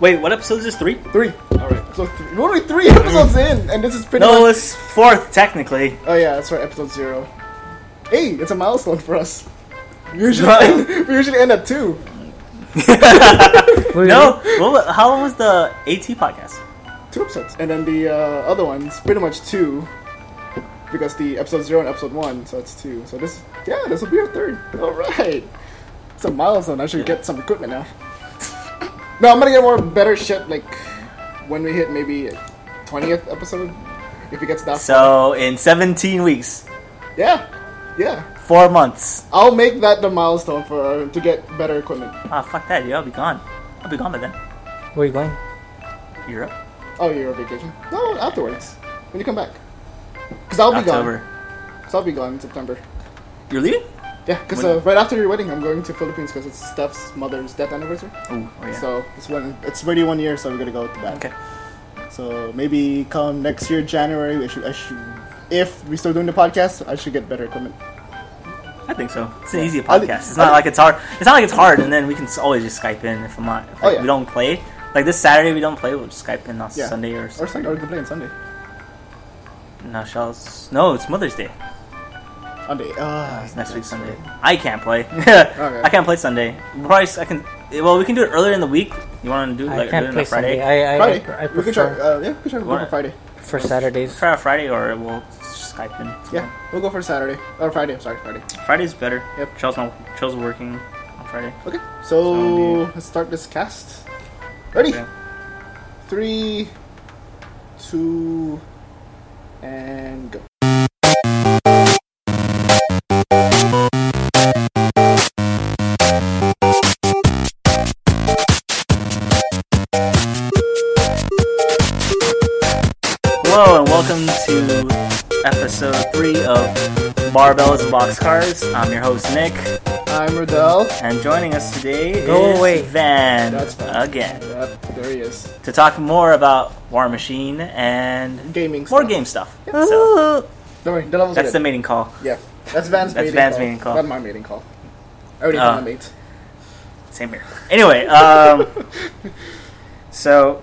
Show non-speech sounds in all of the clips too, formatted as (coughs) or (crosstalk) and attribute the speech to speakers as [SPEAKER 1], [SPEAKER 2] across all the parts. [SPEAKER 1] Wait, what episode is this? Three?
[SPEAKER 2] Three.
[SPEAKER 1] All right.
[SPEAKER 2] So th- we're only three episodes in, and this is pretty
[SPEAKER 1] No,
[SPEAKER 2] much.
[SPEAKER 1] it's fourth
[SPEAKER 2] (laughs)
[SPEAKER 1] technically.
[SPEAKER 2] Oh yeah, that's right, episode zero. Hey, it's a milestone for us. We usually
[SPEAKER 1] No.
[SPEAKER 2] end, (laughs) we usually end at two.
[SPEAKER 3] Wait,
[SPEAKER 1] No, what, wa- how long was the AT podcast?
[SPEAKER 2] two episodes, and then the uh, other ones pretty much two, because the episode zero and episode one, so that's two. So this, yeah, this will be our third. All right, it's a milestone. I should get some equipment now. (laughs) no, I'm gonna get more better shit like when we hit maybe twentieth episode, if it gets that.
[SPEAKER 1] So in 17 weeks,
[SPEAKER 2] far. yeah, yeah,
[SPEAKER 1] four months.
[SPEAKER 2] I'll make that the milestone for our, to get better equipment.
[SPEAKER 1] Ah, fuck that, yo, I'll be gone. I'll be gone by then.
[SPEAKER 3] where you going?
[SPEAKER 1] Europe.
[SPEAKER 2] Oh, you're on vacation? No, afterwards when you come back, because I'll be
[SPEAKER 1] October.
[SPEAKER 2] gone. Because I'll be gone in September.
[SPEAKER 1] You're leaving?
[SPEAKER 2] Yeah, because
[SPEAKER 1] When-
[SPEAKER 2] uh, right after your wedding, I'm going to Philippines because it's Steph's mother's death anniversary.
[SPEAKER 1] Ooh, oh yeah.
[SPEAKER 2] So it's one, it's already one year, so we're gonna go to that.
[SPEAKER 1] okay.
[SPEAKER 2] So maybe come next year January, I should, I should, if we still doing the podcast, I should get better equipment.
[SPEAKER 1] I think so. It's an easy
[SPEAKER 2] I'll be-
[SPEAKER 1] podcast. It's not
[SPEAKER 2] I'll-
[SPEAKER 1] like it's hard. It's not like it's hard, and then we can s- always just Skype in if I'm not. If
[SPEAKER 2] Oh, yeah.
[SPEAKER 1] We don't play. Like this Saturday, we don't play. We'll just Skype in on
[SPEAKER 2] Yeah.
[SPEAKER 1] Sunday or,
[SPEAKER 2] Or Sunday, or we can play on Sunday.
[SPEAKER 1] no. Shall s- no? It's Mother's Day.
[SPEAKER 2] Sunday. Uh,
[SPEAKER 1] It's next week Sunday. I can't play. (laughs) I can't play Sunday. We'll Probably s- I can. Well, we can do it earlier in the week. You want to do
[SPEAKER 3] I
[SPEAKER 1] like
[SPEAKER 3] can't
[SPEAKER 1] earlier
[SPEAKER 3] play
[SPEAKER 1] on Friday?
[SPEAKER 3] Sunday. I, I,
[SPEAKER 2] Friday.
[SPEAKER 3] I, I
[SPEAKER 2] we could try.
[SPEAKER 3] prefer
[SPEAKER 2] Uh, yeah, we could try to go for
[SPEAKER 1] Alright.
[SPEAKER 2] Friday.
[SPEAKER 3] for Saturdays.
[SPEAKER 1] Try on Friday, or we'll s- Skype in.
[SPEAKER 2] Yeah, we'll go for Saturday or Friday. I'm sorry, Friday.
[SPEAKER 1] Friday's better.
[SPEAKER 2] Yep.
[SPEAKER 1] Charles not. Charles working on Friday.
[SPEAKER 2] Okay,
[SPEAKER 1] Sound
[SPEAKER 2] so
[SPEAKER 1] you.
[SPEAKER 2] let's start this cast. Ready?
[SPEAKER 1] Yeah.
[SPEAKER 2] Three, two, and go.
[SPEAKER 1] Hello and welcome to episode three of Barbells and Boxcars. I'm your host Nick,
[SPEAKER 2] I'm Riddell.
[SPEAKER 1] and joining us today
[SPEAKER 3] Go
[SPEAKER 1] is
[SPEAKER 3] away.
[SPEAKER 1] Van
[SPEAKER 2] That's fine.
[SPEAKER 1] again
[SPEAKER 2] Yep, there he is.
[SPEAKER 1] to talk more about War Machine and
[SPEAKER 2] Gaming.
[SPEAKER 1] more
[SPEAKER 2] stuff.
[SPEAKER 1] game stuff.
[SPEAKER 2] Yeah.
[SPEAKER 1] So
[SPEAKER 2] Don't worry, the levels
[SPEAKER 1] that's
[SPEAKER 2] are
[SPEAKER 1] the
[SPEAKER 2] good.
[SPEAKER 1] mating call.
[SPEAKER 2] yeah, that's Van's
[SPEAKER 1] That's
[SPEAKER 2] mating
[SPEAKER 1] Van's
[SPEAKER 2] call.
[SPEAKER 1] mating call.
[SPEAKER 2] Not my mating call. I already
[SPEAKER 1] Uh.
[SPEAKER 2] have my mate.
[SPEAKER 1] Same here. Anyway,
[SPEAKER 2] (laughs)
[SPEAKER 1] um, so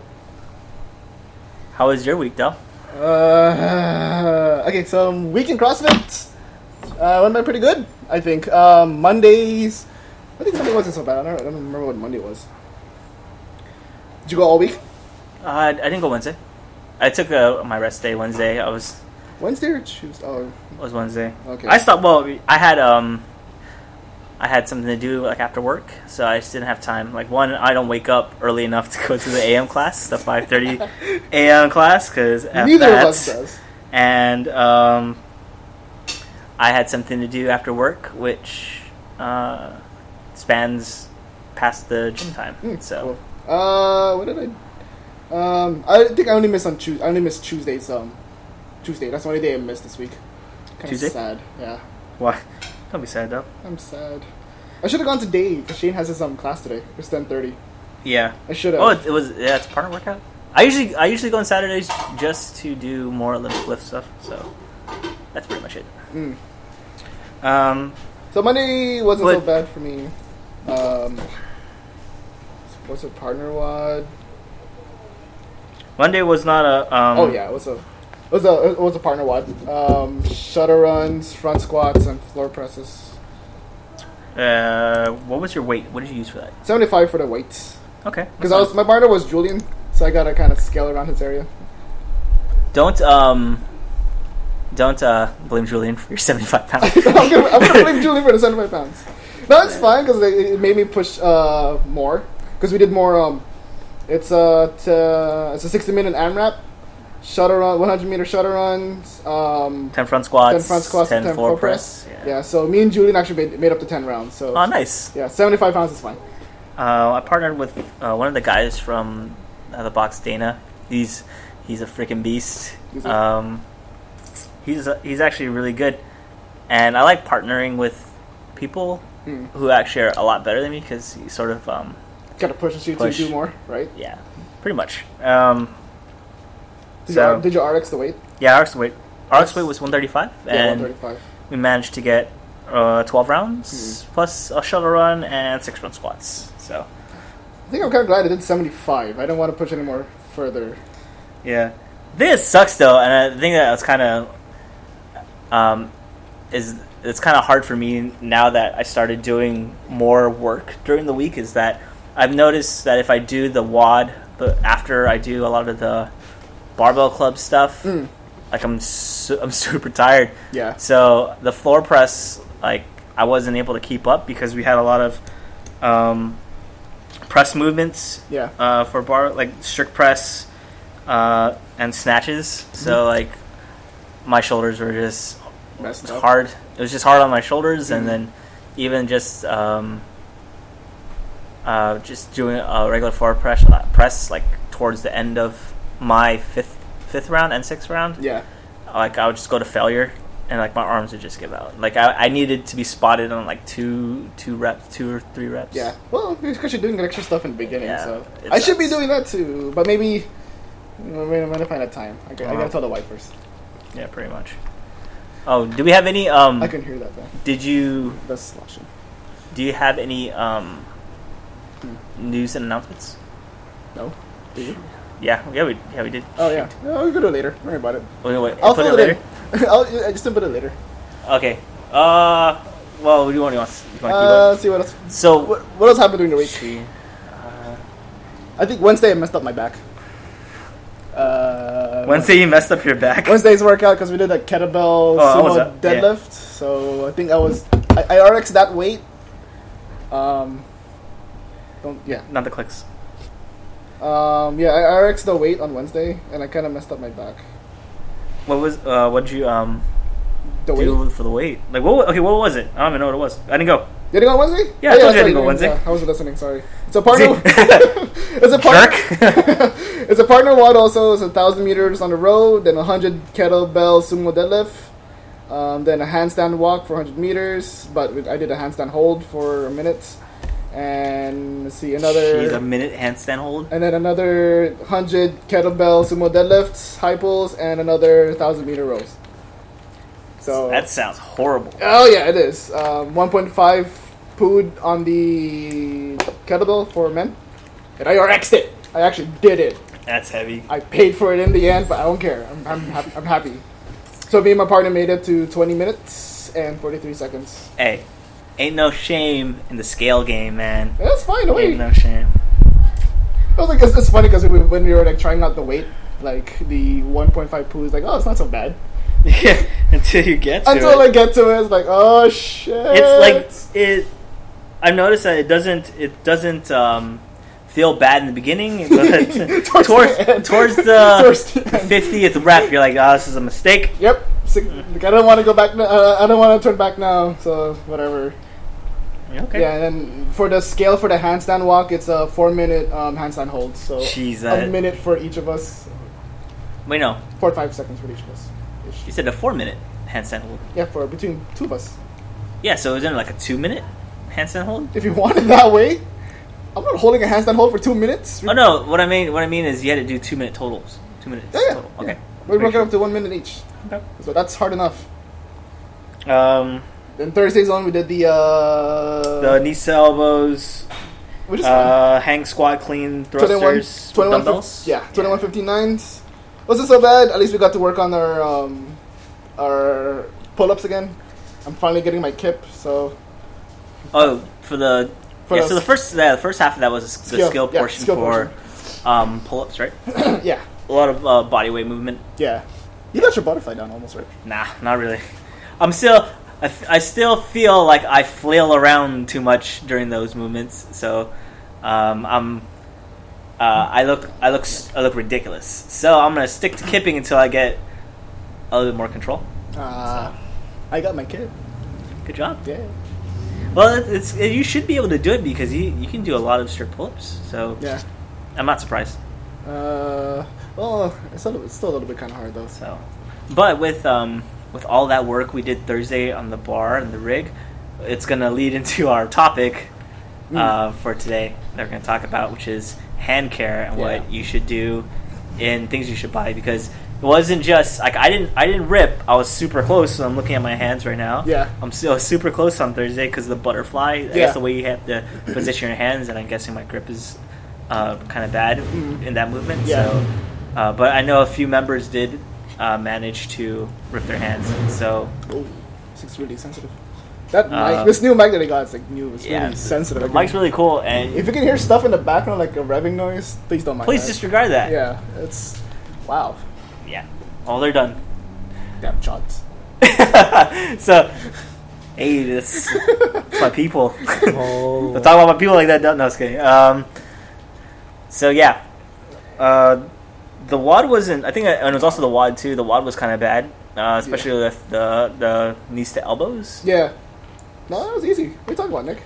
[SPEAKER 1] how was your week, though?
[SPEAKER 2] Uh, okay, so um, week in CrossFit uh, went by pretty good, I think. Um, Mondays, I think Monday wasn't so bad. I don't, I don't remember what Monday was. Did you go all week?
[SPEAKER 1] Uh, I didn't go Wednesday. I took uh, my rest day Wednesday. I was
[SPEAKER 2] Wednesday or Tuesday? Oh,
[SPEAKER 1] was Wednesday.
[SPEAKER 2] Okay.
[SPEAKER 1] I stopped. Well, I had um, I had something to do like after work, so I just didn't have time. Like one, I don't wake up early enough to go to the AM class, the five thirty AM class, because
[SPEAKER 2] neither of us does.
[SPEAKER 1] and um, I had something to do after work, which uh, spans past the gym time.
[SPEAKER 2] Mm,
[SPEAKER 1] so
[SPEAKER 2] cool. uh, what did I? Um, I think I only missed on Tuesday. I only missed Tuesday's um, Tuesday. That's the only day I missed this week. Kind
[SPEAKER 1] Tuesday?
[SPEAKER 2] of sad. Yeah,
[SPEAKER 1] why? Don't be sad though.
[SPEAKER 2] I'm sad. I should have gone today because Shane has his um class today. It's ten thirty.
[SPEAKER 1] Yeah.
[SPEAKER 2] I should have.
[SPEAKER 1] Oh, it, it was. Yeah, it's part of workout. I usually I usually go on Saturdays just to do more Olympic lift stuff. So that's pretty much it.
[SPEAKER 2] Mm.
[SPEAKER 1] Um,
[SPEAKER 2] So Monday wasn't so
[SPEAKER 1] But-
[SPEAKER 2] bad for me. Um, what's it? Partner wad.
[SPEAKER 1] Monday was not a. Um,
[SPEAKER 2] oh yeah, it was a. It was a, it was a partner wad. Um, shutter runs, front squats, and floor presses.
[SPEAKER 1] Uh, what was your weight? What did you use for that?
[SPEAKER 2] 75 for the weights.
[SPEAKER 1] Okay.
[SPEAKER 2] Because I was my partner was Julian, so I gotta kind of scale around his area. (laughs)
[SPEAKER 1] Don't um, don't uh, blame Julian for your (laughs) seventy-five pounds.
[SPEAKER 2] (laughs) I'm gonna,
[SPEAKER 1] (laughs)
[SPEAKER 2] I'm gonna blame Julian for the 75 pounds. No, it's fine because it it made me push uh, more because we did more. Um, it's a t- uh, it's a 60 minute AMRAP, shutter run, 100 meter shutter runs, um,
[SPEAKER 1] ten front squats,
[SPEAKER 2] 10 front squats,
[SPEAKER 1] 10
[SPEAKER 2] and 10
[SPEAKER 1] floor
[SPEAKER 2] floor
[SPEAKER 1] press.
[SPEAKER 2] press. Yeah. so me and Julian actually made, made up to 10 rounds. So
[SPEAKER 1] Oh, nice.
[SPEAKER 2] yeah, 75 pounds is fine.
[SPEAKER 1] Uh, I partnered with uh, one of the guys from uh, the box, Dana. He's he's a freaking beast.
[SPEAKER 2] Is he?
[SPEAKER 1] Um, he's uh, he's actually really good, and I like partnering with people
[SPEAKER 2] Hmm.
[SPEAKER 1] who actually are a lot better than me because he sort of um,
[SPEAKER 2] Gotta push you
[SPEAKER 1] Push.
[SPEAKER 2] to do more, right?
[SPEAKER 1] yeah, pretty much. Um,
[SPEAKER 2] Did,
[SPEAKER 1] So-
[SPEAKER 2] you, R- did you RX the weight?
[SPEAKER 1] yeah, our weight our weight was one thirty five,
[SPEAKER 2] Yeah,
[SPEAKER 1] and
[SPEAKER 2] 135.
[SPEAKER 1] we managed to get uh, twelve rounds plus a shuttle run and six front squats. So
[SPEAKER 2] I think I'm kind of glad I did 75. I don't want to push any more further.
[SPEAKER 1] Yeah, this sucks though, and I think that was kind of um, is it's kind of hard for me now that I started doing more work during the week. Is that I've noticed that if I do the wad, but after I do a lot of the barbell club stuff,
[SPEAKER 2] Mm.
[SPEAKER 1] like I'm su- I'm (laughs) super tired.
[SPEAKER 2] Yeah.
[SPEAKER 1] So the floor press, like I wasn't able to keep up because we had a lot of um, press movements
[SPEAKER 2] Yeah.
[SPEAKER 1] uh, for bar like strict press uh, and snatches. So like my shoulders were just
[SPEAKER 2] Messed
[SPEAKER 1] it's
[SPEAKER 2] up.
[SPEAKER 1] hard. It was just hard on my shoulders,
[SPEAKER 2] Mhm.
[SPEAKER 1] and then even just um, uh, just doing a regular floor press press like towards the end of my fifth fifth round and sixth round
[SPEAKER 2] Yeah.
[SPEAKER 1] like I would just go to failure and like my arms would just give out. Like I, I needed to be spotted on like two two reps, two or three reps.
[SPEAKER 2] Yeah. Well, because you're doing extra stuff in the beginning,
[SPEAKER 1] Yeah,
[SPEAKER 2] so
[SPEAKER 1] it
[SPEAKER 2] I should be
[SPEAKER 1] sucks.
[SPEAKER 2] doing that too. But maybe mm, maybe I'm gonna find out time. I, gotta- I gotta
[SPEAKER 1] Uh-huh.
[SPEAKER 2] tell the wife first.
[SPEAKER 1] Yeah, pretty much. Oh, do we have any um
[SPEAKER 2] I can hear that though.
[SPEAKER 1] did you
[SPEAKER 2] That's sloshing.
[SPEAKER 1] do you have any um
[SPEAKER 2] Hmm.
[SPEAKER 1] news and announcements?
[SPEAKER 2] No. Do you?
[SPEAKER 1] Yeah, yeah we yeah we did.
[SPEAKER 2] Oh yeah. No, we can do it later. Don't worry about it.
[SPEAKER 1] Wait, wait,
[SPEAKER 2] I'll
[SPEAKER 1] put
[SPEAKER 2] fill
[SPEAKER 1] it later.
[SPEAKER 2] in. (laughs) I'll, I just didn't put it later.
[SPEAKER 1] Okay. Uh well what do you want you want, you want
[SPEAKER 2] Uh, let's see what else.
[SPEAKER 1] to keep up? So
[SPEAKER 2] What, what else happened during the week?
[SPEAKER 1] she uh,
[SPEAKER 2] I think Wednesday I messed up my back. Uh,
[SPEAKER 1] Wednesday you messed up your back.
[SPEAKER 2] Wednesday's workout because we did a
[SPEAKER 1] Oh,
[SPEAKER 2] kettlebell
[SPEAKER 1] I was
[SPEAKER 2] sumo
[SPEAKER 1] up- yeah.
[SPEAKER 2] deadlift. So I think I was I, I RX that weight. Um, don't yeah.
[SPEAKER 1] Not the clicks.
[SPEAKER 2] Um, yeah, I RX the weight on Wednesday, and I kind of messed up my back.
[SPEAKER 1] What was uh what did you um
[SPEAKER 2] The weight.
[SPEAKER 1] do for the weight. Like what? wa- Okay, what was it? I don't even know what it was. I didn't go.
[SPEAKER 2] Did it go on Wednesday? Oh,
[SPEAKER 1] Yeah, I told you I
[SPEAKER 2] sorry,
[SPEAKER 1] didn't go Wednesday.
[SPEAKER 2] Yeah, I wasn't listening. Sorry. It's
[SPEAKER 1] (laughs)
[SPEAKER 2] a partner.
[SPEAKER 1] See?
[SPEAKER 2] (laughs) it's a partner.
[SPEAKER 1] Jerk.
[SPEAKER 2] (laughs) it's a partner wad. Also, it's a thousand meters on the road, then a hundred kettlebell sumo deadlift, um, then a handstand walk for hundred meters. But with- I did a handstand hold for a minute, and let's see another.
[SPEAKER 1] Jeez, a minute handstand hold.
[SPEAKER 2] and then another 100 kettlebell sumo deadlifts, high pulls, and another 1,000 meter rows. So
[SPEAKER 1] that sounds horrible.
[SPEAKER 2] Oh yeah, it is. Um, 1.5 pood on the kettlebell for men, and I RX'd it. I actually did it.
[SPEAKER 1] That's heavy.
[SPEAKER 2] I paid for it in the end, but I don't care. I'm, I'm, hap- I'm happy. So me and my partner made it to 20 minutes and 43 seconds.
[SPEAKER 1] Hey, ain't no shame in the scale game, man.
[SPEAKER 2] And that's fine. Wait,
[SPEAKER 1] Ain't no shame. (laughs)
[SPEAKER 2] I was like, it's, it's funny because we, when we were like trying out the weight, like the 1.5 poo is like, oh, it's not so bad.
[SPEAKER 1] Yeah, until you get to
[SPEAKER 2] Until
[SPEAKER 1] it.
[SPEAKER 2] I get to it, it's like, oh shit.
[SPEAKER 1] it's like it. I've noticed that it doesn't. It doesn't. Um, Feel bad in the beginning, (laughs) but
[SPEAKER 2] (laughs) Towards
[SPEAKER 1] towards
[SPEAKER 2] the end.
[SPEAKER 1] towards
[SPEAKER 2] Towards the
[SPEAKER 1] the
[SPEAKER 2] end.
[SPEAKER 1] fiftieth rep, you're like, "Oh, this is a mistake."
[SPEAKER 2] Yep. Sick. Like, I don't want to go back. n- Uh, I don't want to turn back now. So whatever.
[SPEAKER 1] Okay.
[SPEAKER 2] Yeah. And then for the scale for the handstand walk, it's a four minute um, handstand hold. So
[SPEAKER 1] Jeez,
[SPEAKER 2] a
[SPEAKER 1] that,
[SPEAKER 2] minute for each of us.
[SPEAKER 1] wait, no,
[SPEAKER 2] Four to five seconds for each of us. ish.
[SPEAKER 1] you said a four-minute handstand hold.
[SPEAKER 2] Yeah, for between two of us.
[SPEAKER 1] Yeah, so it was in like a two minute handstand hold.
[SPEAKER 2] If you (laughs) want it that way, I'm not holding a handstand hold for two minutes.
[SPEAKER 1] Oh no, what I mean what I mean is you had to do two minute totals. Two minutes
[SPEAKER 2] Yeah, yeah,
[SPEAKER 1] total.
[SPEAKER 2] yeah.
[SPEAKER 1] Okay.
[SPEAKER 2] We
[SPEAKER 1] Make
[SPEAKER 2] broke it
[SPEAKER 1] sure.
[SPEAKER 2] up to one minute each, so that's hard enough.
[SPEAKER 1] Okay. Um
[SPEAKER 2] Then Thursday's on. We did the uh,
[SPEAKER 1] the knee to elbows,
[SPEAKER 2] which is fun.
[SPEAKER 1] uh, hang squat clean,
[SPEAKER 2] 21,
[SPEAKER 1] thrusters,
[SPEAKER 2] 21
[SPEAKER 1] dumbbells.
[SPEAKER 2] Yeah, 2159s. Wasn't so bad. At least we got to work on our um, our pull ups again. I'm finally getting my kip, so
[SPEAKER 1] Oh, for the
[SPEAKER 2] For
[SPEAKER 1] yeah,
[SPEAKER 2] the-
[SPEAKER 1] so the first yeah, the first half of that was the
[SPEAKER 2] Skill,
[SPEAKER 1] skill,
[SPEAKER 2] yeah,
[SPEAKER 1] portion
[SPEAKER 2] skill
[SPEAKER 1] for um pull ups, right?
[SPEAKER 2] yeah,
[SPEAKER 1] A lot of uh, body weight movement.
[SPEAKER 2] yeah. You got your butterfly down almost, right?
[SPEAKER 1] Nah, not really. I'm still I, f- I still feel like I flail around too much during those movements, so um, I'm uh, I look I look s- I look ridiculous. So I'm gonna stick to kipping until I get a little bit more control.
[SPEAKER 2] Uh, I got my kip.
[SPEAKER 1] Good job.
[SPEAKER 2] Yeah,
[SPEAKER 1] Well, it- it's it, you should be able to do it because you you can do a lot of strict pull-ups. So
[SPEAKER 2] yeah.
[SPEAKER 1] I'm not surprised.
[SPEAKER 2] Uh, well, it's, a little, it's still a little bit kind of hard though.
[SPEAKER 1] So, but with um with all that work we did Thursday on the bar and the rig, it's gonna lead into our topic
[SPEAKER 2] Hmm.
[SPEAKER 1] uh, for today that we're gonna talk about, which is hand care and
[SPEAKER 2] Yeah.
[SPEAKER 1] what you should do and things you should buy because it wasn't just like I didn't I didn't rip. I was super close. So I'm looking at my hands right now.
[SPEAKER 2] Yeah.
[SPEAKER 1] I'm still super close on Thursday because the butterfly.
[SPEAKER 2] Yeah.
[SPEAKER 1] That's the way you have to position your hands, and I'm guessing my grip is uh, kind of bad
[SPEAKER 2] Hmm.
[SPEAKER 1] in that movement. So,
[SPEAKER 2] Yeah.
[SPEAKER 1] uh, but I know a few members did uh, manage to rip their hands. So
[SPEAKER 2] Oh, this is really sensitive. That
[SPEAKER 1] Uh,
[SPEAKER 2] mic, this new mic that I got, it's like new. It's
[SPEAKER 1] yeah,
[SPEAKER 2] really sensitive.
[SPEAKER 1] the
[SPEAKER 2] I
[SPEAKER 1] mic's
[SPEAKER 2] can-
[SPEAKER 1] really cool, and
[SPEAKER 2] If you can hear stuff in the background, like a revving noise, please don't mind.
[SPEAKER 1] please
[SPEAKER 2] that.
[SPEAKER 1] disregard that.
[SPEAKER 2] Yeah, it's wow.
[SPEAKER 1] yeah. All they're done. (laughs)
[SPEAKER 2] Damn shots.
[SPEAKER 1] so, hey, this it's my people. (laughs)
[SPEAKER 3] Oh.
[SPEAKER 1] Don't talk about my people like that. No, no, I was kidding. Um, so yeah, uh, the wad wasn't. I think, uh, and it was also the wad too. The wad was kind of bad, uh, especially with the the knees to elbows.
[SPEAKER 2] (laughs) Yeah. No, that was easy. What are you talking about, Nick?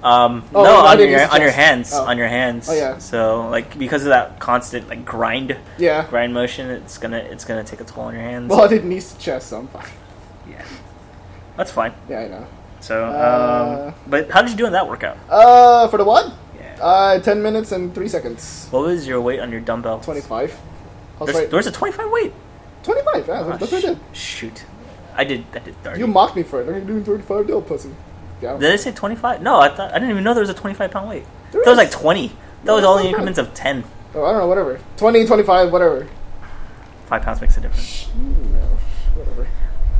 [SPEAKER 1] Um, no,
[SPEAKER 2] Oh, no, I
[SPEAKER 1] on
[SPEAKER 2] didn't
[SPEAKER 1] your,
[SPEAKER 2] use
[SPEAKER 1] on your
[SPEAKER 2] chest.
[SPEAKER 1] hands,
[SPEAKER 2] Oh.
[SPEAKER 1] on your hands.
[SPEAKER 2] Oh, yeah.
[SPEAKER 1] So like because of that constant like grind,
[SPEAKER 2] Yeah.
[SPEAKER 1] grind motion, it's gonna it's gonna take a toll on your hands.
[SPEAKER 2] Well, I did knees to chest, so I'm fine.
[SPEAKER 1] yeah, that's fine.
[SPEAKER 2] Yeah, I know.
[SPEAKER 1] So,
[SPEAKER 2] Uh,
[SPEAKER 1] um, but how did you do in that workout?
[SPEAKER 2] Uh, for the what?
[SPEAKER 1] Yeah.
[SPEAKER 2] Uh, ten minutes and three seconds.
[SPEAKER 1] what was your weight on your dumbbell?
[SPEAKER 2] Twenty-five. I was
[SPEAKER 1] There's,
[SPEAKER 2] like,
[SPEAKER 1] there's a 25 weight.
[SPEAKER 2] twenty-five. Yeah,
[SPEAKER 1] Ah,
[SPEAKER 2] that's what I did.
[SPEAKER 1] sh- Shoot, I did. I did 30.
[SPEAKER 2] You mocked me for it. Are you doing thirty-five, deal, pussy? Yeah.
[SPEAKER 1] did I say 25? No, I thought I didn't even know there was a 25 pound weight.
[SPEAKER 2] There
[SPEAKER 1] that was
[SPEAKER 2] is.
[SPEAKER 1] like 20. That
[SPEAKER 2] No,
[SPEAKER 1] was
[SPEAKER 2] it's
[SPEAKER 1] only
[SPEAKER 2] not
[SPEAKER 1] increments of 10.
[SPEAKER 2] Oh, I don't know. Whatever. Twenty, twenty-five, whatever.
[SPEAKER 1] Five pounds makes a difference.
[SPEAKER 2] No, whatever.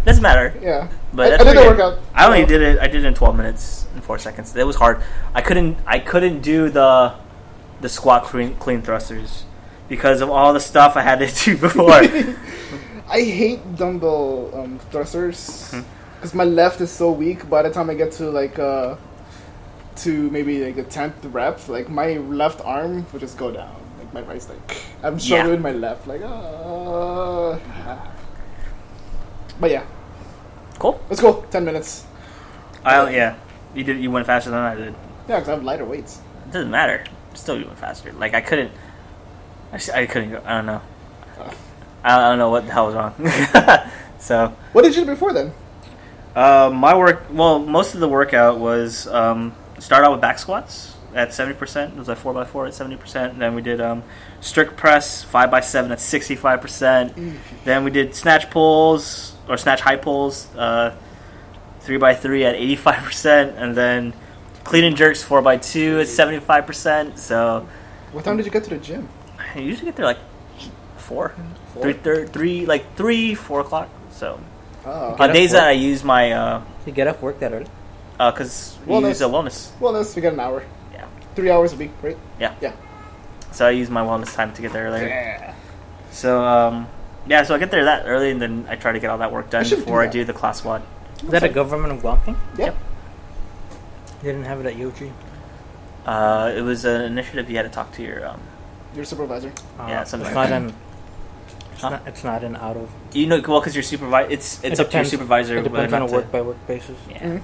[SPEAKER 1] Doesn't matter.
[SPEAKER 2] Yeah.
[SPEAKER 1] But
[SPEAKER 2] I,
[SPEAKER 1] that's
[SPEAKER 2] I did the
[SPEAKER 1] pretty good.
[SPEAKER 2] workout.
[SPEAKER 1] I only
[SPEAKER 2] So-
[SPEAKER 1] did it. I did it in 12 minutes and four seconds. It was hard. I couldn't. I couldn't do the the squat clean, clean thrusters because of all the stuff I had to do (laughs) before.
[SPEAKER 2] I hate dumbbell um, thrusters
[SPEAKER 1] Mm-hmm.
[SPEAKER 2] because my left is so weak. By the time I get to like uh, to maybe like the tenth rep, like my left arm would just go down. Like my right's like I'm struggling
[SPEAKER 1] Yeah.
[SPEAKER 2] with my left. Like uh, but yeah,
[SPEAKER 1] cool.
[SPEAKER 2] let's go. Ten minutes.
[SPEAKER 1] I yeah. You did. You went faster than I did.
[SPEAKER 2] Yeah, because I have lighter weights.
[SPEAKER 1] It doesn't matter. I'm still doing faster. Like I couldn't. I, s- I couldn't go. I don't know. I I don't know what the hell was wrong. (laughs) so
[SPEAKER 2] What did you do before then?
[SPEAKER 1] uh, my work. Well, most of the workout was um, start out with back squats at seventy percent. It was like four x four at seventy percent. Then we did um, strict press five x seven at sixty five percent. Then we did snatch pulls or snatch high pulls uh, three x three at eighty five percent, and then clean and jerks four x two at seventy five percent. So.
[SPEAKER 2] What time did you get to the gym?
[SPEAKER 1] I usually get there like four,
[SPEAKER 2] Four?
[SPEAKER 1] Three, thir- three, like three, four o'clock. So
[SPEAKER 2] Oh,
[SPEAKER 1] on
[SPEAKER 3] up
[SPEAKER 1] days
[SPEAKER 3] work.
[SPEAKER 1] that I use my, uh,
[SPEAKER 3] You get off work that early?
[SPEAKER 1] uh 'cause we
[SPEAKER 2] Wellness.
[SPEAKER 1] use a wellness.
[SPEAKER 2] well, that's we got an hour,
[SPEAKER 1] Yeah.
[SPEAKER 2] three hours a week, right?
[SPEAKER 1] Yeah.
[SPEAKER 2] Yeah.
[SPEAKER 1] So I use my wellness time to get there earlier.
[SPEAKER 2] Yeah.
[SPEAKER 1] So um, yeah, so I get there that early, and then I try to get all that work done
[SPEAKER 2] should do
[SPEAKER 1] before I
[SPEAKER 2] that.
[SPEAKER 1] do the class one.
[SPEAKER 3] Is that a government of Guam thing?
[SPEAKER 2] Yep.
[SPEAKER 3] They didn't have it at UG.
[SPEAKER 1] Uh, it was an initiative you had to talk to your. Um,
[SPEAKER 2] Your supervisor.
[SPEAKER 3] Uh,
[SPEAKER 1] Yeah,
[SPEAKER 3] it's
[SPEAKER 1] something
[SPEAKER 3] not
[SPEAKER 1] like that.
[SPEAKER 3] an. It's,
[SPEAKER 1] Huh?
[SPEAKER 3] not, it's not an out of.
[SPEAKER 1] you know, well, because your supervisor. It's it's up to
[SPEAKER 3] it
[SPEAKER 1] your
[SPEAKER 3] depends-
[SPEAKER 1] supervisor.
[SPEAKER 3] It depends
[SPEAKER 1] whether or
[SPEAKER 3] on a
[SPEAKER 1] not to-
[SPEAKER 3] work by work basis.
[SPEAKER 1] Yeah.
[SPEAKER 2] Mhm.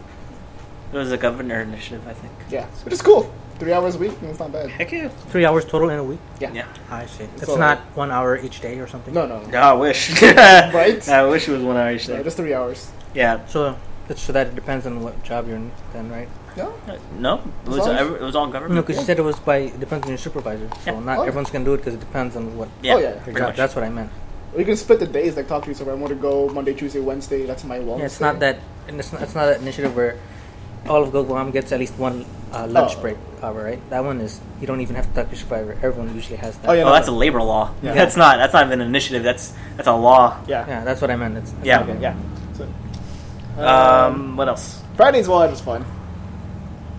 [SPEAKER 1] It was a governor initiative, I think.
[SPEAKER 2] Yeah, which is cool. Three hours a week, and it's not bad.
[SPEAKER 1] Heck yeah.
[SPEAKER 3] Three hours total in a week.
[SPEAKER 2] Yeah. (laughs)
[SPEAKER 1] Yeah.
[SPEAKER 3] I see. It's,
[SPEAKER 2] all
[SPEAKER 3] not one hour each day or something.
[SPEAKER 2] No, no, no.
[SPEAKER 1] Yeah, I (laughs) wish. right.
[SPEAKER 2] Right?
[SPEAKER 1] I wish it was one hour each
[SPEAKER 2] No,
[SPEAKER 1] day.
[SPEAKER 2] just three hours.
[SPEAKER 1] Yeah,
[SPEAKER 3] So it's, so that it depends on what job you're in, then, right?
[SPEAKER 2] No,
[SPEAKER 1] No, it was,
[SPEAKER 2] long as-
[SPEAKER 1] ev- it was all
[SPEAKER 3] No,
[SPEAKER 1] government.
[SPEAKER 3] because you said it was by it depends on your supervisor. So
[SPEAKER 1] Yeah.
[SPEAKER 3] not
[SPEAKER 2] Oh.
[SPEAKER 3] everyone's gonna do it because it depends on what
[SPEAKER 1] yeah,
[SPEAKER 2] oh, yeah,
[SPEAKER 3] your
[SPEAKER 1] pretty
[SPEAKER 3] job.
[SPEAKER 1] much.
[SPEAKER 3] That's what I meant.
[SPEAKER 2] we can split the days. Like talk to you. So if I want to go Monday, Tuesday, Wednesday. That's my wellness.
[SPEAKER 3] Yeah, it's not
[SPEAKER 2] day.
[SPEAKER 3] that, and it's not, it's not that initiative where all of Guam gets at least one uh, lunch
[SPEAKER 2] Oh.
[SPEAKER 3] break hour, right? That one is you don't even have to talk to your supervisor. Everyone usually has that.
[SPEAKER 2] Oh, yeah.
[SPEAKER 1] oh, that's a labor law.
[SPEAKER 2] Yeah.
[SPEAKER 1] That's not. That's not even an initiative. That's that's a law.
[SPEAKER 2] Yeah,
[SPEAKER 3] Yeah, that's what I meant. It's, it's
[SPEAKER 1] Yeah.
[SPEAKER 3] not
[SPEAKER 2] yeah.
[SPEAKER 3] good.
[SPEAKER 2] So,
[SPEAKER 1] Um, what else?
[SPEAKER 2] Friday's wallet was fun.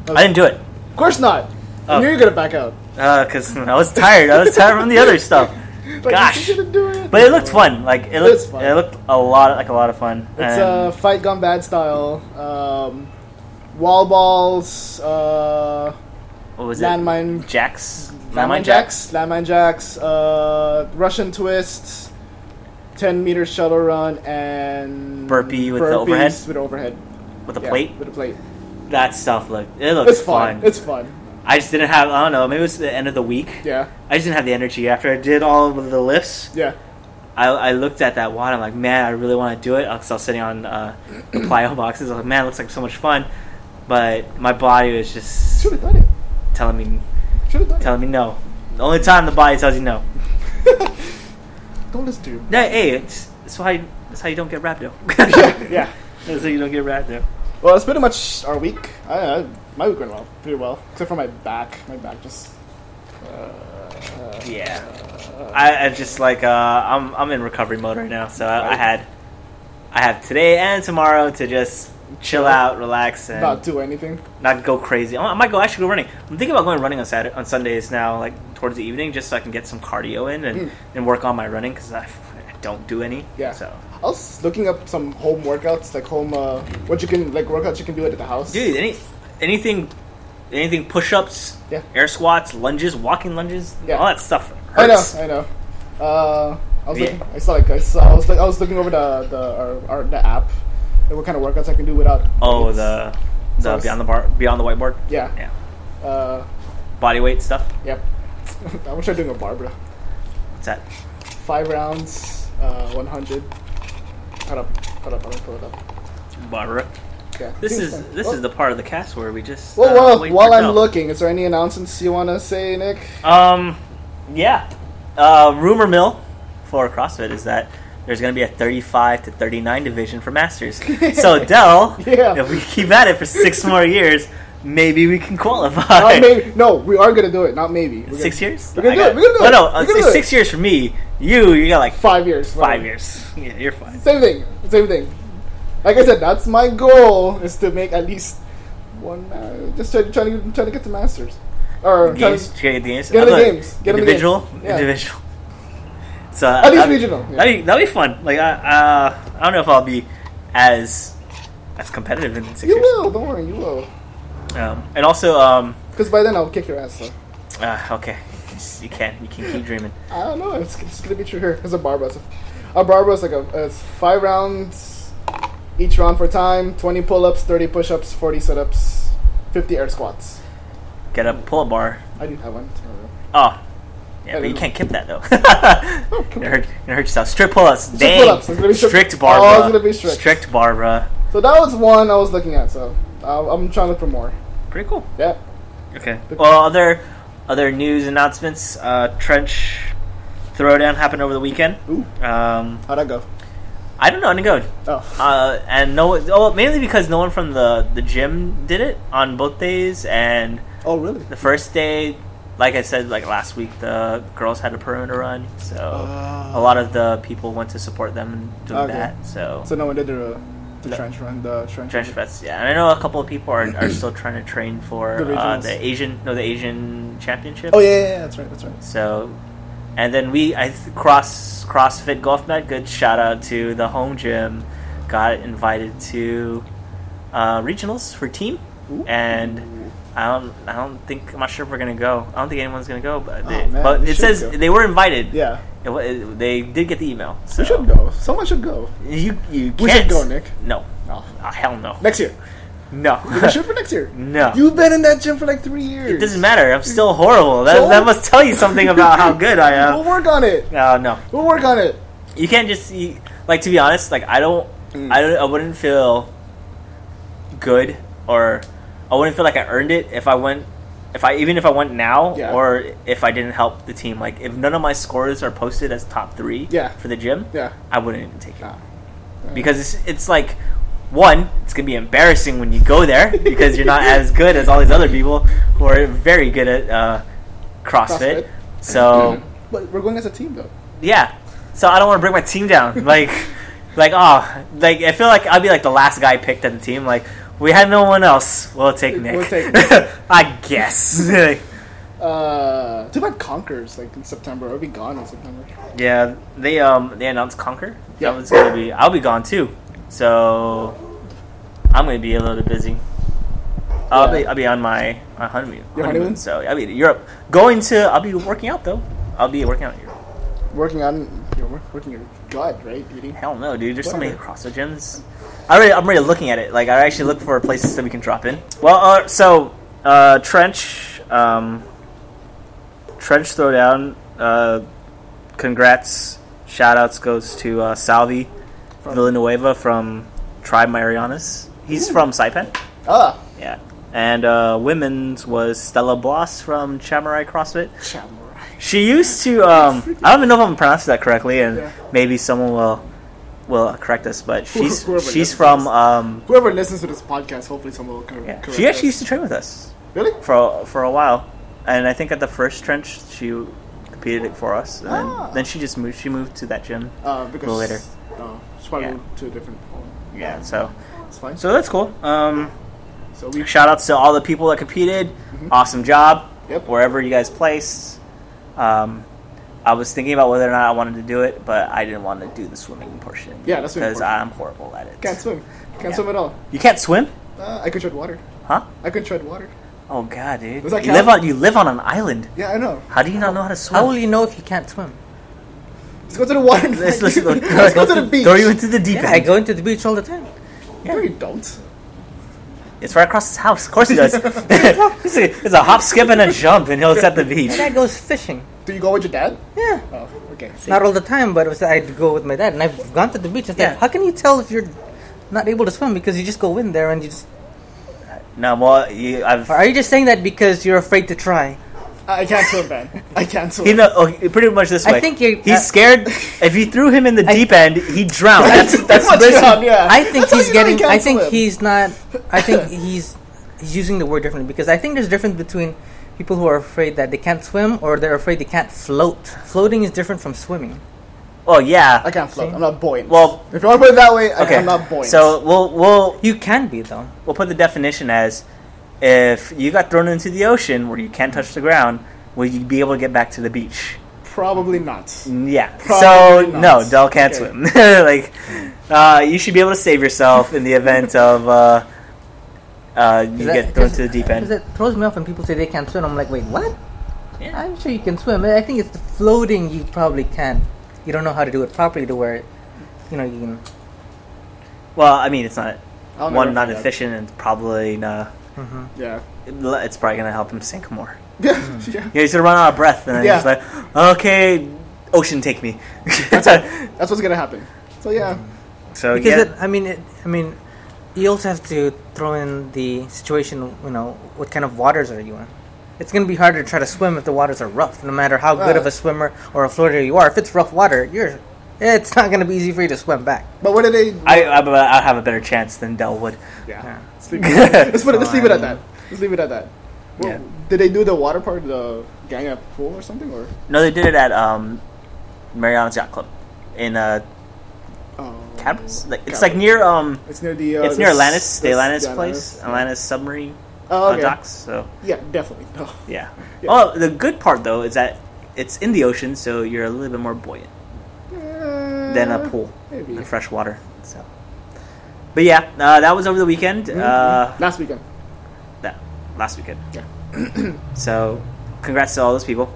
[SPEAKER 1] I didn't do it
[SPEAKER 2] Of course not.
[SPEAKER 1] Oh.
[SPEAKER 2] I knew you were gonna back out.
[SPEAKER 1] because (laughs) I was tired. I was tired from the
[SPEAKER 2] (laughs)
[SPEAKER 1] other stuff.
[SPEAKER 2] Like,
[SPEAKER 1] Gosh.
[SPEAKER 2] you shouldn't do it.
[SPEAKER 1] But it looked fun. Like it
[SPEAKER 2] It's
[SPEAKER 1] looked.
[SPEAKER 2] fun.
[SPEAKER 1] It looked a lot like a lot of fun.
[SPEAKER 2] It's
[SPEAKER 1] And
[SPEAKER 2] uh, fight gone bad style. Um, wall balls. Uh,
[SPEAKER 1] what was
[SPEAKER 2] landmine-
[SPEAKER 1] it? Jacks.
[SPEAKER 2] landmine jacks, landmine jacks, uh, Russian twist, ten meter shuttle run, and
[SPEAKER 1] Burpee with the overhead?
[SPEAKER 2] burpees With overhead,
[SPEAKER 1] with a
[SPEAKER 2] Yeah,
[SPEAKER 1] plate. Oh,
[SPEAKER 2] with a plate.
[SPEAKER 1] That stuff looked. It looked
[SPEAKER 2] It's fun.
[SPEAKER 1] fun.
[SPEAKER 2] It's fun.
[SPEAKER 1] I just didn't have. I don't know. Maybe it was the end of the week.
[SPEAKER 2] Yeah,
[SPEAKER 1] I just didn't have the energy after I did all of the lifts.
[SPEAKER 2] yeah.
[SPEAKER 1] I, I looked at that wad. I'm like, man, I really want to do it. Because I was sitting on uh, (clears throat) the plyo boxes. I was like, man, it looks like so much fun. But my body was just
[SPEAKER 2] Should have done it.
[SPEAKER 1] telling me,
[SPEAKER 2] Should have done
[SPEAKER 1] telling me no. The only time the body tells you no.
[SPEAKER 2] it. Don't listen to you.
[SPEAKER 1] (laughs) No, hey, it's, that's how you, that's how you don't get (laughs) rhabdo.
[SPEAKER 2] yeah.
[SPEAKER 1] that's how you don't get rhabdo.
[SPEAKER 2] Well, that's pretty much our week. I, I, my week went well, pretty well, except for my back. My back just uh,
[SPEAKER 1] Yeah. I, I just like uh, I'm I'm in recovery mode right now, so I, I had I have today and tomorrow to just chill out, relax, and
[SPEAKER 2] Not do anything.
[SPEAKER 1] not go crazy. I might go actually go running. I'm thinking about going running on Saturday, on Sundays now, like towards the evening, just so I can get some cardio in and,
[SPEAKER 2] Mm.
[SPEAKER 1] and work on my running because I, I don't do any.
[SPEAKER 2] Yeah.
[SPEAKER 1] So,
[SPEAKER 2] I was looking up some home workouts, like home, uh, what you can, like workouts you can do it at the house.
[SPEAKER 1] dude, any anything, anything push ups,
[SPEAKER 2] Yeah.
[SPEAKER 1] air squats, lunges, walking lunges,
[SPEAKER 2] Yeah.
[SPEAKER 1] all that stuff
[SPEAKER 2] I know,
[SPEAKER 1] hurts.
[SPEAKER 2] I know. Uh, I was
[SPEAKER 1] Yeah.
[SPEAKER 2] looking, I saw like I saw I was like I was looking over the the our, our, the app, like what kind of workouts I can do without.
[SPEAKER 1] Oh,
[SPEAKER 2] weights.
[SPEAKER 1] the
[SPEAKER 2] So
[SPEAKER 1] the
[SPEAKER 2] it's-
[SPEAKER 1] beyond the bar, beyond the whiteboard.
[SPEAKER 2] yeah,
[SPEAKER 1] Yeah.
[SPEAKER 2] Uh,
[SPEAKER 1] Body weight stuff.
[SPEAKER 2] yep. (laughs) I wish I doing a Barbara.
[SPEAKER 1] What's that?
[SPEAKER 2] Five rounds, uh, one hundred. Cut up, cut up, I don't pull it up.
[SPEAKER 1] Barbara.
[SPEAKER 2] Yeah.
[SPEAKER 1] This
[SPEAKER 2] Seems
[SPEAKER 1] is
[SPEAKER 2] fun.
[SPEAKER 1] this
[SPEAKER 2] Oh.
[SPEAKER 1] is the part of the cast where we just.
[SPEAKER 2] Well,
[SPEAKER 1] uh,
[SPEAKER 2] well,
[SPEAKER 1] wait
[SPEAKER 2] while
[SPEAKER 1] for
[SPEAKER 2] I'm
[SPEAKER 1] Joe.
[SPEAKER 2] looking, is there any announcements you want to say, Nick?
[SPEAKER 1] Um, yeah. Uh, rumor mill for CrossFit is that there's going to be a 35 to 39 division for masters. so Dell,
[SPEAKER 2] (laughs) Yeah.
[SPEAKER 1] if we keep at it for six more years, maybe we can qualify.
[SPEAKER 2] Not Oh, maybe. No, we are gonna do it. Not maybe. We're
[SPEAKER 1] Six
[SPEAKER 2] gonna-
[SPEAKER 1] years?
[SPEAKER 2] We're
[SPEAKER 1] I
[SPEAKER 2] gonna do it,
[SPEAKER 1] got-
[SPEAKER 2] we're gonna do it,
[SPEAKER 1] No,
[SPEAKER 2] we're
[SPEAKER 1] no, uh,
[SPEAKER 2] gonna
[SPEAKER 1] six,
[SPEAKER 2] do it.
[SPEAKER 1] six years for me. You, you got like five,
[SPEAKER 2] Five years. whatever.
[SPEAKER 1] years. Yeah, you're fine.
[SPEAKER 2] Same thing. Same thing. Like I said, that's my goal is to make at least one. Uh, just trying try to trying to get to masters, or trying
[SPEAKER 1] Games,
[SPEAKER 2] to,
[SPEAKER 1] get games.
[SPEAKER 2] Get in the
[SPEAKER 1] Although,
[SPEAKER 2] games, get in the
[SPEAKER 1] individual,
[SPEAKER 2] games. Yeah.
[SPEAKER 1] individual. (laughs) So uh,
[SPEAKER 2] at least
[SPEAKER 1] that'd-
[SPEAKER 2] regional. yeah.
[SPEAKER 1] That'd, be, that'd be fun. Like I, uh, I don't know if I'll be as as competitive in six
[SPEAKER 2] You
[SPEAKER 1] years.
[SPEAKER 2] will. Don't worry. You will.
[SPEAKER 1] Um, and also, um,
[SPEAKER 2] Because by then I'll kick your ass. So.
[SPEAKER 1] uh, okay, Yes, you can you can keep dreaming.
[SPEAKER 2] I don't know. It's, it's gonna be true here. It's a barbell. So a barbell is like a it's five rounds, each round for time, twenty pull-ups, thirty push-ups, forty sit-ups, fifty air squats.
[SPEAKER 1] Get a pull up bar.
[SPEAKER 2] I do have one.
[SPEAKER 1] Oh, yeah, but you can't keep that though. (laughs)
[SPEAKER 2] Oh,
[SPEAKER 1] it hurt. It hurt yourself. Strict pull ups.
[SPEAKER 2] Strict
[SPEAKER 1] Dang.
[SPEAKER 2] pull-ups. It's gonna be strict-
[SPEAKER 1] strict
[SPEAKER 2] Oh,
[SPEAKER 1] Barbara.
[SPEAKER 2] it's gonna be strict.
[SPEAKER 1] Strict Barbara.
[SPEAKER 2] So that was one I was looking at. So I, I'm trying to look for more.
[SPEAKER 1] Pretty cool.
[SPEAKER 2] Yeah.
[SPEAKER 1] Okay. Well, other other news announcements. Uh, trench throwdown happened over the weekend.
[SPEAKER 2] Ooh.
[SPEAKER 1] Um,
[SPEAKER 2] How'd that go?
[SPEAKER 1] I don't know. I didn't go.
[SPEAKER 2] Oh.
[SPEAKER 1] uh, and no, oh, mainly because no one from the the gym did it on both days. And
[SPEAKER 2] Oh, really?
[SPEAKER 1] the first day, like I said, like last week, the girls had a perimeter run, so a lot of the people went to support them and doing
[SPEAKER 2] Okay.
[SPEAKER 1] that. So,
[SPEAKER 2] So no one did the, the
[SPEAKER 1] No.
[SPEAKER 2] trench run, the trench.
[SPEAKER 1] trench fest, yeah. And I know a couple of people are, are still trying to train for
[SPEAKER 2] The
[SPEAKER 1] uh,
[SPEAKER 2] regionals.
[SPEAKER 1] the Asian, no, the Asian championship.
[SPEAKER 2] Oh yeah, yeah, yeah, that's right, that's right.
[SPEAKER 1] So, and then we I th- cross CrossFit Golf Met. Good shout out to the home gym. Got invited to uh, regionals for team,
[SPEAKER 2] Ooh.
[SPEAKER 1] and I don't I don't think I'm not sure if we're gonna go. I don't think anyone's gonna go, but
[SPEAKER 2] Oh,
[SPEAKER 1] they,
[SPEAKER 2] man,
[SPEAKER 1] but
[SPEAKER 2] we
[SPEAKER 1] it
[SPEAKER 2] should
[SPEAKER 1] says
[SPEAKER 2] go.
[SPEAKER 1] they were invited.
[SPEAKER 2] Yeah,
[SPEAKER 1] It, wa- it- they did get the email. So
[SPEAKER 2] we should go. Someone should go.
[SPEAKER 1] You you can't
[SPEAKER 2] We should go, Nick.
[SPEAKER 1] No,
[SPEAKER 2] No.
[SPEAKER 1] Ah, hell no,
[SPEAKER 2] Next year.
[SPEAKER 1] no.
[SPEAKER 2] (laughs) We
[SPEAKER 1] (laughs)
[SPEAKER 2] should for next year.
[SPEAKER 1] No.
[SPEAKER 2] You've been in that gym for like three years.
[SPEAKER 1] it doesn't matter. I'm still horrible. That,
[SPEAKER 2] So-
[SPEAKER 1] that must tell you something about how good I
[SPEAKER 2] We'll
[SPEAKER 1] am.
[SPEAKER 2] work on it.
[SPEAKER 1] Uh, no,
[SPEAKER 2] We'll work on it.
[SPEAKER 1] you can't just see like to be honest like i don't
[SPEAKER 2] Mm.
[SPEAKER 1] i don't i wouldn't feel good or i wouldn't feel like i earned it if i went if i even if i went now
[SPEAKER 2] Yeah.
[SPEAKER 1] or if i didn't help the team like if none of my scores are posted as top three
[SPEAKER 2] Yeah.
[SPEAKER 1] for the gym
[SPEAKER 2] Yeah.
[SPEAKER 1] i wouldn't even take it
[SPEAKER 2] Nah.
[SPEAKER 1] because it's, it's like one it's gonna be embarrassing when you go
[SPEAKER 2] (laughs)
[SPEAKER 1] there because you're not as good as all these other people who are very good at uh,
[SPEAKER 2] CrossFit. Mm-hmm.
[SPEAKER 1] crossfit. so
[SPEAKER 2] But we're going as a team though.
[SPEAKER 1] yeah. So I don't want to bring my team
[SPEAKER 2] (laughs)
[SPEAKER 1] down. Like, like oh, like I feel like I'd be like the last guy picked on the team. Like we had no one else. We'll take Nick. (laughs)
[SPEAKER 2] We'll take Nick.
[SPEAKER 1] I guess. (laughs) Like,
[SPEAKER 2] Uh, too bad Conquer's like in September. I'll be gone in September.
[SPEAKER 1] yeah, they um they announced Conquer.
[SPEAKER 2] Yeah.
[SPEAKER 1] That was gonna be. I'll be gone too. So I'm gonna be a little busy. I'll
[SPEAKER 2] Yeah.
[SPEAKER 1] be I'll be on my my honeymoon.
[SPEAKER 2] Your honeymoon?
[SPEAKER 1] So I'll be to Europe. Going to I'll be working out though. I'll be working out in Europe.
[SPEAKER 2] Working on you're wor- working your gut, right? Eating.
[SPEAKER 1] Hell no, dude. There's so many
[SPEAKER 2] Whatever.
[SPEAKER 1] CrossFit gyms. I already, I'm already looking at it. Like, I actually look for places that we can drop in. Well, uh, so uh, trench, um, trench throwdown. Uh, congrats. Shout outs goes to uh, Salvi
[SPEAKER 2] From-
[SPEAKER 1] Villanueva from Tribe Marianas. He's from Saipan.
[SPEAKER 2] Ah,
[SPEAKER 1] Yeah. And uh, women's was Stella Bloss from Chamurai CrossFit.
[SPEAKER 2] samurai.
[SPEAKER 1] She used to. Um, I don't even know if I'm pronouncing that correctly, and
[SPEAKER 2] Yeah.
[SPEAKER 1] maybe someone will will correct us. But she's
[SPEAKER 2] Whoever
[SPEAKER 1] she's
[SPEAKER 2] listens.
[SPEAKER 1] from. Um,
[SPEAKER 2] Whoever listens to this podcast, hopefully someone will cor-
[SPEAKER 1] yeah.
[SPEAKER 2] correct
[SPEAKER 1] She actually
[SPEAKER 2] us.
[SPEAKER 1] used to train with us
[SPEAKER 2] really.
[SPEAKER 1] for for a while. and I think at the first trench she competed it for us, and then,
[SPEAKER 2] Ah.
[SPEAKER 1] then she just moved. She moved to that gym.
[SPEAKER 2] Uh, because
[SPEAKER 1] later.
[SPEAKER 2] No, she probably
[SPEAKER 1] Yeah.
[SPEAKER 2] moved to a different. Home.
[SPEAKER 1] Yeah, so
[SPEAKER 2] It's fine.
[SPEAKER 1] so that's cool. Um,
[SPEAKER 2] So we
[SPEAKER 1] shout outs to all the people that competed. Awesome job.
[SPEAKER 2] Mm-hmm. Yep.
[SPEAKER 1] Wherever you guys placed. Um, I was thinking about whether or not I wanted to do it, but I didn't want to do the swimming portion.
[SPEAKER 2] Yeah, that's swimming
[SPEAKER 1] because
[SPEAKER 2] portion.
[SPEAKER 1] I'm horrible at it.
[SPEAKER 2] can't swim. Can't
[SPEAKER 1] Yeah.
[SPEAKER 2] swim at all.
[SPEAKER 1] You can't swim,
[SPEAKER 2] Uh, I could tread water.
[SPEAKER 1] huh?
[SPEAKER 2] I could tread water.
[SPEAKER 1] Oh god, dude.
[SPEAKER 2] Does that
[SPEAKER 1] You live
[SPEAKER 2] count?
[SPEAKER 1] on you live on an island.
[SPEAKER 2] Yeah, I know.
[SPEAKER 1] How do you not know how to swim?
[SPEAKER 3] How will you know if you can't swim?
[SPEAKER 2] Let's go to the water. and
[SPEAKER 1] Let's,
[SPEAKER 2] find
[SPEAKER 1] let's,
[SPEAKER 2] you.
[SPEAKER 1] let's,
[SPEAKER 2] (laughs) Let's go to the beach.
[SPEAKER 1] Throw you into the deep
[SPEAKER 3] Yeah,
[SPEAKER 1] end.
[SPEAKER 3] I go into the beach all the time.
[SPEAKER 1] yeah.
[SPEAKER 2] No, you don't.
[SPEAKER 1] It's right across his house. Of course he
[SPEAKER 2] (laughs)
[SPEAKER 1] does. (laughs) it's, a, it's a hop, skip, and a jump, and he'll it's at the beach.
[SPEAKER 3] My dad goes fishing.
[SPEAKER 2] Do you go with your dad?
[SPEAKER 3] Yeah.
[SPEAKER 2] Oh,
[SPEAKER 1] (laughs)
[SPEAKER 2] okay.
[SPEAKER 3] Not all the time, but it was- I'd go with my dad, and I've gone to the beach. It's like,
[SPEAKER 1] Yeah.
[SPEAKER 3] how can you tell if you're not able to swim because you just go in there and you just?
[SPEAKER 1] No, well, you, I've
[SPEAKER 3] Or are you just saying that because you're afraid to try?
[SPEAKER 2] I can't swim, man. I can't swim.
[SPEAKER 1] He know, oh, pretty much this
[SPEAKER 3] I
[SPEAKER 1] way.
[SPEAKER 3] think you-
[SPEAKER 1] he's
[SPEAKER 3] uh,
[SPEAKER 1] scared. if you threw him in the
[SPEAKER 3] I-
[SPEAKER 1] deep end, he'd drown. That's that's
[SPEAKER 2] Pretty much,
[SPEAKER 1] listen,
[SPEAKER 2] yeah, yeah.
[SPEAKER 3] I think
[SPEAKER 2] That's how
[SPEAKER 3] he's
[SPEAKER 2] you know he
[SPEAKER 3] getting.
[SPEAKER 2] can't
[SPEAKER 3] I think
[SPEAKER 2] swim.
[SPEAKER 3] he's not. I think
[SPEAKER 2] (laughs)
[SPEAKER 3] he's he's using the word differently because I think there's a difference between people who are afraid that they can't swim or they're afraid they can't float. Floating is different from swimming.
[SPEAKER 1] Well, Oh, yeah.
[SPEAKER 2] I can't float. I'm not buoyant.
[SPEAKER 1] Well-
[SPEAKER 2] if you want to put it that way, I,
[SPEAKER 1] Okay.
[SPEAKER 2] I'm not buoyant.
[SPEAKER 1] So we'll we'll
[SPEAKER 3] You can be though.
[SPEAKER 1] we'll put the definition as if you got thrown into the ocean where you can't touch the ground, will you be able to get back to the beach? Mm,
[SPEAKER 2] probably not.
[SPEAKER 1] Yeah.
[SPEAKER 2] Probably
[SPEAKER 1] so
[SPEAKER 2] not.
[SPEAKER 1] no, Dell can't
[SPEAKER 2] Okay.
[SPEAKER 1] swim. (laughs) like, uh, you should be able to save yourself in the event of uh, uh, you
[SPEAKER 3] Is that-
[SPEAKER 1] get thrown
[SPEAKER 3] cause-
[SPEAKER 1] to the deep end.
[SPEAKER 3] Cause it throws me off when people say they can't swim. I'm like, wait, what?
[SPEAKER 1] Yeah.
[SPEAKER 3] I'm sure you can swim. I think it's the floating you probably can. You don't know how to do it properly to where, you know, you can.
[SPEAKER 1] Well, I mean, it's not
[SPEAKER 2] I'll
[SPEAKER 1] one
[SPEAKER 2] never
[SPEAKER 1] not
[SPEAKER 2] find out.
[SPEAKER 1] efficient, and probably not.
[SPEAKER 3] mm-hmm.
[SPEAKER 2] Yeah. (laughs)
[SPEAKER 1] It's probably gonna help him sink more.
[SPEAKER 2] Yeah.
[SPEAKER 1] (laughs)
[SPEAKER 2] yeah.
[SPEAKER 1] Yeah, he's gonna run out of breath, and then
[SPEAKER 2] Yeah.
[SPEAKER 1] he's like, "Okay, ocean, take me." (laughs)
[SPEAKER 2] That's what's gonna happen. So yeah.
[SPEAKER 1] so
[SPEAKER 3] Because
[SPEAKER 1] yeah,
[SPEAKER 3] it, I mean, it, I mean, you also have to throw in the situation. You know, what kind of waters are you in? It's going to be harder to try to swim if the waters are rough. No matter how good
[SPEAKER 2] Uh.
[SPEAKER 3] of a swimmer or a floater you are, if it's rough water, you're. It's not going to be easy for you to swim back.
[SPEAKER 2] But what do they?
[SPEAKER 1] I, I I have a better chance than Dell would.
[SPEAKER 2] yeah.
[SPEAKER 3] Yeah.
[SPEAKER 2] Let's leave it, let's put it, let's
[SPEAKER 3] So,
[SPEAKER 2] leave it
[SPEAKER 3] I
[SPEAKER 2] at that.
[SPEAKER 3] mean-
[SPEAKER 2] Let's leave it at that. Well,
[SPEAKER 1] Yeah.
[SPEAKER 2] Did they do the water part, the gang up pool or something, or?
[SPEAKER 1] No, they did it at um, Mariana's Yacht Club in uh,
[SPEAKER 2] Oh,
[SPEAKER 1] Cabras. Like, it's
[SPEAKER 2] Cabras.
[SPEAKER 1] like near um,
[SPEAKER 2] It's near the. Uh,
[SPEAKER 1] it's near
[SPEAKER 2] the s-
[SPEAKER 1] Atlantis, the
[SPEAKER 2] s-
[SPEAKER 1] Atlantis
[SPEAKER 2] yeah,
[SPEAKER 1] place,
[SPEAKER 2] Atlantis.
[SPEAKER 1] Atlantis submarine
[SPEAKER 2] Oh,
[SPEAKER 1] uh,
[SPEAKER 2] okay.
[SPEAKER 1] docks. So
[SPEAKER 2] Yeah, definitely. (laughs) No.
[SPEAKER 1] yeah.
[SPEAKER 2] Yeah.
[SPEAKER 1] Oh, the good part though is that it's in the ocean, so you're a little bit more buoyant than a
[SPEAKER 2] Uh,
[SPEAKER 1] pool
[SPEAKER 2] maybe.
[SPEAKER 1] in fresh water. So, but yeah, uh, that was over the weekend.
[SPEAKER 2] Mm-hmm.
[SPEAKER 1] Uh,
[SPEAKER 2] Last weekend.
[SPEAKER 1] that last weekend.
[SPEAKER 2] Yeah.
[SPEAKER 1] (clears throat) so, congrats to all those people.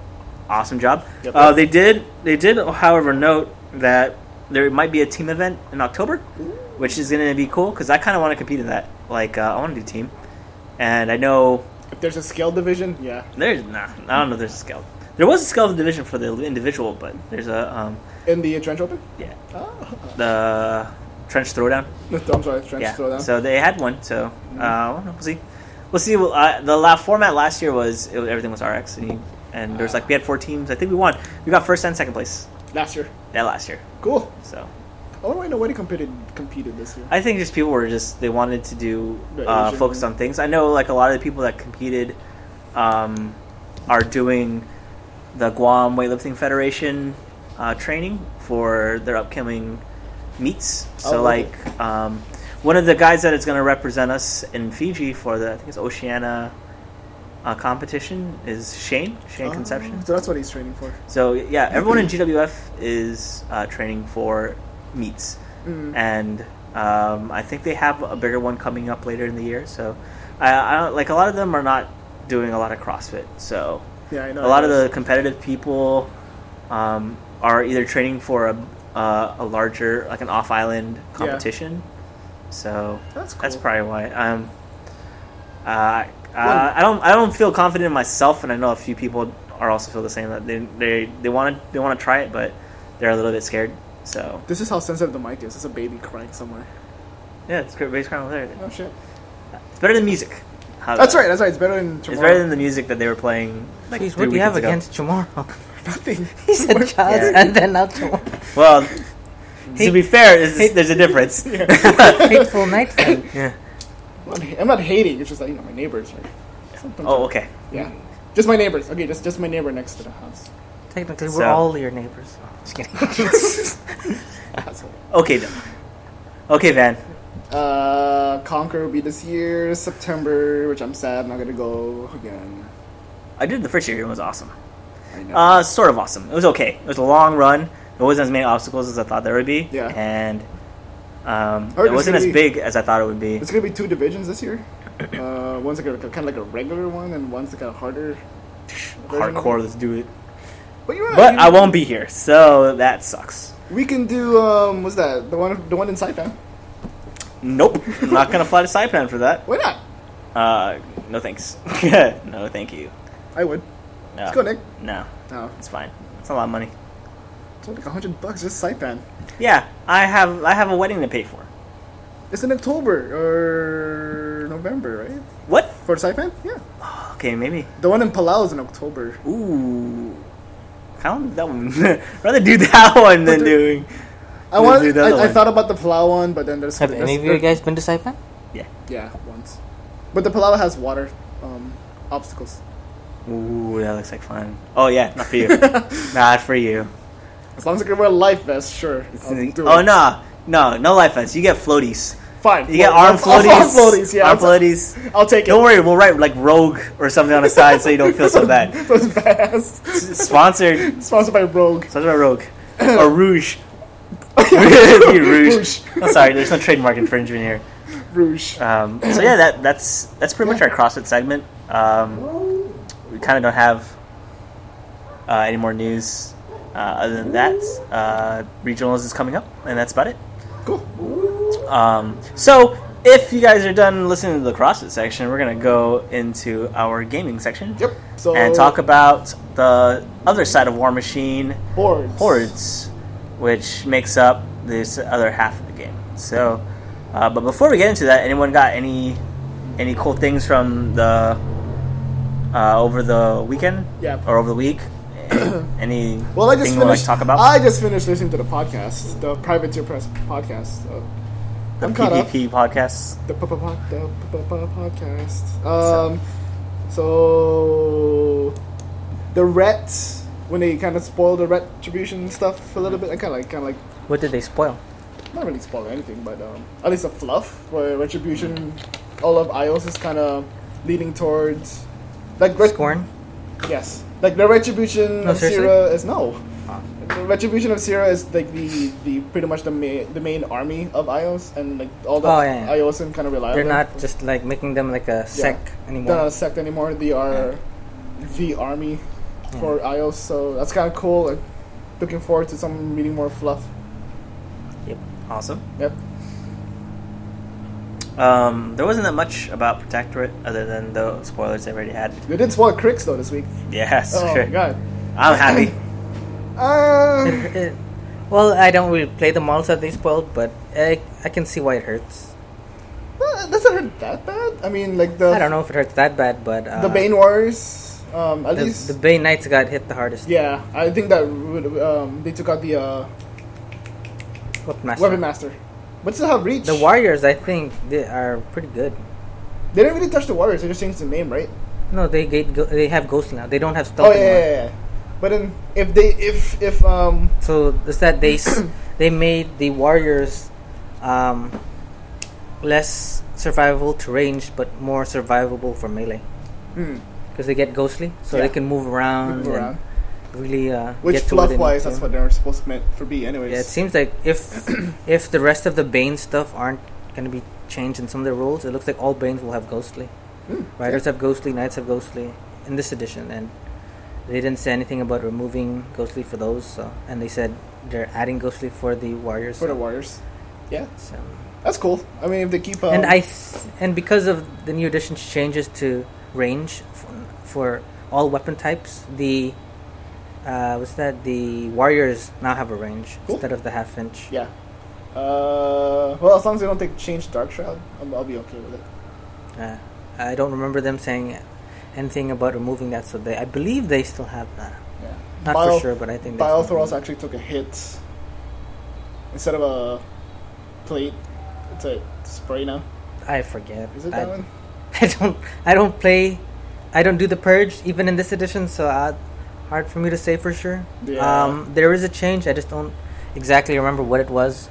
[SPEAKER 1] Awesome job.
[SPEAKER 2] Yep.
[SPEAKER 1] Uh, they did. They did, however, note that there might be a team event in October, which is going to be cool because I kind of want to compete in that. Like, uh, I want to do team, and I know
[SPEAKER 2] If there's a scale division, yeah.
[SPEAKER 1] there's nah. I don't know. If there's a scale. There was a scale division for the individual, but there's a um,
[SPEAKER 2] In the trench open.
[SPEAKER 1] yeah,
[SPEAKER 2] Oh.
[SPEAKER 1] the trench throwdown.
[SPEAKER 2] (laughs) No, I'm sorry, trench
[SPEAKER 1] yeah.
[SPEAKER 2] throwdown.
[SPEAKER 1] So they had one. So uh, I don't know, we'll see. We'll see. Well, uh, the la- format last year was it, everything was RX, and, you, and there was like we had four teams. I think we won. We got first and second place
[SPEAKER 2] Last year.
[SPEAKER 1] that last year.
[SPEAKER 2] Cool.
[SPEAKER 1] So
[SPEAKER 2] I wonder why nobody competed competed this year.
[SPEAKER 1] I think just people were just they wanted to do
[SPEAKER 2] The
[SPEAKER 1] uh,
[SPEAKER 2] Asian-
[SPEAKER 1] focus on things. I know like a lot of the people that competed um, are doing the Guam Weightlifting Federation uh, training for their upcoming meets. So
[SPEAKER 2] Oh, okay.
[SPEAKER 1] like um, one of the guys that is going to represent us in Fiji for the I think it's Oceania uh, competition is Shane Shane
[SPEAKER 2] Oh,
[SPEAKER 1] Conception.
[SPEAKER 2] So that's what he's training for.
[SPEAKER 1] So yeah, everyone in GWF is uh, training for meets,
[SPEAKER 2] Mm.
[SPEAKER 1] and um, I think they have a bigger one coming up later in the year. So I, I don't, like a lot of them are not doing a lot of CrossFit. So
[SPEAKER 2] Yeah, I know.
[SPEAKER 1] a lot of
[SPEAKER 2] guess.
[SPEAKER 1] the competitive people um, are either training for a uh, a larger like an off island competition. So
[SPEAKER 2] That's cool.
[SPEAKER 1] that's probably why. Um, uh, uh, I don't. I don't feel confident in myself, and I know a few people are also feel the same. That they they they want to they want to try it, but they're a little bit scared. So
[SPEAKER 2] This is how sensitive the mic is. It's a baby crying somewhere.
[SPEAKER 1] yeah, it's great bass crime there.
[SPEAKER 2] Oh shit.
[SPEAKER 1] It's better than music. How
[SPEAKER 2] That's
[SPEAKER 1] about-
[SPEAKER 2] right. That's right. It's better than
[SPEAKER 1] It's
[SPEAKER 2] tomorrow.
[SPEAKER 1] better than the music that they were playing. Like,
[SPEAKER 3] Jeez,
[SPEAKER 1] three
[SPEAKER 3] what do you have
[SPEAKER 1] weekends ago.
[SPEAKER 3] against (laughs) tomorrow?
[SPEAKER 1] (laughs)
[SPEAKER 2] nothing. (laughs)
[SPEAKER 3] he said
[SPEAKER 2] What-
[SPEAKER 3] jobs
[SPEAKER 1] Yeah.
[SPEAKER 2] (laughs)
[SPEAKER 3] and then not tomorrow.
[SPEAKER 1] Well, to
[SPEAKER 3] Hey-
[SPEAKER 1] be fair, there's,
[SPEAKER 3] hey- (laughs)
[SPEAKER 1] there's a difference.
[SPEAKER 3] Hateful
[SPEAKER 2] (laughs)
[SPEAKER 3] night thing.
[SPEAKER 1] yeah.
[SPEAKER 2] I'm not hating. It's just that you know my neighbors. Like, sometimes
[SPEAKER 1] Oh, okay.
[SPEAKER 2] Yeah. Just my neighbors. Okay, just just my neighbor next to the
[SPEAKER 1] (laughs)
[SPEAKER 2] house. (laughs)
[SPEAKER 3] Technically, we're
[SPEAKER 1] So-
[SPEAKER 3] all your neighbors. Just kidding.
[SPEAKER 2] Asshole.
[SPEAKER 1] Okay, then. Okay, Van.
[SPEAKER 2] Uh, Conquer will be this year, September, which I'm sad I'm not gonna go again.
[SPEAKER 1] I did the first year. It was awesome.
[SPEAKER 2] I know.
[SPEAKER 1] Uh, sort of awesome. It was okay. It was a long run. There wasn't as many obstacles as I thought there would be.
[SPEAKER 2] Yeah.
[SPEAKER 1] And um,
[SPEAKER 2] Heard
[SPEAKER 1] it wasn't
[SPEAKER 2] it's
[SPEAKER 1] as
[SPEAKER 2] gonna
[SPEAKER 1] big as I thought it would be.
[SPEAKER 2] it's gonna be two divisions this year. (coughs) Uh, one's like a, kind of like a regular one, and one's like a harder. version of
[SPEAKER 1] Hardcore.
[SPEAKER 2] it.
[SPEAKER 1] Let's do it.
[SPEAKER 2] But you're right.
[SPEAKER 1] But
[SPEAKER 2] you-
[SPEAKER 1] I won't be here, so that sucks.
[SPEAKER 2] We can do um, what's that? The one, the one in Saipan.
[SPEAKER 1] Nope. I'm not gonna fly to Saipan for that.
[SPEAKER 2] Why not?
[SPEAKER 1] Uh, no thanks. (laughs) no, thank you.
[SPEAKER 2] I would.
[SPEAKER 1] No.
[SPEAKER 2] Let's go, Nick.
[SPEAKER 1] No,
[SPEAKER 2] No,
[SPEAKER 1] it's fine. It's a lot of money.
[SPEAKER 2] it's only like hundred bucks just Saipan.
[SPEAKER 1] Yeah, I have I have a wedding to pay for.
[SPEAKER 2] It's in October or November, right?
[SPEAKER 1] What?
[SPEAKER 2] For Saipan? Yeah.
[SPEAKER 1] Okay, maybe.
[SPEAKER 2] The one in Palau is in October.
[SPEAKER 1] Ooh. I don't that one. (laughs) rather do that (laughs) one than
[SPEAKER 2] But the-
[SPEAKER 1] doing.
[SPEAKER 2] I
[SPEAKER 1] We'll do
[SPEAKER 2] wanted.
[SPEAKER 1] the other
[SPEAKER 2] I, I
[SPEAKER 1] one.
[SPEAKER 2] thought about the Palau one, but then there's
[SPEAKER 3] (laughs) Have
[SPEAKER 2] there's-
[SPEAKER 3] any of you guys been to Saipan?
[SPEAKER 1] Yeah.
[SPEAKER 2] Yeah, once. But the Palau has water um, obstacles.
[SPEAKER 1] Ooh, that looks like fun. Oh yeah, not for you.
[SPEAKER 2] (laughs)
[SPEAKER 1] not for you.
[SPEAKER 2] As long as I can wear a life vest, sure. I'll do
[SPEAKER 1] oh
[SPEAKER 2] it.
[SPEAKER 1] no, no, no life vests. You get floaties.
[SPEAKER 2] Fine.
[SPEAKER 1] You get
[SPEAKER 2] Well,
[SPEAKER 1] arm
[SPEAKER 2] (laughs) I'll- I'll-
[SPEAKER 1] floaties.
[SPEAKER 2] I'll floaties, yeah.
[SPEAKER 1] Arm
[SPEAKER 2] I'll, ta-
[SPEAKER 1] floaties.
[SPEAKER 2] I'll take it. (laughs)
[SPEAKER 1] Don't worry, we'll write like rogue or something on the side so you don't feel so bad.
[SPEAKER 2] (laughs) Those
[SPEAKER 1] (laughs)
[SPEAKER 2] vests.
[SPEAKER 1] S- Sponsored.
[SPEAKER 2] Sponsored by Rogue.
[SPEAKER 1] Sponsored by
[SPEAKER 2] (laughs)
[SPEAKER 1] Rogue or Rouge. Rouge.
[SPEAKER 2] (laughs) Rouge.
[SPEAKER 1] I'm sorry, there's no trademark infringement here.
[SPEAKER 2] Rouge.
[SPEAKER 1] Um, so yeah, that that's that's pretty much our CrossFit segment. Um, we kind of don't have uh, any more news uh, other than that. Uh, regionals is coming up, and that's about it.
[SPEAKER 2] Cool.
[SPEAKER 1] Um, so if you guys are done listening to the CrossFit section, we're gonna go into our gaming section
[SPEAKER 2] Yep. So
[SPEAKER 1] and talk about the other side of War Machine
[SPEAKER 2] boards.
[SPEAKER 1] hordes, which makes up this other half of the game. So, uh, but before we get into that, anyone got any any cool things from the uh, over the weekend?
[SPEAKER 2] Yeah.
[SPEAKER 1] or over the
[SPEAKER 2] (coughs)
[SPEAKER 1] week? any
[SPEAKER 2] Well, I just
[SPEAKER 1] thing you wanna
[SPEAKER 2] finished.
[SPEAKER 1] talk about
[SPEAKER 2] I just finished listening to the podcast, the Privateer Press podcast. So
[SPEAKER 1] the
[SPEAKER 2] I'm caught up.
[SPEAKER 1] PPP podcasts.
[SPEAKER 2] the pa- pa- pa- the pa- pa- pa- podcast. Um, so the Ret when they kind of spoil the retribution stuff a little bit, I kind of like, kind of like
[SPEAKER 3] What did they spoil?
[SPEAKER 2] not really spoil anything, but um, at least a fluff where retribution, all of Ios is kind of leaning towards like ret-
[SPEAKER 3] Scorn?
[SPEAKER 2] Yes, like the retribution
[SPEAKER 3] No,
[SPEAKER 2] of
[SPEAKER 3] seriously? Ah.
[SPEAKER 2] Sierra is no. The retribution of Sierra is like the, the pretty much the ma- the main army of Ios and like all the
[SPEAKER 3] Oh, yeah, yeah.
[SPEAKER 2] Iosan kind of rely on
[SPEAKER 3] They're
[SPEAKER 2] them
[SPEAKER 3] not
[SPEAKER 2] for-
[SPEAKER 3] just like making them like a sec
[SPEAKER 2] they're not a
[SPEAKER 3] anymore.
[SPEAKER 2] sect anymore. They are the army for Ios, so that's kind of cool. Like, looking forward to some reading more fluff.
[SPEAKER 1] Yep, awesome.
[SPEAKER 2] Yep.
[SPEAKER 1] Um, there wasn't that much about Protectorate other than the spoilers they already had. (laughs)
[SPEAKER 2] They did spoil Cricks though this
[SPEAKER 3] (laughs)
[SPEAKER 2] week.
[SPEAKER 1] Yes,
[SPEAKER 2] Oh
[SPEAKER 1] sure.
[SPEAKER 2] my god.
[SPEAKER 1] I'm happy.
[SPEAKER 2] (coughs) Uh,
[SPEAKER 3] It- it- (laughs) well, I don't really play the models that they spoiled, but I, I can see why it hurts.
[SPEAKER 2] well, it doesn't hurt that bad. I mean, like the
[SPEAKER 3] I don't know if it hurts that bad, but uh,
[SPEAKER 2] the Bane Warriors. Um, at
[SPEAKER 3] the,
[SPEAKER 2] least
[SPEAKER 3] the Bane Knights got hit the hardest.
[SPEAKER 2] yeah, I think that would, um, they took out the uh,
[SPEAKER 3] Weapon Master.
[SPEAKER 2] Weapon Master, but still have reach.
[SPEAKER 3] The Warriors, I think, they are pretty good.
[SPEAKER 2] They didn't really touch the Warriors. They just changed the name, right?
[SPEAKER 3] No, they get, go, they have ghosts now. They don't have stealth
[SPEAKER 2] Oh yeah,
[SPEAKER 3] anymore.
[SPEAKER 2] yeah, yeah. But then if they if if um
[SPEAKER 3] So is that
[SPEAKER 2] (clears throat)
[SPEAKER 3] they s- they made the warriors um, less survivable to range, but more survivable for melee
[SPEAKER 2] hmm,
[SPEAKER 3] because they get ghostly, so
[SPEAKER 2] Yeah.
[SPEAKER 3] they can move around,
[SPEAKER 2] move around.
[SPEAKER 3] and really uh,
[SPEAKER 2] Which
[SPEAKER 3] get to
[SPEAKER 2] fluff
[SPEAKER 3] where they
[SPEAKER 2] wise,
[SPEAKER 3] need
[SPEAKER 2] that's
[SPEAKER 3] to.
[SPEAKER 2] what they're supposed to meant for be, anyways.
[SPEAKER 3] Yeah, it seems like if (clears throat) if the rest of the bane stuff aren't going to be changed in some of the rules, it looks like all banes will have ghostly.
[SPEAKER 2] Hmm,
[SPEAKER 3] Riders have ghostly, knights have ghostly in this edition, and they didn't say anything about removing ghostly for those. So, and they said they're adding ghostly for the warriors.
[SPEAKER 2] for the Warriors. Yeah,
[SPEAKER 3] So,
[SPEAKER 2] that's cool. I mean, if they keep um,
[SPEAKER 3] and I th- and because of the new edition changes to range for, for all weapon types, the uh, what's that? The warriors now have a range
[SPEAKER 2] Cool.
[SPEAKER 3] instead of the half inch.
[SPEAKER 2] yeah. Uh, well, as long as they don't take change Dark Shroud, I'm, I'll be okay with it.
[SPEAKER 3] Uh, I don't remember them saying anything about removing that. So they, I believe they still have that.
[SPEAKER 2] Yeah.
[SPEAKER 3] Not
[SPEAKER 2] Bio-
[SPEAKER 3] for sure, but I think they still have
[SPEAKER 2] Biothoros
[SPEAKER 3] that.
[SPEAKER 2] actually took a hit. Instead of a plate, it's a spray now.
[SPEAKER 3] I forget.
[SPEAKER 2] Is it
[SPEAKER 3] (laughs) I,
[SPEAKER 2] that one?
[SPEAKER 3] I don't. I don't play I don't do the purge even in this edition, so uh, hard for me to say for sure.
[SPEAKER 2] Yeah.
[SPEAKER 3] Um, there is a change. I just don't exactly remember what it was.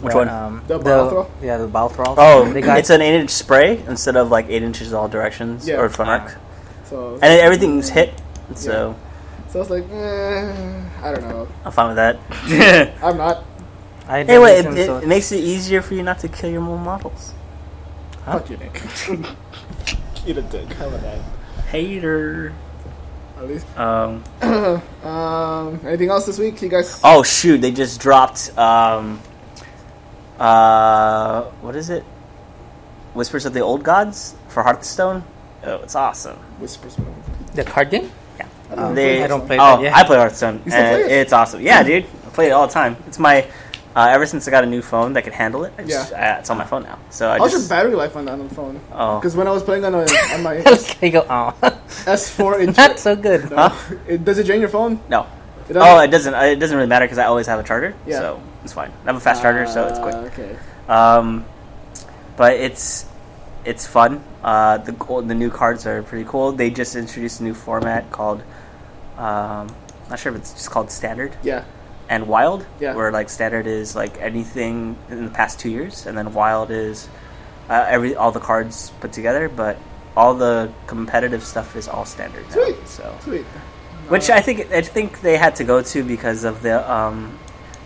[SPEAKER 1] Which
[SPEAKER 3] But,
[SPEAKER 1] one?
[SPEAKER 3] Um,
[SPEAKER 2] The Balthrall?
[SPEAKER 3] Yeah, the Balthrall.
[SPEAKER 1] Oh,
[SPEAKER 3] They got-
[SPEAKER 1] it's an eight-inch spray instead of like eight inches all directions
[SPEAKER 2] Yeah.
[SPEAKER 1] or from
[SPEAKER 3] Ah.
[SPEAKER 1] arc,
[SPEAKER 2] So
[SPEAKER 1] and it, everything's hit. So
[SPEAKER 2] So it's like, eh, I don't know.
[SPEAKER 1] I'm fine with (laughs) that.
[SPEAKER 2] I'm not.
[SPEAKER 3] I did
[SPEAKER 1] anyway, it,
[SPEAKER 3] listen,
[SPEAKER 1] it,
[SPEAKER 3] so-
[SPEAKER 1] it makes it easier for you not to kill your own models.
[SPEAKER 3] Huh?
[SPEAKER 2] Fuck you, Nick. (laughs) Eat a dick. How about that?
[SPEAKER 1] Hater.
[SPEAKER 2] At least. (coughs)
[SPEAKER 1] Um,
[SPEAKER 2] um, anything else this week? You guys?
[SPEAKER 1] oh shoot! They just dropped. Um, uh, what is it? Whispers of the Old Gods for Hearthstone. Oh, it's awesome.
[SPEAKER 2] Whispers. whatever.
[SPEAKER 3] the card game. (laughs)
[SPEAKER 2] I don't know.
[SPEAKER 1] They-
[SPEAKER 3] I don't play
[SPEAKER 1] oh,
[SPEAKER 3] that yet.
[SPEAKER 1] I play Hearthstone.
[SPEAKER 2] You still play
[SPEAKER 1] and
[SPEAKER 2] it?
[SPEAKER 1] It's awesome. Yeah, dude. I play it all the time. It's my. Uh, ever since I got a new phone that can handle it, I just, uh, it's on my phone now. So I
[SPEAKER 2] How's
[SPEAKER 1] just.
[SPEAKER 2] your battery life on that on the phone?
[SPEAKER 1] Oh.
[SPEAKER 2] Because when I was playing on, a,
[SPEAKER 1] (laughs)
[SPEAKER 2] on my
[SPEAKER 3] I go, oh, (laughs)
[SPEAKER 2] S4, it,
[SPEAKER 3] not so good.
[SPEAKER 2] no, it does it drain your phone?
[SPEAKER 1] No.
[SPEAKER 2] It doesn't?
[SPEAKER 1] Oh, it doesn't. It doesn't really matter because I always have a charger,
[SPEAKER 2] Yeah.
[SPEAKER 1] so it's fine. I have a fast charger, so it's quick.
[SPEAKER 2] Ah, Okay.
[SPEAKER 1] Um, but it's it's fun. Uh, the cool- the new cards are pretty cool. They just introduced a new format called um, not sure if it's just called standard
[SPEAKER 2] Yeah.
[SPEAKER 1] and wild.
[SPEAKER 2] Yeah.
[SPEAKER 1] Where like standard is like anything in the past two years, and then wild is uh, every all the cards put together, but. All the competitive stuff is all standard now.
[SPEAKER 2] Sweet.
[SPEAKER 1] So
[SPEAKER 2] Sweet.
[SPEAKER 1] which I think I think they had to go to because of the um,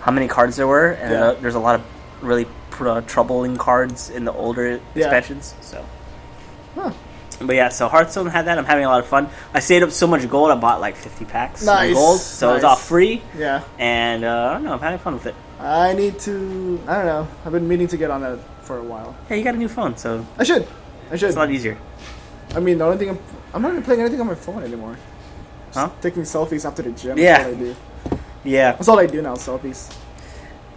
[SPEAKER 1] how many cards there were, and
[SPEAKER 2] Yeah.
[SPEAKER 1] uh, there's a lot of really pr- uh, troubling cards in the older
[SPEAKER 2] Yeah.
[SPEAKER 1] expansions. So,
[SPEAKER 2] Huh.
[SPEAKER 1] but yeah, so Hearthstone had that. I'm having a lot of fun. I saved up so much gold. I bought like 50 packs
[SPEAKER 2] Nice,
[SPEAKER 1] of gold, so it's all
[SPEAKER 2] nice.
[SPEAKER 1] free.
[SPEAKER 2] Yeah.
[SPEAKER 1] And uh, I don't know, I'm having fun with it.
[SPEAKER 2] I need to. I don't know. I've been meaning to get on that for a while.
[SPEAKER 1] Yeah, you got a new phone, so
[SPEAKER 2] I should. I should.
[SPEAKER 1] it's e- a lot easier.
[SPEAKER 2] I mean, the only thing I'm, I'm not even playing anything on my phone anymore. Just
[SPEAKER 1] Huh?
[SPEAKER 2] Taking selfies after the gym.
[SPEAKER 1] Yeah.
[SPEAKER 2] That's all I do.
[SPEAKER 1] Yeah,
[SPEAKER 2] That's all I do now. Selfies.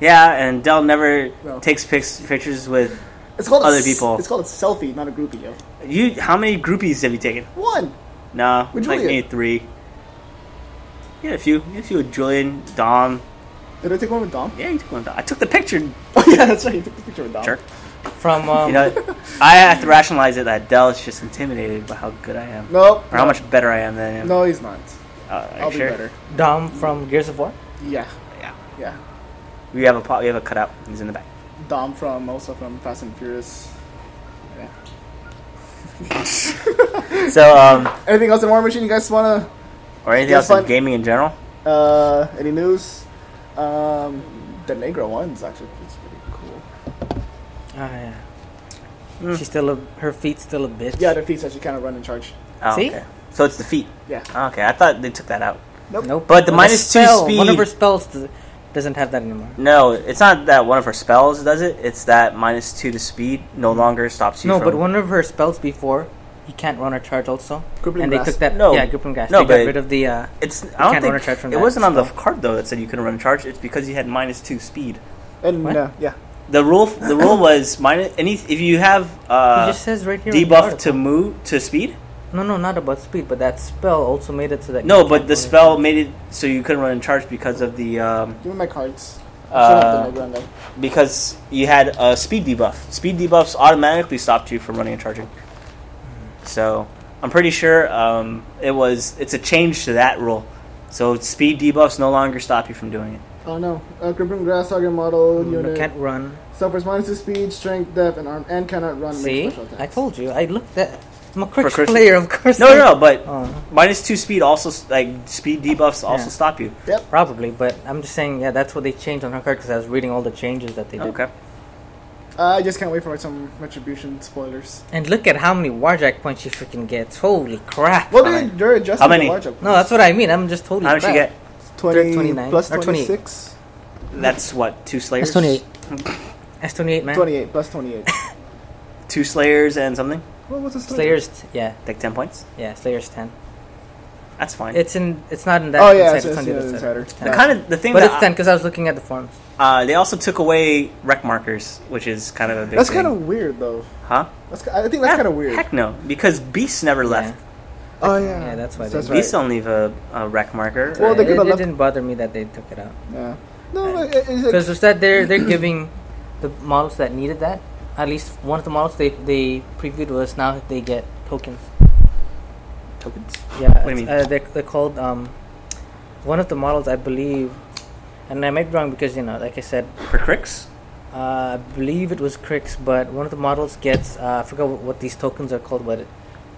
[SPEAKER 1] yeah. And Dell never
[SPEAKER 2] No.
[SPEAKER 1] takes pics, pictures with
[SPEAKER 2] It's called a,
[SPEAKER 1] Other
[SPEAKER 2] s-
[SPEAKER 1] people.
[SPEAKER 2] It's called a selfie, not a groupie. Yo.
[SPEAKER 1] you. How many groupies have you taken?
[SPEAKER 2] One.
[SPEAKER 1] No,
[SPEAKER 2] With
[SPEAKER 1] like
[SPEAKER 2] Julian.
[SPEAKER 1] me three. Yeah, a few. Yeah, a few with Julian, Dom.
[SPEAKER 2] Did I take one with Dom? (laughs)
[SPEAKER 1] Yeah, you took one with Dom. I took the picture,
[SPEAKER 2] Oh yeah, that's right. You took the picture with Dom.
[SPEAKER 1] jerk.
[SPEAKER 3] From um,
[SPEAKER 1] You know, I have to rationalize it that Dell is just intimidated by how good I am.
[SPEAKER 2] Nope.
[SPEAKER 1] Or how much better I am than him.
[SPEAKER 2] No, he's not.
[SPEAKER 1] Uh, are you
[SPEAKER 2] I'll be
[SPEAKER 1] sure?
[SPEAKER 2] better.
[SPEAKER 3] Dom from Gears of War.
[SPEAKER 2] Yeah.
[SPEAKER 1] Yeah.
[SPEAKER 2] Yeah.
[SPEAKER 1] We have a po- we have a cutout. He's in the back.
[SPEAKER 2] Dom from also from Fast and Furious. Yeah.
[SPEAKER 1] So, um,
[SPEAKER 2] Anything else in War Machine? You guys wanna?
[SPEAKER 1] or anything
[SPEAKER 2] Yeah,
[SPEAKER 1] else in
[SPEAKER 2] fun.
[SPEAKER 1] gaming in general?
[SPEAKER 2] Uh, any news? Um, the Negra one's actually it's pretty cool.
[SPEAKER 3] Oh yeah.
[SPEAKER 1] Mm.
[SPEAKER 3] She's still a, her feet still a bitch.
[SPEAKER 2] Yeah, the feats actually kind of run in charge.
[SPEAKER 1] Oh,
[SPEAKER 3] See?
[SPEAKER 1] okay. So it's the feet.
[SPEAKER 2] Yeah.
[SPEAKER 1] Oh, okay, I thought they took that out.
[SPEAKER 2] Nope.
[SPEAKER 3] Nope.
[SPEAKER 1] But the
[SPEAKER 3] Her
[SPEAKER 1] minus two
[SPEAKER 3] spell- One of
[SPEAKER 1] speed-
[SPEAKER 3] her spells does- doesn't have that anymore.
[SPEAKER 1] No, it's not that one of her spells does it. It's that minus two to speed no longer stops you.
[SPEAKER 3] No,
[SPEAKER 1] from...
[SPEAKER 3] but one of her spells before, you can't run or charge also.
[SPEAKER 2] Crippling
[SPEAKER 3] and they
[SPEAKER 2] Blast.
[SPEAKER 3] took that.
[SPEAKER 1] No.
[SPEAKER 3] Yeah, Gripping Gash.
[SPEAKER 1] No,
[SPEAKER 3] they got
[SPEAKER 1] but-
[SPEAKER 3] rid of the. Uh,
[SPEAKER 1] It's I don't
[SPEAKER 3] can't
[SPEAKER 1] think
[SPEAKER 3] run a charge from
[SPEAKER 1] it
[SPEAKER 3] that
[SPEAKER 1] wasn't on the
[SPEAKER 3] spell.
[SPEAKER 1] card though that said you couldn't run a charge. It's because you had minus two speed.
[SPEAKER 2] And
[SPEAKER 3] What?
[SPEAKER 2] uh, yeah,
[SPEAKER 1] The rule the
[SPEAKER 3] (coughs)
[SPEAKER 1] rule was minus any if you have
[SPEAKER 3] it
[SPEAKER 1] uh,
[SPEAKER 3] just says right here. on the
[SPEAKER 1] debuff
[SPEAKER 3] article.
[SPEAKER 1] to move to speed.
[SPEAKER 3] No, no, not about speed, but that spell also made it so that.
[SPEAKER 1] No,
[SPEAKER 3] you
[SPEAKER 1] but
[SPEAKER 3] can't
[SPEAKER 1] the
[SPEAKER 3] run it.
[SPEAKER 1] spell made it so you couldn't run a charge because of the um,
[SPEAKER 2] give me my cards. I should have the
[SPEAKER 1] uh,
[SPEAKER 2] Negra on there.
[SPEAKER 1] because you had a speed debuff. Speed debuffs automatically stopped you from running and charging. So I'm pretty sure um, it was it's a change to that rule. So speed debuffs no longer stop you from doing it.
[SPEAKER 2] Oh no, uh, Crippling Grass target model
[SPEAKER 3] Mm,
[SPEAKER 2] unit
[SPEAKER 3] Can't run.
[SPEAKER 2] suffers minus two speed, strength, depth, and arm, and cannot run. with
[SPEAKER 3] See,
[SPEAKER 2] special attacks.
[SPEAKER 3] I told you. I looked at. I'm a Crooks
[SPEAKER 1] Crooks-
[SPEAKER 3] player, of course.
[SPEAKER 1] No,
[SPEAKER 3] I-
[SPEAKER 1] no, no but
[SPEAKER 3] Oh,
[SPEAKER 1] Minus two speed also like speed debuffs also
[SPEAKER 3] Yeah.
[SPEAKER 1] stop you.
[SPEAKER 2] Yep.
[SPEAKER 3] probably, but I'm just saying. Yeah, that's what they changed on her card because I was reading all the changes that they did.
[SPEAKER 1] Okay.
[SPEAKER 2] Uh, I just can't wait for some retribution spoilers.
[SPEAKER 3] And look at how many Warjack points she freaking gets. Holy crap!
[SPEAKER 2] Well,
[SPEAKER 1] How
[SPEAKER 2] they,
[SPEAKER 1] many?
[SPEAKER 2] they're adjusting
[SPEAKER 1] How many?
[SPEAKER 2] the large up.
[SPEAKER 3] No, that's what I mean. I'm just totally.
[SPEAKER 1] How much you
[SPEAKER 3] crap.
[SPEAKER 1] get?
[SPEAKER 2] 20,
[SPEAKER 3] 29,
[SPEAKER 2] plus
[SPEAKER 3] or 28.
[SPEAKER 2] 26.
[SPEAKER 1] That's what two slayers.
[SPEAKER 3] That's 28. (laughs) That's 28, man.
[SPEAKER 2] 28 plus
[SPEAKER 3] (laughs)
[SPEAKER 2] 28.
[SPEAKER 1] Two slayers and something
[SPEAKER 2] what was the story?
[SPEAKER 3] Slayers, t- yeah,
[SPEAKER 1] like ten points.
[SPEAKER 3] yeah, Slayers 10.
[SPEAKER 1] That's fine.
[SPEAKER 3] It's in. It's not in that.
[SPEAKER 2] Oh, yeah,
[SPEAKER 3] inside,
[SPEAKER 2] it's- it's
[SPEAKER 3] on the
[SPEAKER 2] the
[SPEAKER 3] other
[SPEAKER 2] other
[SPEAKER 3] side.
[SPEAKER 2] side.
[SPEAKER 3] It's
[SPEAKER 1] the
[SPEAKER 3] 10.
[SPEAKER 1] kind of the thing
[SPEAKER 3] But it's
[SPEAKER 1] that
[SPEAKER 3] 10 because I was looking at the forums.
[SPEAKER 1] uh, they also took away rec markers, which is kind of a big.
[SPEAKER 2] That's
[SPEAKER 1] thing.
[SPEAKER 2] kind of weird, though.
[SPEAKER 1] huh.
[SPEAKER 2] That's, I think that's
[SPEAKER 1] Heck-
[SPEAKER 2] kind of weird.
[SPEAKER 1] Ah, Heck no, because beasts never left.
[SPEAKER 2] Oh, yeah.
[SPEAKER 3] Yeah, that's why they-
[SPEAKER 2] That's
[SPEAKER 1] Beasts
[SPEAKER 2] right.
[SPEAKER 1] don't leave a, a rec marker.
[SPEAKER 2] Well,
[SPEAKER 3] Yeah,
[SPEAKER 2] they
[SPEAKER 3] it,
[SPEAKER 2] could have
[SPEAKER 3] it
[SPEAKER 2] left-
[SPEAKER 3] didn't bother me that they took it out
[SPEAKER 2] Yeah. No, it, it's like,
[SPEAKER 3] because it's that they're they're giving the models that needed that. At least one of the models they they previewed was now they get tokens.
[SPEAKER 1] tokens? What do
[SPEAKER 3] Yeah,
[SPEAKER 1] you
[SPEAKER 3] it's-
[SPEAKER 1] mean?
[SPEAKER 3] Uh, they're, they're called um, one of the models, I believe, and I might be wrong because you know, like I said,
[SPEAKER 1] Per cricks?
[SPEAKER 3] uh, I believe it was Crix, but one of the models gets uh, I forgot what, what these tokens are called, but it,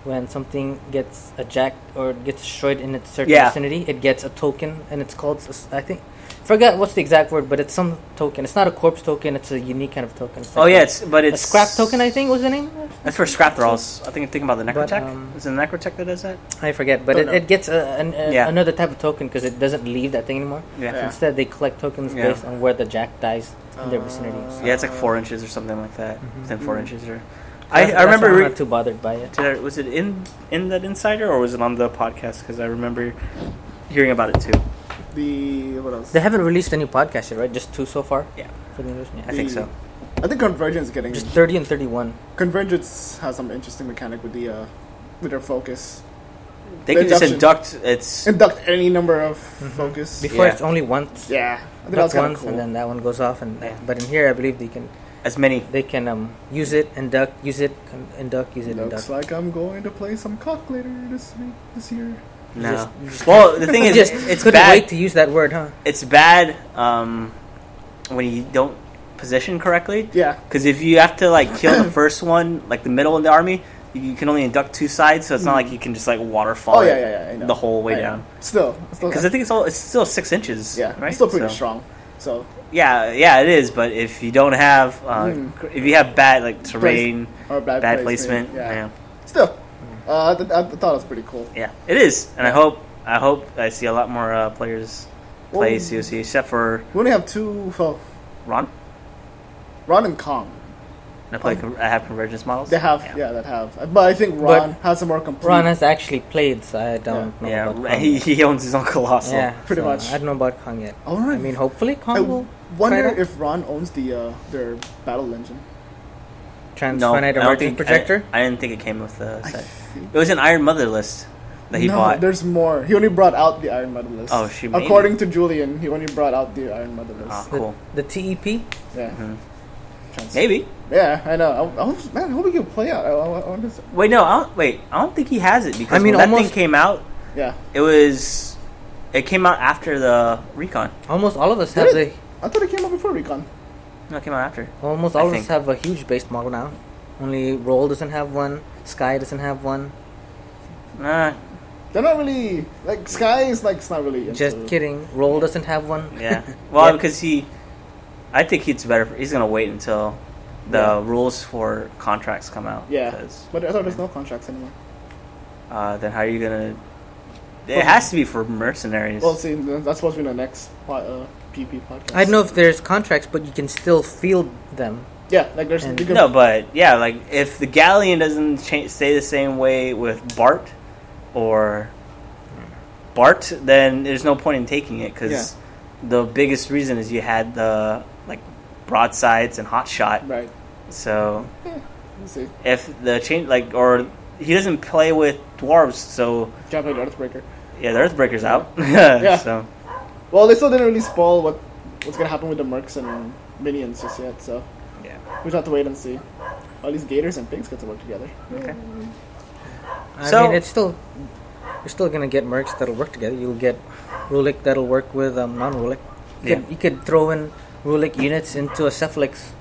[SPEAKER 3] when something gets eject or gets destroyed in its certain
[SPEAKER 1] Yeah.
[SPEAKER 3] vicinity, it gets a token, and it's called s- I think forgot what's the exact word, but it's some token. It's not a corpse token; it's a unique kind of token. It's
[SPEAKER 1] Oh
[SPEAKER 3] like
[SPEAKER 1] yeah,
[SPEAKER 3] a-
[SPEAKER 1] it's but
[SPEAKER 3] a
[SPEAKER 1] it's
[SPEAKER 3] scrap token. I think was the name.
[SPEAKER 1] That's for scrap thralls. I think I'm thinking about the
[SPEAKER 3] But,
[SPEAKER 1] necrotech.
[SPEAKER 3] um,
[SPEAKER 1] Is it the necrotech that does that?
[SPEAKER 3] I forget, but
[SPEAKER 2] Don't
[SPEAKER 3] it,
[SPEAKER 2] know.
[SPEAKER 3] it gets a, an, a,
[SPEAKER 1] Yeah.
[SPEAKER 3] another type of token because it doesn't leave that thing anymore.
[SPEAKER 1] Yeah.
[SPEAKER 2] Yeah.
[SPEAKER 1] yeah.
[SPEAKER 3] Instead, they collect tokens
[SPEAKER 1] Yeah.
[SPEAKER 3] based on where the jack dies in their vicinity.
[SPEAKER 2] Uh,
[SPEAKER 3] So
[SPEAKER 1] it's like four inches or something like that.
[SPEAKER 3] Mhm.
[SPEAKER 1] Within four
[SPEAKER 2] Mhm.
[SPEAKER 1] inches or.
[SPEAKER 3] that's-
[SPEAKER 1] I,
[SPEAKER 3] that's
[SPEAKER 1] I
[SPEAKER 3] why
[SPEAKER 1] remember.
[SPEAKER 3] I'm
[SPEAKER 1] Re-
[SPEAKER 3] not too bothered by it.
[SPEAKER 1] did I, was it in in that insider or was it on the podcast? Because I remember hearing about it too.
[SPEAKER 2] The what else?
[SPEAKER 3] They haven't released any podcast yet, right? Just two so far.
[SPEAKER 1] Yeah. Mm-hmm.
[SPEAKER 3] For the English, yeah.
[SPEAKER 1] I think so.
[SPEAKER 2] I think Convergence is getting
[SPEAKER 3] Just thirty and thirty-one.
[SPEAKER 2] Convergence has some interesting mechanic with the uh, with their focus.
[SPEAKER 1] They can just induct.
[SPEAKER 2] Induction.
[SPEAKER 1] It's
[SPEAKER 2] Induct any number of focus.
[SPEAKER 3] Before
[SPEAKER 1] Yeah.
[SPEAKER 3] it's only once.
[SPEAKER 2] Yeah, I think that was
[SPEAKER 3] Not
[SPEAKER 2] kind
[SPEAKER 3] once,
[SPEAKER 2] of cool.
[SPEAKER 3] and then that one goes off, and
[SPEAKER 1] Yeah.
[SPEAKER 3] but in here, I believe they can
[SPEAKER 1] as many.
[SPEAKER 3] they can um, use it, induct, use it, con- induct, use it,
[SPEAKER 2] Looks
[SPEAKER 3] induct.
[SPEAKER 2] like I'm going to play some cock later this week, this year.
[SPEAKER 1] No.
[SPEAKER 3] just- you just-
[SPEAKER 1] well,
[SPEAKER 2] (laughs)
[SPEAKER 1] the thing
[SPEAKER 3] You
[SPEAKER 1] is,
[SPEAKER 3] just
[SPEAKER 1] it's
[SPEAKER 3] couldn't
[SPEAKER 1] bad. Mm-hmm.
[SPEAKER 3] wait to use that word, huh?
[SPEAKER 1] It's bad um, when you don't position correctly.
[SPEAKER 2] Yeah,
[SPEAKER 1] Because if you have to like
[SPEAKER 2] (clears throat)
[SPEAKER 1] kill the first one, like the middle in the army, you- you can only induct two sides, so it's not like you can just like waterfall
[SPEAKER 2] Mm-hmm. Oh, yeah,
[SPEAKER 1] it
[SPEAKER 2] yeah, yeah, I know.
[SPEAKER 1] the whole way
[SPEAKER 2] I know.
[SPEAKER 1] down.
[SPEAKER 2] still, still
[SPEAKER 1] Because I think it's all it's still six inches.
[SPEAKER 2] yeah,
[SPEAKER 1] right.
[SPEAKER 2] it's still pretty
[SPEAKER 1] So-
[SPEAKER 2] strong. So
[SPEAKER 1] Yeah, yeah, it is. But if you don't have, uh,
[SPEAKER 2] Mm.
[SPEAKER 1] cr- if you have bad like terrain,
[SPEAKER 2] or bad,
[SPEAKER 1] bad
[SPEAKER 2] placement,
[SPEAKER 1] placement, yeah.
[SPEAKER 2] Still, uh, I, th- I th- thought it was pretty cool.
[SPEAKER 1] yeah, it is. And I hope, I hope I see a lot more uh, players play
[SPEAKER 2] Well,
[SPEAKER 1] COC, except for
[SPEAKER 2] We only have two. Well,
[SPEAKER 1] Ron.
[SPEAKER 2] Ron and Kong.
[SPEAKER 1] And I play, con- I have convergence models.
[SPEAKER 2] They have, yeah, that have. But I think
[SPEAKER 3] But
[SPEAKER 2] Ron has a more complete.
[SPEAKER 3] Ron has actually played, so I don't know.
[SPEAKER 1] yeah.
[SPEAKER 3] about
[SPEAKER 1] Ra-
[SPEAKER 3] Kong
[SPEAKER 1] (laughs) He,
[SPEAKER 3] yet.
[SPEAKER 1] he owns his own colossal.
[SPEAKER 3] yeah,
[SPEAKER 2] pretty
[SPEAKER 3] so
[SPEAKER 2] much.
[SPEAKER 3] I don't know about Kong yet.
[SPEAKER 2] All right.
[SPEAKER 3] I mean, hopefully
[SPEAKER 2] I
[SPEAKER 3] Kong will
[SPEAKER 2] wonder
[SPEAKER 3] try it out.
[SPEAKER 2] if Ron owns the uh, their battle engine.
[SPEAKER 1] No, I
[SPEAKER 3] transfinite
[SPEAKER 1] don't
[SPEAKER 3] emerging
[SPEAKER 1] think
[SPEAKER 3] projector.
[SPEAKER 1] I, I didn't think it came with the
[SPEAKER 2] I
[SPEAKER 1] set.
[SPEAKER 2] think-
[SPEAKER 1] It was an Iron Mother list that he
[SPEAKER 2] no,
[SPEAKER 1] bought.
[SPEAKER 2] there's more. He only brought out the Iron Medalist.
[SPEAKER 1] Oh, she made
[SPEAKER 2] According to Julian, he only brought out the Iron Medalist.
[SPEAKER 1] Ah,
[SPEAKER 3] The-
[SPEAKER 1] cool.
[SPEAKER 3] The, TEP.
[SPEAKER 2] Yeah.
[SPEAKER 1] Mhm.
[SPEAKER 2] Trans-
[SPEAKER 1] Maybe.
[SPEAKER 2] Yeah, I know. I, I hope, man, I hope we can play out. I, I, I wonder. if-
[SPEAKER 1] Wait, no. I don't, wait, I don't think he has it because
[SPEAKER 3] I mean,
[SPEAKER 1] when that thing
[SPEAKER 3] almost-
[SPEAKER 1] came out,
[SPEAKER 2] Yeah.
[SPEAKER 1] it was, it came out after the recon.
[SPEAKER 3] Almost all of us
[SPEAKER 2] Did
[SPEAKER 3] have
[SPEAKER 2] it?
[SPEAKER 3] the.
[SPEAKER 2] I thought it came out before Recon.
[SPEAKER 1] No, it came out after.
[SPEAKER 3] Almost
[SPEAKER 1] I
[SPEAKER 3] all of
[SPEAKER 1] think.
[SPEAKER 3] us have a huge based model now. Only Roll doesn't have one. Sky doesn't have one.
[SPEAKER 2] (laughs)
[SPEAKER 1] Nah,
[SPEAKER 2] They're not really like Sky is like it's not really. into-
[SPEAKER 3] Just kidding. Roll doesn't have one. (laughs)
[SPEAKER 1] yeah. Well,
[SPEAKER 3] Yeah.
[SPEAKER 1] because he, I think he's better. For, he's gonna wait until the
[SPEAKER 2] Yeah.
[SPEAKER 1] rules for contracts come out.
[SPEAKER 2] Yeah.
[SPEAKER 1] 'cause,
[SPEAKER 2] But I thought there's no contracts anymore.
[SPEAKER 1] Uh, then how are you gonna? It
[SPEAKER 2] For-
[SPEAKER 1] has to be for mercenaries.
[SPEAKER 2] Well, see, that's supposed to be the next po- uh, PP podcast.
[SPEAKER 3] I don't know if there's contracts, but you can still field them.
[SPEAKER 2] Yeah, like there's
[SPEAKER 3] And-
[SPEAKER 2] you can-
[SPEAKER 1] no, but yeah, like if the galleon doesn't cha- stay the same way with Bart or Bart, then there's no point in taking it because the biggest reason is you had the like broadsides and hot shot.
[SPEAKER 2] (laughs) right.
[SPEAKER 1] So
[SPEAKER 2] Yeah, we'll see.
[SPEAKER 1] if the change like or he doesn't play with dwarves, so
[SPEAKER 2] Can't play the Earthbreaker.
[SPEAKER 1] yeah, the Earthbreaker's out. (laughs) So
[SPEAKER 2] Well, they still didn't really spoil what what's gonna happen with the mercs and minions just yet, so
[SPEAKER 1] yeah,
[SPEAKER 2] we just have to wait and see. All these gators and pigs get to work together.
[SPEAKER 1] okay.
[SPEAKER 3] I
[SPEAKER 1] So-
[SPEAKER 3] mean, it's still. You're still gonna get mercs that'll work together. You'll get Rulik that'll work with um, non-Rulik. You,
[SPEAKER 1] Yeah.
[SPEAKER 3] could, you could throw in Rulik units into a Cephalix.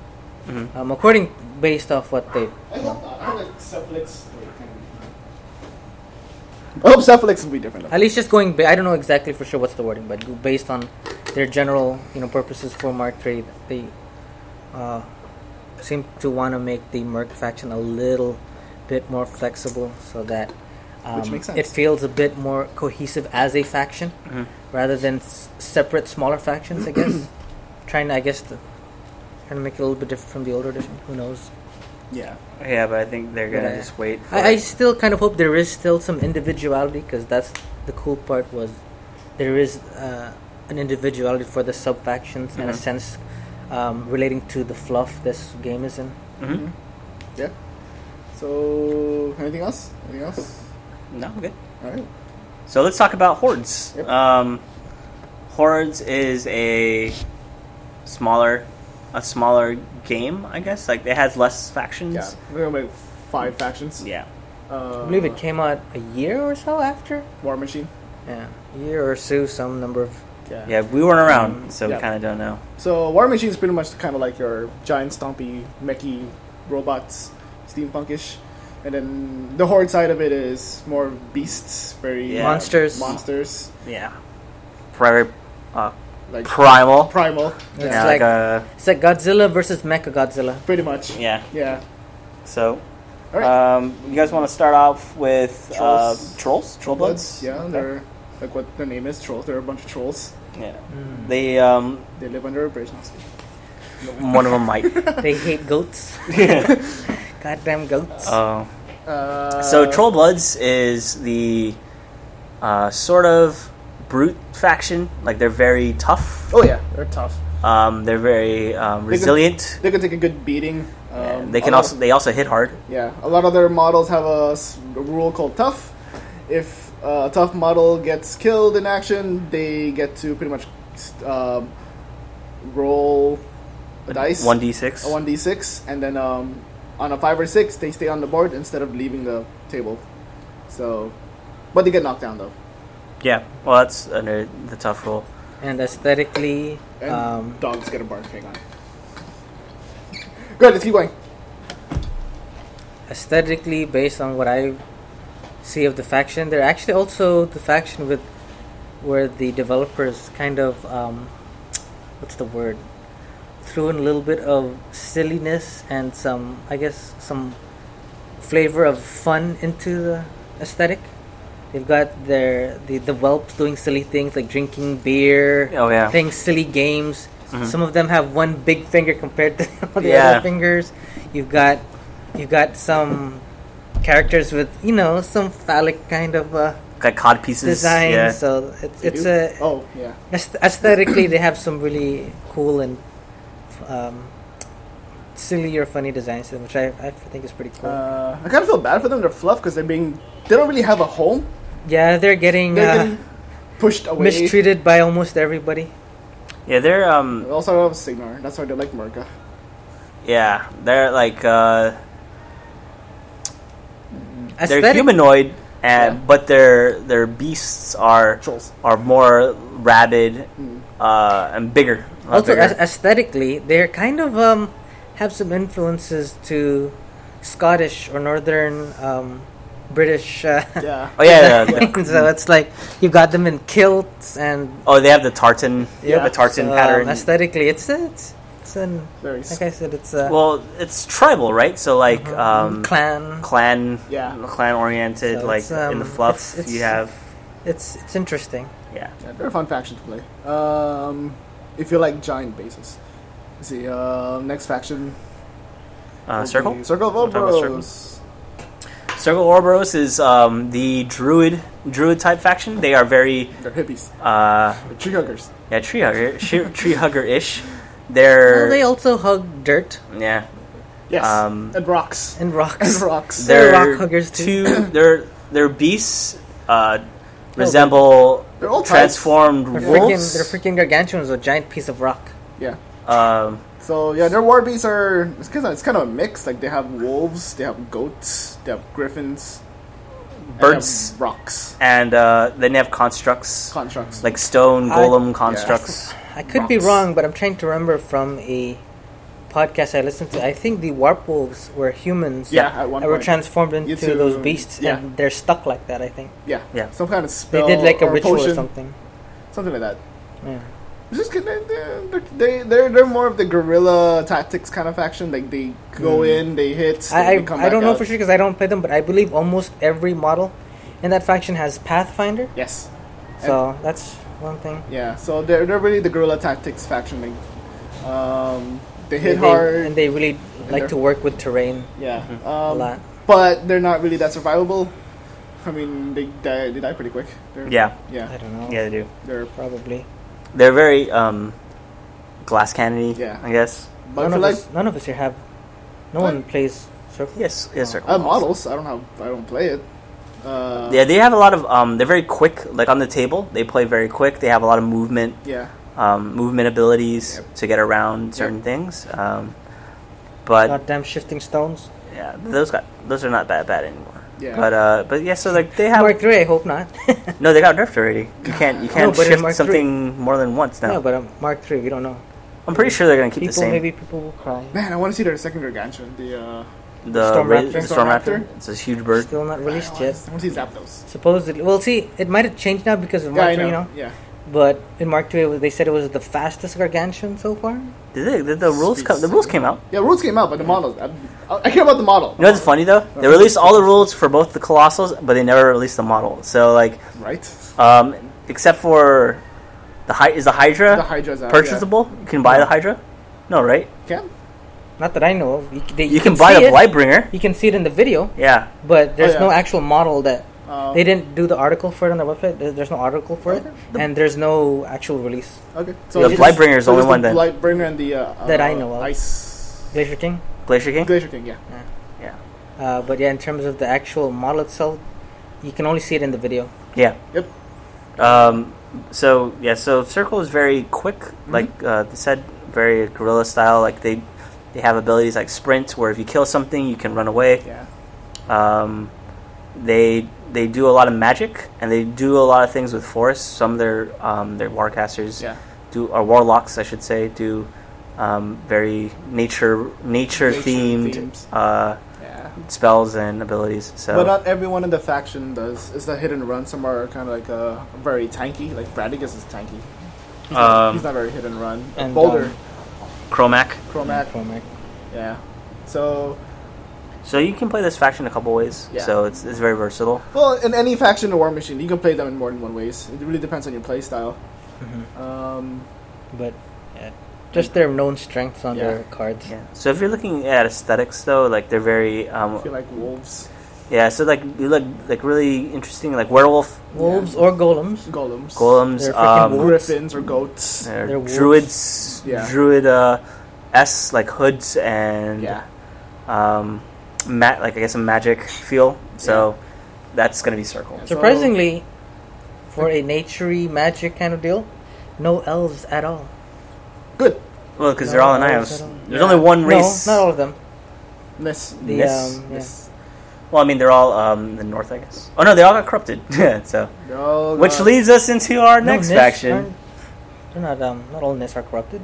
[SPEAKER 1] Mhm.
[SPEAKER 3] Um, according based off what they
[SPEAKER 2] I hope not. I hope like Cephalix. I hope Cephalix will be different.
[SPEAKER 3] At least just going, ba- I don't know exactly for sure what's the wording, but based on their general, you know, purposes for Mark Trade, they uh, seem to want to make the Merc faction a little bit more flexible, so that um,
[SPEAKER 2] Which makes
[SPEAKER 3] it
[SPEAKER 2] sense.
[SPEAKER 3] feels a bit more cohesive as a faction,
[SPEAKER 1] Mhm.
[SPEAKER 3] rather than s- separate smaller factions. I
[SPEAKER 2] (clears throat)
[SPEAKER 3] guess trying, to, I guess, to, trying to make it a little bit different from the older edition. Who knows?
[SPEAKER 2] Yeah.
[SPEAKER 1] Yeah, but I think they're gonna
[SPEAKER 3] Yeah.
[SPEAKER 1] just wait. For
[SPEAKER 3] I, I
[SPEAKER 1] it.
[SPEAKER 3] still kind of hope there is still some individuality because that's the cool part was there is uh, an individuality for the sub factions in
[SPEAKER 1] Mhm.
[SPEAKER 3] a sense um, relating to the fluff this game is in.
[SPEAKER 1] Mhm.
[SPEAKER 2] Yeah. So anything else? Anything else?
[SPEAKER 3] Mm-hmm.
[SPEAKER 1] No, I'm good.
[SPEAKER 2] All right.
[SPEAKER 1] So let's talk about Hordes.
[SPEAKER 2] Yep.
[SPEAKER 1] Um, Hordes is a smaller, a smaller game, I guess. Like it has less factions.
[SPEAKER 3] Mm.
[SPEAKER 2] Yeah. We're gonna make five factions.
[SPEAKER 1] Yeah.
[SPEAKER 2] Uh,
[SPEAKER 3] I believe it came out a year or so after.
[SPEAKER 2] War Machine.
[SPEAKER 3] Yeah, a year or so, some number of.
[SPEAKER 2] Yeah.
[SPEAKER 1] Yeah, we weren't around, so
[SPEAKER 2] yeah.
[SPEAKER 1] we kind of don't know.
[SPEAKER 2] So War Machine is pretty much kind of like your giant stompy mechy robots, steampunkish, and then the horde side of it is more beasts, very
[SPEAKER 1] Yeah.
[SPEAKER 3] Monsters.
[SPEAKER 2] monsters
[SPEAKER 1] Yeah, very uh,
[SPEAKER 2] like
[SPEAKER 1] primal.
[SPEAKER 2] primal,
[SPEAKER 3] It's
[SPEAKER 1] yeah, like,
[SPEAKER 3] like
[SPEAKER 1] a
[SPEAKER 3] it's like Godzilla versus Mecha Godzilla.
[SPEAKER 2] pretty much.
[SPEAKER 1] yeah.
[SPEAKER 2] Yeah.
[SPEAKER 1] So,
[SPEAKER 2] All right.
[SPEAKER 1] um, you guys want to start off with
[SPEAKER 2] Trolls.
[SPEAKER 1] uh, trolls, troll bugs?
[SPEAKER 2] Yeah,
[SPEAKER 1] Okay.
[SPEAKER 2] they're like what their name is. Trolls. They're a bunch of trolls.
[SPEAKER 1] yeah.
[SPEAKER 2] Hmm.
[SPEAKER 1] They um,
[SPEAKER 2] They live under a bridge. No, I'm just kidding.
[SPEAKER 1] one of them might.
[SPEAKER 2] (laughs)
[SPEAKER 1] (laughs)
[SPEAKER 3] they hate goats. Goddamn goats.
[SPEAKER 1] Uh,
[SPEAKER 2] Uh,
[SPEAKER 1] so troll bloods is the uh, sort of brute faction. Like they're very tough.
[SPEAKER 2] Oh yeah, they're tough.
[SPEAKER 1] Um, they're very um,
[SPEAKER 2] They can-
[SPEAKER 1] resilient.
[SPEAKER 2] They can take a good beating. Um,
[SPEAKER 1] they
[SPEAKER 2] a
[SPEAKER 1] can
[SPEAKER 2] lot
[SPEAKER 1] also they also hit hard.
[SPEAKER 2] Yeah, a lot of their models have a, s- a rule called tough. If uh, a tough model gets killed in action, they get to pretty much um, roll a dice,
[SPEAKER 1] One d six.
[SPEAKER 2] a one d six, and then um, on a five or six, they stay on the board instead of leaving the table. So, but they get knocked down though.
[SPEAKER 1] Yeah. Well, that's under the tough rule.
[SPEAKER 3] and aesthetically,
[SPEAKER 2] And
[SPEAKER 3] um,
[SPEAKER 2] dogs get a bark. Hang on. Good, let's keep going.
[SPEAKER 3] aesthetically, based on what I see of the faction, they're actually also the faction with where the developers kind of um, what's the word threw in a little bit of silliness and some, I guess, some flavor of fun into the aesthetic. They've got their the the whelps doing silly things like drinking beer.
[SPEAKER 1] Oh yeah.
[SPEAKER 3] playing silly games.
[SPEAKER 1] Mhm.
[SPEAKER 3] Some of them have one big finger compared to (laughs) all the
[SPEAKER 1] Yeah.
[SPEAKER 3] other fingers. You've got you've got some characters with you know some phallic kind of uh,
[SPEAKER 1] Like cod pieces.
[SPEAKER 3] design.
[SPEAKER 1] Yeah.
[SPEAKER 3] So it's
[SPEAKER 2] They
[SPEAKER 3] it's
[SPEAKER 2] do?
[SPEAKER 3] a
[SPEAKER 2] oh yeah.
[SPEAKER 3] aest- aesthetically they have some really cool and um, silly or funny designs, which I, I think is pretty cool.
[SPEAKER 2] Uh, I kind of feel bad for them. They're fluff because they're being they don't really have a home.
[SPEAKER 3] yeah, they're getting.
[SPEAKER 2] They're
[SPEAKER 3] uh,
[SPEAKER 2] getting pushed away.
[SPEAKER 3] Mistreated by almost everybody.
[SPEAKER 1] yeah. They're
[SPEAKER 2] They
[SPEAKER 1] um.
[SPEAKER 2] also have Signar. That's why they like Merca.
[SPEAKER 1] Yeah. They're like uh. They're
[SPEAKER 3] Aesthetic-
[SPEAKER 1] humanoid, and
[SPEAKER 2] Yeah.
[SPEAKER 1] but their their beasts are (laughs)
[SPEAKER 2] Trolls.
[SPEAKER 1] are more rabid
[SPEAKER 2] Mm.
[SPEAKER 1] uh, and bigger. A lot
[SPEAKER 3] Hmm. also
[SPEAKER 1] bigger.
[SPEAKER 3] a- aesthetically they're kind of um, have some influences to scottish or northern um, british uh, (laughs)
[SPEAKER 2] Yeah.
[SPEAKER 1] oh yeah, yeah, yeah.
[SPEAKER 3] so it's like you got them in kilts and
[SPEAKER 1] Oh, they have the tartan.
[SPEAKER 2] Yeah.
[SPEAKER 1] the tartan
[SPEAKER 3] so, um,
[SPEAKER 1] pattern.
[SPEAKER 3] aesthetically it's it's it's an
[SPEAKER 2] Very. s-
[SPEAKER 3] like i said it's a
[SPEAKER 1] well, it's tribal, right? So like um,
[SPEAKER 3] Uh-huh. Mm-hmm. clan
[SPEAKER 1] clan,
[SPEAKER 2] Yeah.
[SPEAKER 1] clan oriented.
[SPEAKER 3] So
[SPEAKER 1] like
[SPEAKER 3] it's, um,
[SPEAKER 1] in the fluff,
[SPEAKER 3] it's- it's-
[SPEAKER 1] you have
[SPEAKER 3] it's it's interesting
[SPEAKER 1] yeah.
[SPEAKER 2] yeah, they're a fun faction to play. Um, if you like giant bases. Let's see. Uh, next faction. will
[SPEAKER 1] Uh,
[SPEAKER 2] be
[SPEAKER 1] circle.
[SPEAKER 2] Circle of
[SPEAKER 1] Wanna talk about Circle?
[SPEAKER 2] Obros.
[SPEAKER 1] Circle Orboros is um, the druid druid type faction. They are very
[SPEAKER 2] They're hippies.
[SPEAKER 1] uh,
[SPEAKER 2] They're tree huggers.
[SPEAKER 1] yeah tree hugger tree hugger ish. They're
[SPEAKER 3] well, they also hug dirt
[SPEAKER 1] yeah
[SPEAKER 2] Yes.
[SPEAKER 1] Um,
[SPEAKER 2] and
[SPEAKER 1] (laughs)
[SPEAKER 2] rocks. (laughs)
[SPEAKER 3] and
[SPEAKER 2] And
[SPEAKER 3] rocks
[SPEAKER 2] rocks.
[SPEAKER 3] They're
[SPEAKER 1] their
[SPEAKER 3] rock huggers too. (clears throat)
[SPEAKER 1] two their their beasts uh, resemble
[SPEAKER 2] They're all
[SPEAKER 1] transformed
[SPEAKER 3] they're freaking,
[SPEAKER 1] wolves.
[SPEAKER 3] they're freaking gargantuan a giant piece of rock
[SPEAKER 2] Yeah.
[SPEAKER 1] um,
[SPEAKER 2] So yeah, their war beasts are it's kind of it's kind of a mix. Like they have wolves, they have goats, they have griffins, and they have
[SPEAKER 1] Birds.
[SPEAKER 2] rocks,
[SPEAKER 1] and uh, then they have constructs
[SPEAKER 2] constructs.
[SPEAKER 1] like stone
[SPEAKER 3] I-
[SPEAKER 1] golem
[SPEAKER 3] (laughs)
[SPEAKER 1] constructs.
[SPEAKER 3] I could be
[SPEAKER 2] Rocks.
[SPEAKER 3] wrong, but I'm trying to remember from a podcast I listened to. I think the warp wolves were humans
[SPEAKER 2] Yeah, at one
[SPEAKER 3] that were
[SPEAKER 2] point.
[SPEAKER 3] transformed into
[SPEAKER 2] Into-
[SPEAKER 3] those beasts,
[SPEAKER 2] yeah.
[SPEAKER 3] and they're stuck like that. I think
[SPEAKER 2] yeah,
[SPEAKER 1] Yeah.
[SPEAKER 2] Some kind of
[SPEAKER 3] they
[SPEAKER 2] spell.
[SPEAKER 3] did like a
[SPEAKER 2] or
[SPEAKER 3] ritual
[SPEAKER 2] potion,
[SPEAKER 3] or something.
[SPEAKER 2] something like that.
[SPEAKER 3] Yeah.
[SPEAKER 2] It's Just kind of, they're, they're, they're, they're more of the guerrilla tactics kind of faction. Like they go in, they hit.
[SPEAKER 3] Hmm. I I,
[SPEAKER 2] they come
[SPEAKER 3] I
[SPEAKER 2] back
[SPEAKER 3] don't know
[SPEAKER 2] out.
[SPEAKER 3] for sure because I don't play them, but I believe almost every model in that faction has Pathfinder.
[SPEAKER 2] Yes,
[SPEAKER 3] So that's one thing.
[SPEAKER 2] yeah. So they're, they're really the guerrilla tactics faction. Like, um, they hit
[SPEAKER 3] They- they-
[SPEAKER 2] hard.
[SPEAKER 3] and they really like
[SPEAKER 2] they're-
[SPEAKER 3] to work with terrain
[SPEAKER 2] yeah,
[SPEAKER 3] a
[SPEAKER 2] um,
[SPEAKER 3] lot.
[SPEAKER 2] but they're not really that survivable. I mean, they die, they die pretty quick. They're,
[SPEAKER 1] Yeah,
[SPEAKER 3] I
[SPEAKER 2] yeah,
[SPEAKER 3] don't know.
[SPEAKER 1] yeah, they do.
[SPEAKER 2] they're.
[SPEAKER 3] probably.
[SPEAKER 1] They're very um, glass cannony.
[SPEAKER 2] Yeah.
[SPEAKER 1] I guess.
[SPEAKER 2] But
[SPEAKER 3] None
[SPEAKER 2] for
[SPEAKER 3] of,
[SPEAKER 2] like
[SPEAKER 3] us, none of us here have. No
[SPEAKER 2] What?
[SPEAKER 3] one plays circle.
[SPEAKER 1] Yes, yes, circle.
[SPEAKER 2] I have models, I don't have, I don't play it. Uh,
[SPEAKER 1] Yeah, they have a lot of. Um, they're very quick. Like on the table, they play very quick. They have a lot of movement,
[SPEAKER 2] yeah.
[SPEAKER 1] um, movement abilities
[SPEAKER 2] Yep.
[SPEAKER 1] to get around certain things. Um, but
[SPEAKER 3] Goddamn shifting stones.
[SPEAKER 1] yeah, those got those are not that bad anymore.
[SPEAKER 2] Yeah.
[SPEAKER 1] But uh, but yeah, so like they have
[SPEAKER 3] Mark three, I hope not.
[SPEAKER 1] no, they got nerfed already. You can't you can't
[SPEAKER 3] but in
[SPEAKER 1] shift
[SPEAKER 3] Mark
[SPEAKER 1] something more than once now.
[SPEAKER 3] (laughs) no, but um, Mark three, we don't know.
[SPEAKER 1] I'm pretty sure they're gonna keep
[SPEAKER 3] people,
[SPEAKER 1] the same.
[SPEAKER 3] maybe people will cry.
[SPEAKER 2] Man, I want to see their second Gargantuan. The uh,
[SPEAKER 1] the
[SPEAKER 3] Storm
[SPEAKER 1] ra-
[SPEAKER 3] Raptor.
[SPEAKER 1] the
[SPEAKER 2] Storm
[SPEAKER 1] storm
[SPEAKER 2] Raptor.
[SPEAKER 1] raptor. It's a huge bird.
[SPEAKER 3] Still not released
[SPEAKER 2] I
[SPEAKER 3] yet.
[SPEAKER 2] want to see Zapdos.
[SPEAKER 3] Supposedly, well, see, it might have changed now because of
[SPEAKER 2] Yeah,
[SPEAKER 3] Mark
[SPEAKER 2] I
[SPEAKER 3] three,
[SPEAKER 2] know.
[SPEAKER 3] you know.
[SPEAKER 2] Yeah.
[SPEAKER 3] But in Mark three, it was- they said it was the fastest gargantuan so far.
[SPEAKER 1] Did they, did the rules come? The rules came out.
[SPEAKER 2] Yeah, rules came out, but the models. I, I care about the model.
[SPEAKER 1] You know what's funny though? They released all the rules for both the colossals, but they never released the model. So like,
[SPEAKER 2] Right?
[SPEAKER 1] um, except for the hy- is the Hydra
[SPEAKER 2] The uh, Hydra's out.
[SPEAKER 1] purchasable? You can buy the Hydra. No, right?
[SPEAKER 2] Yeah. Can?
[SPEAKER 3] Not that I know of. You, c- they,
[SPEAKER 1] You, can, buy
[SPEAKER 3] see
[SPEAKER 1] the
[SPEAKER 3] it.
[SPEAKER 1] Blightbringer.
[SPEAKER 3] You can see it in the video,
[SPEAKER 1] Yeah,
[SPEAKER 3] but there's
[SPEAKER 2] Oh, yeah.
[SPEAKER 3] no actual model that
[SPEAKER 2] Uh,
[SPEAKER 3] they didn't do the article for it on their website. There- There's no article for it,
[SPEAKER 2] Okay.
[SPEAKER 3] and there's no actual release.
[SPEAKER 2] Okay.
[SPEAKER 1] The
[SPEAKER 2] just-
[SPEAKER 1] Blightbringer is the
[SPEAKER 2] so
[SPEAKER 1] only
[SPEAKER 2] just
[SPEAKER 1] one then.
[SPEAKER 2] Blightbringer and the uh,
[SPEAKER 3] That
[SPEAKER 2] uh,
[SPEAKER 3] I know of.
[SPEAKER 2] Ice.
[SPEAKER 3] Glacier King.
[SPEAKER 1] Glacier King.
[SPEAKER 2] Glacier King, yeah.
[SPEAKER 1] Yeah,
[SPEAKER 3] Uh, but yeah, in terms of the actual model itself, you can only see it in the video.
[SPEAKER 1] yeah.
[SPEAKER 2] Yep.
[SPEAKER 1] Um, so yeah, so Circle is very quick,
[SPEAKER 2] Mm-hmm.
[SPEAKER 1] like uh, they said, very guerrilla style. Like they they have abilities like sprint, where if you kill something, you can run away.
[SPEAKER 2] Yeah.
[SPEAKER 1] Um, they they do a lot of magic, and they do a lot of things with forests. Some of their um, their warcasters
[SPEAKER 2] Yeah.
[SPEAKER 1] do or warlocks, I should say, do um, very nature nature
[SPEAKER 2] themes.
[SPEAKER 1] themed uh,
[SPEAKER 2] Yeah.
[SPEAKER 1] spells and abilities. So
[SPEAKER 2] But not everyone in the faction does. It's the hit and run. Some are kind of like uh, very tanky. Like Bradigus is tanky. He's, not,
[SPEAKER 1] Um,
[SPEAKER 2] he's not very hit and run.
[SPEAKER 3] and,
[SPEAKER 2] Boulder,
[SPEAKER 3] um,
[SPEAKER 1] Chromac.
[SPEAKER 2] Chromac,
[SPEAKER 3] Chromac.
[SPEAKER 2] yeah. So,
[SPEAKER 1] So you can play this faction a couple ways.
[SPEAKER 2] Yeah.
[SPEAKER 1] So it's it's very versatile.
[SPEAKER 2] well, in any faction in War Machine, you can play them in more than one ways. It really depends on your play style.
[SPEAKER 3] Mm-hmm.
[SPEAKER 2] Um,
[SPEAKER 3] But yeah, just their known strengths on
[SPEAKER 2] Yeah.
[SPEAKER 3] their cards.
[SPEAKER 1] Yeah. So if you're looking at aesthetics, though, like they're very,
[SPEAKER 2] I
[SPEAKER 1] um,
[SPEAKER 2] feel like wolves,
[SPEAKER 1] yeah. So like you look like really interesting, like werewolf,
[SPEAKER 3] Wolves or golems.
[SPEAKER 2] golems,
[SPEAKER 1] golems,
[SPEAKER 3] They're freaking
[SPEAKER 1] um,
[SPEAKER 3] wolves.
[SPEAKER 2] griffins, or goats.
[SPEAKER 1] uh,
[SPEAKER 3] They're wolves.
[SPEAKER 1] druids,
[SPEAKER 2] Yeah.
[SPEAKER 1] druid, uh, s like hoods and
[SPEAKER 2] Yeah,
[SPEAKER 1] um, ma- like I guess a magic feel. So that's gonna be circle.
[SPEAKER 2] Yes.
[SPEAKER 3] Surprisingly, for a naturey magic kind of deal, no elves at all.
[SPEAKER 2] good.
[SPEAKER 1] Well, because
[SPEAKER 3] No,
[SPEAKER 1] they're all in
[SPEAKER 3] no,
[SPEAKER 1] Ios.
[SPEAKER 3] I don't-
[SPEAKER 1] There's
[SPEAKER 2] Yeah.
[SPEAKER 1] only one race.
[SPEAKER 3] No, not all of them.
[SPEAKER 2] Nice.
[SPEAKER 3] The,
[SPEAKER 1] Yes,
[SPEAKER 3] um, yeah.
[SPEAKER 2] Yes.
[SPEAKER 1] Well, I mean, they're all um, the north, I guess. Oh no, they all got corrupted. (laughs) Yeah. so
[SPEAKER 2] They're all
[SPEAKER 1] which
[SPEAKER 2] gone.
[SPEAKER 1] leads us into our
[SPEAKER 3] uh, No,
[SPEAKER 1] next
[SPEAKER 3] Nis
[SPEAKER 1] faction.
[SPEAKER 3] aren't- They're not. Um, not all Nis are corrupted.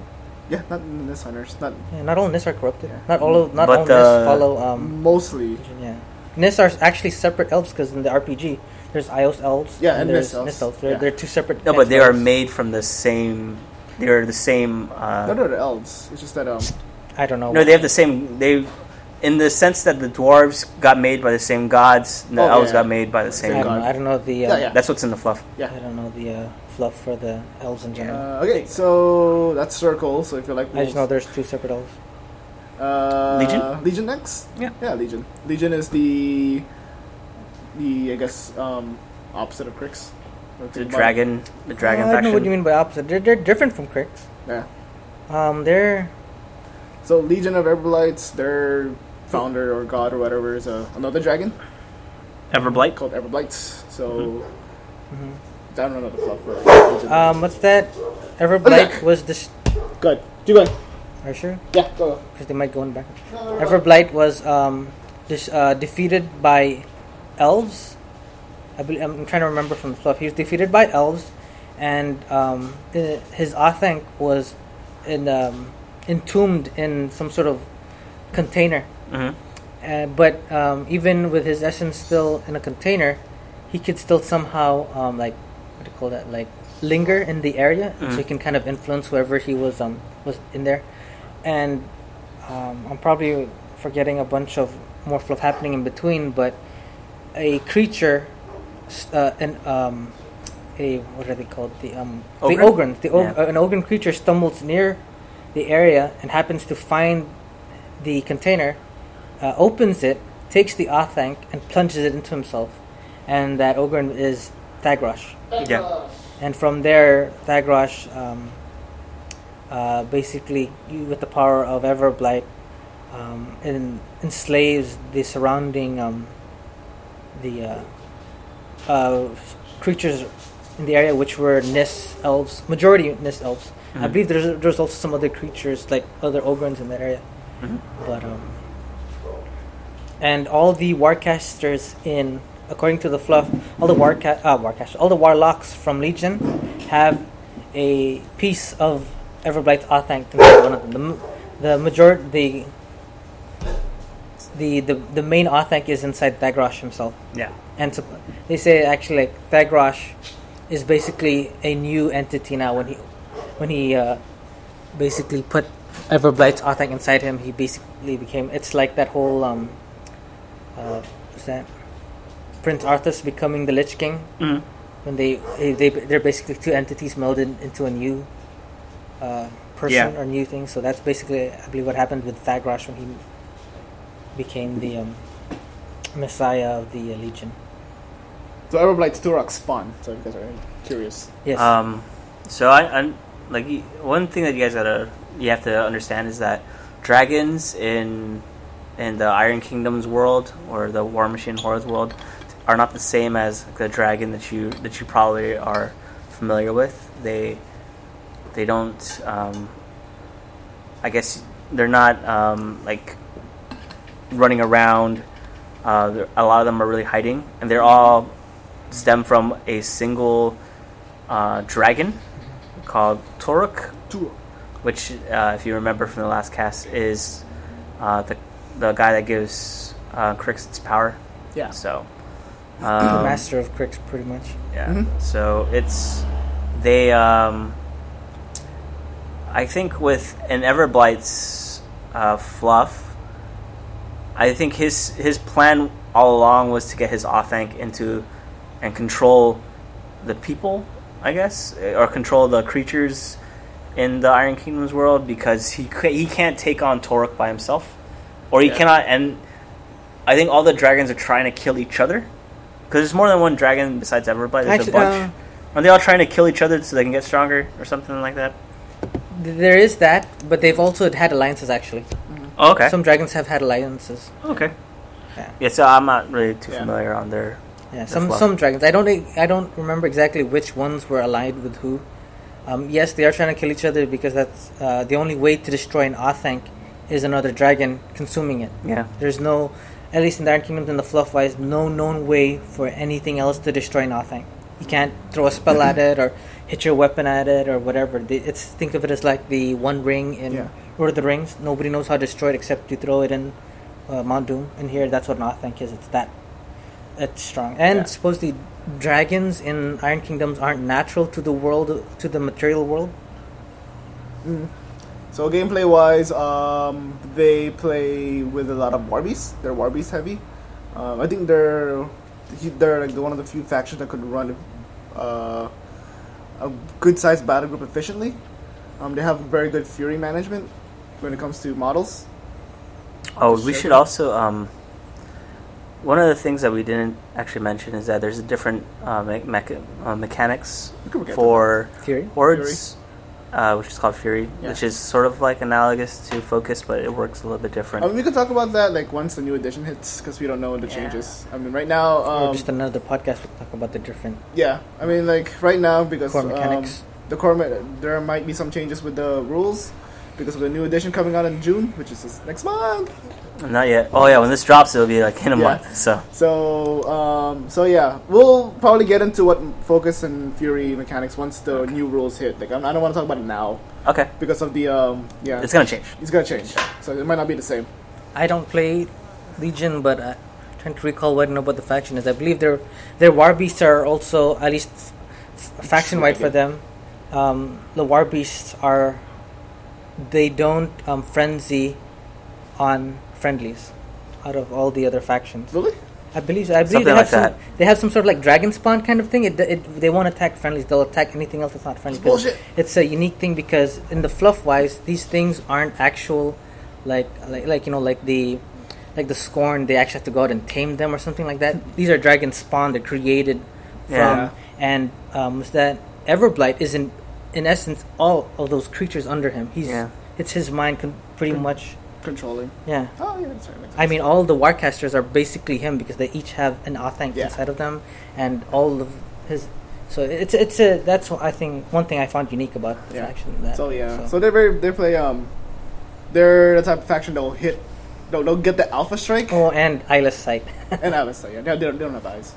[SPEAKER 2] Yeah, not this hunters. Not
[SPEAKER 3] Yeah, not all Nis are corrupted.
[SPEAKER 2] Yeah.
[SPEAKER 3] Not all. Of, not
[SPEAKER 1] But,
[SPEAKER 3] all Nis
[SPEAKER 1] uh,
[SPEAKER 3] follow. Um,
[SPEAKER 2] mostly.
[SPEAKER 3] yeah, Nis are actually separate elves because in the RPG there's Ios elves.
[SPEAKER 2] Yeah, and
[SPEAKER 3] there's
[SPEAKER 2] Nis elves.
[SPEAKER 3] They're,
[SPEAKER 2] Yeah.
[SPEAKER 3] they're two separate.
[SPEAKER 1] No, but they are
[SPEAKER 3] elves.
[SPEAKER 1] made from the same. They are the same. Uh,
[SPEAKER 2] No, no, the elves. It's just that um,
[SPEAKER 3] I don't know.
[SPEAKER 1] No, they have the same. They, in the sense that the dwarves got made by the same gods, and the
[SPEAKER 2] Oh,
[SPEAKER 1] elves
[SPEAKER 2] yeah.
[SPEAKER 1] got made by the
[SPEAKER 3] I
[SPEAKER 1] same
[SPEAKER 2] Same
[SPEAKER 3] don't
[SPEAKER 1] god.
[SPEAKER 3] know.
[SPEAKER 2] god.
[SPEAKER 3] I don't know the. Uh,
[SPEAKER 2] Yeah, yeah.
[SPEAKER 1] That's what's in the fluff.
[SPEAKER 3] I don't know the uh, fluff for the elves in general.
[SPEAKER 2] Uh, okay, so that's circle. So if you like,
[SPEAKER 3] I just know there's two separate elves.
[SPEAKER 2] uh,
[SPEAKER 1] Legion?
[SPEAKER 2] Legion next.
[SPEAKER 1] Yeah.
[SPEAKER 2] yeah, Legion. Legion is the the I guess um, opposite of Crix.
[SPEAKER 1] The dragon, the dragon
[SPEAKER 3] Uh, I don't know
[SPEAKER 1] faction.
[SPEAKER 3] what you mean by opposite. They're, they're different from Cricks.
[SPEAKER 2] Yeah.
[SPEAKER 3] Um, they're
[SPEAKER 2] So Legion of Everblights, their founder or god or whatever is a, another dragon
[SPEAKER 1] Everblight.
[SPEAKER 2] called Everblights. So Mm-hmm.
[SPEAKER 3] Mhm.
[SPEAKER 2] I don't know the fluff for Legion.
[SPEAKER 3] um, what's that? Everblight
[SPEAKER 2] Okay.
[SPEAKER 3] was this.
[SPEAKER 2] good. Keep going.
[SPEAKER 3] Are you sure?
[SPEAKER 2] Yeah, go.
[SPEAKER 3] Because they might go in back.
[SPEAKER 2] No, no, no.
[SPEAKER 3] Everblight was um, dis- uh, defeated by elves. I bel I'm trying to remember from the fluff. He was defeated by elves, and um, i- his Athang was in, um, entombed in some sort of container.
[SPEAKER 1] hmm
[SPEAKER 3] Uh, but um, even with his essence still in a container, he could still somehow um, like what do you call that? Like linger in the area, so he
[SPEAKER 1] Mhm.
[SPEAKER 3] can kind of influence whoever he was um, was in there. And um, I'm probably forgetting a bunch of more fluff happening in between, but a creature, s- uh, an um, a what are they called? The um, the
[SPEAKER 1] Ogre?
[SPEAKER 3] ogrins. The og-
[SPEAKER 1] Yeah.
[SPEAKER 3] uh, an ogre creature stumbles near the area and happens to find the container, uh, opens it, takes the Athang, and plunges it into himself. And that ogre is Thagrosh.
[SPEAKER 1] Yeah.
[SPEAKER 3] And from there, Thagrosh um, uh, basically, you- with the power of Everblight, um, en- enslaves the surrounding um, the uh, uh, creatures in the area, which were Nis elves, majority Nis elves. I
[SPEAKER 1] Mhm.
[SPEAKER 3] believe there's there's also some other creatures like other ogrins in that area, but um, and all the Warcasters in, according to the fluff, all the Warca- uh, Warcasters, all the Warlocks from Legion have a piece of Everblight's Athang considered one of them. The, m- the major, the, the the the main Athang is inside Dagrosh himself,
[SPEAKER 1] Yeah.
[SPEAKER 3] and so they say actually like Dagrosh is basically a new entity now. When he when he uh, basically put Everblight's Athang inside him, he basically became. It's like that whole um, uh, what's that? Prince Arthur's becoming the Lich King
[SPEAKER 1] Mm.
[SPEAKER 3] when they, they they they're basically two entities melded into a new uh, person
[SPEAKER 1] Yeah.
[SPEAKER 3] or new thing. So that's basically I believe what happened with Thagrosh when he became the um, Messiah of the uh, Legion.
[SPEAKER 2] So Everblight's Turok spawn. So if you guys are curious.
[SPEAKER 3] Yes.
[SPEAKER 1] Um, so I, I'm like y- one thing that you guys gotta you have to understand is that dragons in in the Iron Kingdom's world or the War Machine Horrors world are not the same as the dragon that you that you probably are familiar with. They they don't. Um, I guess they're not um, like running around. Uh, they're- a lot of them are really hiding, and they're all stem from a single uh, dragon called Toruk,
[SPEAKER 2] Turok.
[SPEAKER 1] which, uh, if you remember from the last cast, is uh, the the guy that gives uh, Crix its power.
[SPEAKER 2] Yeah.
[SPEAKER 1] So, um,
[SPEAKER 3] the master of Crix, pretty much.
[SPEAKER 1] yeah.
[SPEAKER 2] Mhm.
[SPEAKER 1] So it's they. Um, I think with an Everblight's uh, fluff, I think his his plan all along was to get his Authenk into and control the people, I guess, or control the creatures in the Iron Kingdom's world because he ca- he can't take on Torok by himself, or he
[SPEAKER 2] Yeah.
[SPEAKER 1] cannot. And I think all the dragons are trying to kill each other because there's more than one dragon besides Everblight. There's
[SPEAKER 3] Actu-
[SPEAKER 1] a bunch. Are they all trying to kill each other so they can get stronger or something like that?
[SPEAKER 3] Th- There is that, but they've also had alliances actually.
[SPEAKER 1] Oh, okay.
[SPEAKER 3] Some dragons have had alliances.
[SPEAKER 1] okay.
[SPEAKER 3] Yeah.
[SPEAKER 1] Yeah. So I'm not really too
[SPEAKER 2] Yeah.
[SPEAKER 1] familiar on their.
[SPEAKER 3] Yeah,
[SPEAKER 1] The
[SPEAKER 3] some
[SPEAKER 1] fluff.
[SPEAKER 3] some dragons. I don't e, I don't remember exactly which ones were allied with who. Um, yes, they are trying to kill each other because that's uh, the only way to destroy an Athang is another dragon consuming it.
[SPEAKER 1] Yeah.
[SPEAKER 3] There's no, at least in the Iron Kingdoms and the Fluff Wise, no known way for anything else to destroy an Athang. You can't throw a spell at
[SPEAKER 2] Mm-hmm.
[SPEAKER 3] it or hit your weapon at it or whatever. They- It's think of it as like the One Ring in
[SPEAKER 2] Yeah.
[SPEAKER 3] Lord of the Rings. Nobody knows how to destroy it except you throw it in uh, Mount Doom. And here, that's what an Athang is. It's that it's strong. And
[SPEAKER 1] Yeah.
[SPEAKER 3] supposedly, dragons in Iron Kingdoms aren't natural to the world, to the material world.
[SPEAKER 2] So gameplay wise, um, they play with a lot of Warbies. They're Warbies heavy. Um, I think they're he- they're like the one of the few factions that could run uh, a good sized battle group efficiently. Um, they have very good fury management when it comes to models.
[SPEAKER 1] Oh, we
[SPEAKER 2] Sure.
[SPEAKER 1] should also. Um, one of the things that we didn't actually mention is that there's a different uh, me- mecha- uh, mechanics
[SPEAKER 2] We could look at
[SPEAKER 1] for
[SPEAKER 3] Theory.
[SPEAKER 1] hordes, uh, which is called Fury,
[SPEAKER 2] Yeah.
[SPEAKER 1] which is sort of like analogous to Focus, but it works a little bit different.
[SPEAKER 2] I mean, we could talk about that like once the new edition hits because we don't know the
[SPEAKER 1] Yeah.
[SPEAKER 2] changes. I mean, right now,
[SPEAKER 3] or
[SPEAKER 2] um,
[SPEAKER 3] just another podcast will talk about the different
[SPEAKER 2] yeah. I mean, like right now because
[SPEAKER 3] core
[SPEAKER 2] um,
[SPEAKER 3] mechanics.
[SPEAKER 2] the core me- there might be some changes with the rules because of the new edition coming out in June, which is this next month.
[SPEAKER 1] Not yet. Oh yeah, when this drops, it'll be like in a
[SPEAKER 2] Yeah.
[SPEAKER 1] month. So
[SPEAKER 2] So, um, so yeah, we'll probably get into what focus and fury mechanics once the new rules hit. Like, I'm, I don't want to talk about it now
[SPEAKER 1] okay,
[SPEAKER 2] because of the um, yeah,
[SPEAKER 1] it's gonna change.
[SPEAKER 2] it's gonna change, so it might not be the same.
[SPEAKER 3] I don't play Legion, but I'm trying to recall what I know about the faction is. I believe their their war beasts are also at least faction wide for them. Um, the war beasts are they don't um, frenzy on friendlies out of all the other factions.
[SPEAKER 2] Really?
[SPEAKER 3] I believe so. I believe
[SPEAKER 1] Something
[SPEAKER 3] they have
[SPEAKER 1] like
[SPEAKER 3] some,
[SPEAKER 1] that.
[SPEAKER 3] they have some sort of like dragon spawn kind of thing. It, it they won't attack friendlies. They'll attack anything else that's not friendly. 'Cause
[SPEAKER 2] Bullshit.
[SPEAKER 3] It's a unique thing because in the fluff wise, these things aren't actual, like like like you know like the like the scorn. They actually have to go out and tame them or something like that. These are dragon spawn. They're created from
[SPEAKER 1] Yeah.
[SPEAKER 3] and um, was that Everblight is in in essence all of those creatures under him. He's
[SPEAKER 1] Yeah. Hmm.
[SPEAKER 3] it's his mind con- pretty much.
[SPEAKER 2] Controlling.
[SPEAKER 3] Yeah.
[SPEAKER 2] Oh yeah, that's right. makes
[SPEAKER 3] I
[SPEAKER 2] sense.
[SPEAKER 3] mean, all the Warcasters are basically him because they each have an Athang
[SPEAKER 2] Yeah.
[SPEAKER 3] inside of them, and all of his. So it's it's a that's what I think one thing I found unique about the
[SPEAKER 2] Yeah.
[SPEAKER 3] faction. That,
[SPEAKER 2] So yeah, so, they're very they play um, they're the type of faction that will hit No, don't get the Alpha Strike
[SPEAKER 3] Oh, and eyeless sight. (laughs)
[SPEAKER 2] and Alistair. Yeah, they don't, they don't have eyes.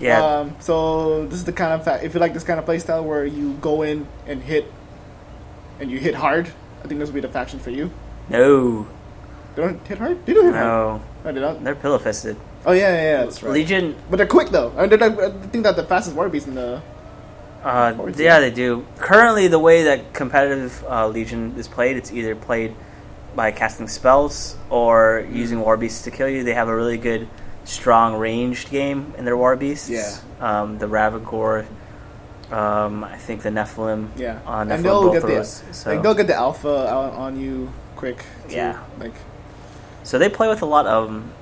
[SPEAKER 1] Yeah.
[SPEAKER 2] Um, so this is the kind of fa- if you like this kind of playstyle where you go in and hit, and you hit hard. I think this would be the faction for you.
[SPEAKER 1] no.
[SPEAKER 2] They don't hit hard. They don't hit hard.
[SPEAKER 1] No.
[SPEAKER 2] No, they don't.
[SPEAKER 1] They're pillow fisted.
[SPEAKER 2] Oh yeah, yeah, yeah, that's right.
[SPEAKER 1] Legion.
[SPEAKER 2] But they're quick though. I, mean, they're not- I think that the fastest water beast in the
[SPEAKER 1] Uh,
[SPEAKER 2] Or do
[SPEAKER 1] yeah,
[SPEAKER 2] you?
[SPEAKER 1] they do. Currently, the way that competitive uh, Legion is played, it's either played by casting spells or
[SPEAKER 2] Mm-hmm.
[SPEAKER 1] using War Beasts to kill you. They have a really good, strong ranged game in their War Beasts.
[SPEAKER 2] Yeah.
[SPEAKER 1] Um, the Ravagor, um, I think the Nephilim.
[SPEAKER 2] yeah,
[SPEAKER 1] Uh, Nephilim
[SPEAKER 2] and they'll
[SPEAKER 1] both
[SPEAKER 2] get the
[SPEAKER 1] throws, so.
[SPEAKER 2] like, they'll get the alpha out on you quick. too.
[SPEAKER 1] Yeah.
[SPEAKER 2] like
[SPEAKER 1] So they play with a lot of them.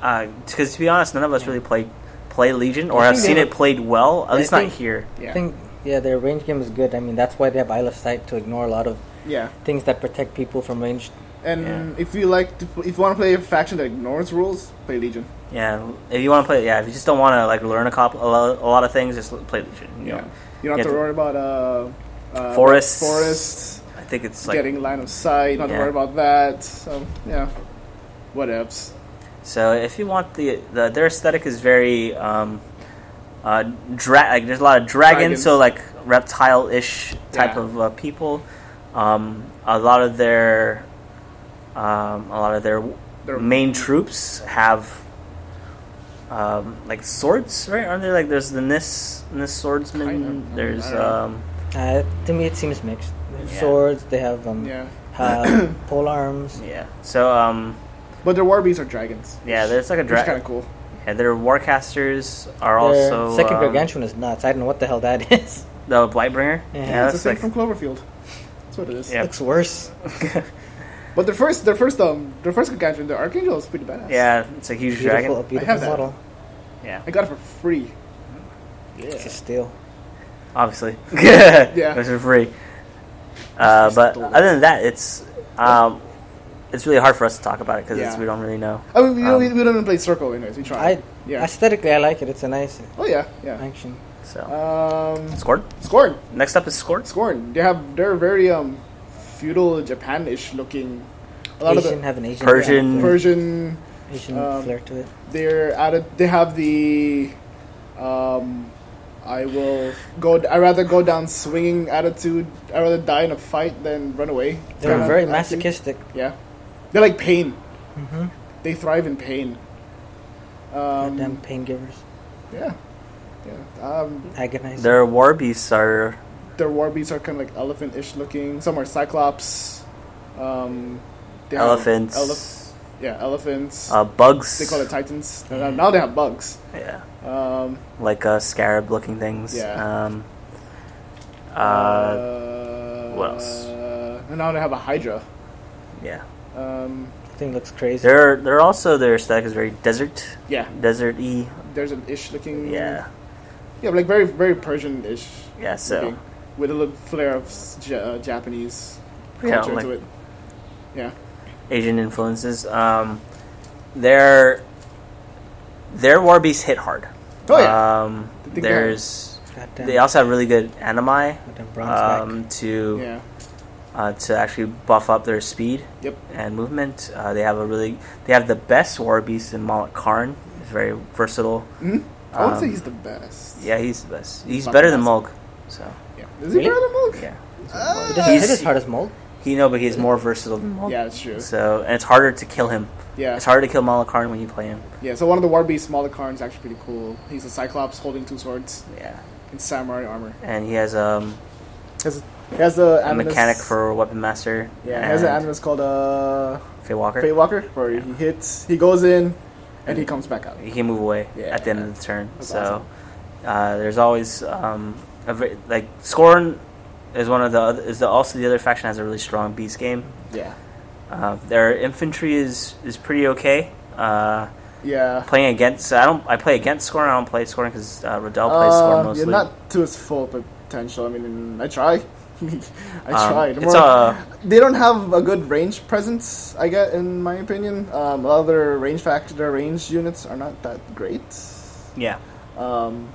[SPEAKER 1] Because to be honest, none of us really play play Legion or
[SPEAKER 3] I
[SPEAKER 1] have
[SPEAKER 3] think
[SPEAKER 1] seen
[SPEAKER 3] they-
[SPEAKER 1] it played well. At
[SPEAKER 3] I
[SPEAKER 1] least not
[SPEAKER 3] think-
[SPEAKER 1] here.
[SPEAKER 2] yeah,
[SPEAKER 3] I think yeah, their range game is good. I mean, that's why they have eyeless sight to ignore a lot of
[SPEAKER 2] yeah.
[SPEAKER 3] things that protect people from range.
[SPEAKER 2] And
[SPEAKER 1] Yeah.
[SPEAKER 2] if you like, to, pl- if you want to play a faction that ignores rules, play Legion.
[SPEAKER 1] Yeah. If you want to play, yeah. If you just don't want to like learn a, cop, a, lo- a lot of things, just play Legion. You know?
[SPEAKER 2] You don't
[SPEAKER 1] Yeah,
[SPEAKER 2] have to
[SPEAKER 1] the-
[SPEAKER 2] worry about uh, uh
[SPEAKER 1] Forests.
[SPEAKER 2] forests,
[SPEAKER 1] I think it's like
[SPEAKER 2] getting line of sight. Not
[SPEAKER 1] Yeah.
[SPEAKER 2] to worry about that. So yeah, whatevs.
[SPEAKER 1] so. If you want the, the their aesthetic is very um, uh, dra- like there's a lot of dragons,
[SPEAKER 2] Dragons.
[SPEAKER 1] so like reptile ish type
[SPEAKER 2] Yeah.
[SPEAKER 1] of uh, people. Um, a lot of their um, a lot of their,
[SPEAKER 2] Their-
[SPEAKER 1] main troops have um, like swords, right? Aren't there like there's the Nis Nis swordsman?
[SPEAKER 2] Kind of.
[SPEAKER 1] There's
[SPEAKER 2] I don't know.
[SPEAKER 1] um,
[SPEAKER 3] Uh, to me, it seems mixed. They have
[SPEAKER 1] Yeah.
[SPEAKER 3] Swords. They have um,
[SPEAKER 2] Yeah, (clears throat)
[SPEAKER 3] uh, pole arms.
[SPEAKER 1] yeah. So um,
[SPEAKER 2] but their war beasts are dragons.
[SPEAKER 1] yeah, there's like a
[SPEAKER 2] It's kind
[SPEAKER 1] dragon.
[SPEAKER 2] of cool.
[SPEAKER 1] Yeah, their warcasters are
[SPEAKER 3] Their
[SPEAKER 1] also
[SPEAKER 3] second
[SPEAKER 1] um,
[SPEAKER 3] gargantuan is nuts. I don't know what the hell that (laughs) is.
[SPEAKER 1] The Blightbringer?
[SPEAKER 3] Yeah.
[SPEAKER 2] It's the
[SPEAKER 1] that's
[SPEAKER 2] thing
[SPEAKER 1] like,
[SPEAKER 2] from Cloverfield. That's what it is.
[SPEAKER 1] Yeah.
[SPEAKER 3] Looks worse.
[SPEAKER 2] But their first, their first, um, their first gargantuan, the archangel is pretty badass.
[SPEAKER 1] (laughs) yeah, it's a huge
[SPEAKER 3] Beautiful, a
[SPEAKER 1] dragon.
[SPEAKER 3] beautiful
[SPEAKER 2] that.
[SPEAKER 3] model.
[SPEAKER 1] Yeah,
[SPEAKER 2] I got it for free.
[SPEAKER 3] It's a steal.
[SPEAKER 2] (laughs)
[SPEAKER 1] obviously. (laughs) yeah.
[SPEAKER 2] Yeah.
[SPEAKER 1] Those are free. Uh, but other than that, it's um, it's really hard for us to talk about it because
[SPEAKER 2] Yeah.
[SPEAKER 1] we don't really know.
[SPEAKER 2] I mean, we,
[SPEAKER 1] Um,
[SPEAKER 2] we, we don't even play circle, anyways. We try.
[SPEAKER 3] I
[SPEAKER 2] yeah.
[SPEAKER 3] aesthetically, I like it. It's a nice
[SPEAKER 2] oh yeah, yeah.
[SPEAKER 3] action.
[SPEAKER 1] So,
[SPEAKER 2] Um,
[SPEAKER 1] Scorn.
[SPEAKER 2] Scorn.
[SPEAKER 1] Next up is Scorn.
[SPEAKER 2] Scorn. They have they're very um feudal Japanish looking. A lot
[SPEAKER 3] Asian
[SPEAKER 2] of
[SPEAKER 3] have an Asian
[SPEAKER 1] Persian-
[SPEAKER 2] the
[SPEAKER 3] flair.
[SPEAKER 2] Persian.
[SPEAKER 3] Asian
[SPEAKER 2] um,
[SPEAKER 3] flair to it.
[SPEAKER 2] They're added. They have the. Um, I will go. I rather go down swinging attitude. I rather die in a fight than run away.
[SPEAKER 3] They're
[SPEAKER 2] Kinda
[SPEAKER 3] very
[SPEAKER 2] attitude.
[SPEAKER 3] masochistic.
[SPEAKER 2] Yeah, they're like pain.
[SPEAKER 3] Mm-hmm.
[SPEAKER 2] They thrive in pain.
[SPEAKER 3] Damn
[SPEAKER 2] Um,
[SPEAKER 3] pain givers.
[SPEAKER 2] yeah, yeah. Um,
[SPEAKER 3] Agonizing.
[SPEAKER 1] Their war beasts are.
[SPEAKER 2] their war beasts are kind of like elephant-ish looking. Some are cyclops. Um, they have
[SPEAKER 1] Elephants.
[SPEAKER 2] elef- Yeah, elephants.
[SPEAKER 1] uh, Mm-hmm. bugs.
[SPEAKER 2] they call it titans. No, no, Now they have bugs.
[SPEAKER 1] yeah.
[SPEAKER 2] Um,
[SPEAKER 1] Like uh, scarab looking things.
[SPEAKER 2] Yeah.
[SPEAKER 1] Um, uh,
[SPEAKER 2] uh,
[SPEAKER 1] what else?
[SPEAKER 2] And now they have a hydra.
[SPEAKER 1] yeah.
[SPEAKER 2] Um,
[SPEAKER 3] thing looks crazy.
[SPEAKER 1] They're, they're also, their aesthetic is very desert.
[SPEAKER 2] yeah,
[SPEAKER 1] Desert y.
[SPEAKER 2] there's an ish looking.
[SPEAKER 1] Yeah.
[SPEAKER 2] yeah, but like very very Persian ish.
[SPEAKER 1] Yeah, so.
[SPEAKER 2] looking, with a little flair of s- Ja- uh, Japanese culture
[SPEAKER 1] Yeah, like-
[SPEAKER 2] to it. Yeah,
[SPEAKER 1] Asian influences. Um, their their war beasts hit hard.
[SPEAKER 2] Oh, yeah.
[SPEAKER 1] Um,
[SPEAKER 2] I think they
[SPEAKER 1] there's
[SPEAKER 3] Goddamn.
[SPEAKER 1] they also have really good animi
[SPEAKER 3] Goddamn bronze back.
[SPEAKER 1] um, to
[SPEAKER 2] yeah,
[SPEAKER 1] uh, to actually buff up their speed
[SPEAKER 2] yep.
[SPEAKER 1] and movement. Uh, they have a really they have the best war beast in Malak Karn. He's very versatile.
[SPEAKER 2] hmm I would
[SPEAKER 1] Um,
[SPEAKER 2] say he's the best.
[SPEAKER 1] Yeah, he's the best. He's
[SPEAKER 2] Fucking
[SPEAKER 1] better than
[SPEAKER 2] awesome.
[SPEAKER 1] Mulk. So
[SPEAKER 2] Yeah. Is he
[SPEAKER 3] Really?
[SPEAKER 2] better than Mulk?
[SPEAKER 1] yeah,
[SPEAKER 3] It
[SPEAKER 2] Ah!
[SPEAKER 3] doesn't hit
[SPEAKER 1] He's-
[SPEAKER 3] as hard as mold.
[SPEAKER 1] he no, but he's more versatile than Mulk.
[SPEAKER 2] yeah, that's true.
[SPEAKER 1] So and it's harder to kill him.
[SPEAKER 2] Yeah,
[SPEAKER 1] It's harder to kill Malak Karn when you play him.
[SPEAKER 2] yeah. So one of the war beasts, Malakar, is actually pretty cool. He's a cyclops holding two swords
[SPEAKER 1] Yeah,
[SPEAKER 2] in samurai armor.
[SPEAKER 1] and he has um
[SPEAKER 2] Has, has the
[SPEAKER 1] a
[SPEAKER 2] animus,
[SPEAKER 1] mechanic for Weapon Master.
[SPEAKER 2] yeah.
[SPEAKER 1] and
[SPEAKER 2] He has an animus called uh,
[SPEAKER 1] Faye Walker.
[SPEAKER 2] Fate Walker, where he hits, he goes in, and he comes back out.
[SPEAKER 1] He can move away
[SPEAKER 2] Yeah.
[SPEAKER 1] at the end of the turn.
[SPEAKER 2] That's
[SPEAKER 1] so uh, there's always um, a ve- like Scorn is one of the oth- is the, also the other faction has a really strong beast game.
[SPEAKER 2] Yeah,
[SPEAKER 1] Uh, their infantry is is pretty okay. Uh,
[SPEAKER 2] yeah.
[SPEAKER 1] playing against I don't I play against Scorn. I don't play Scorn because uh, Riddell plays Scorn
[SPEAKER 2] Uh,
[SPEAKER 1] mostly.
[SPEAKER 2] yeah, not to its full potential. I mean, I try. (laughs) I
[SPEAKER 1] Um,
[SPEAKER 2] try. The
[SPEAKER 1] it's
[SPEAKER 2] more-
[SPEAKER 1] a-
[SPEAKER 2] they don't have a good range presence. I get, in my opinion, um, other range fact their range units are not that great.
[SPEAKER 1] yeah.
[SPEAKER 2] Um,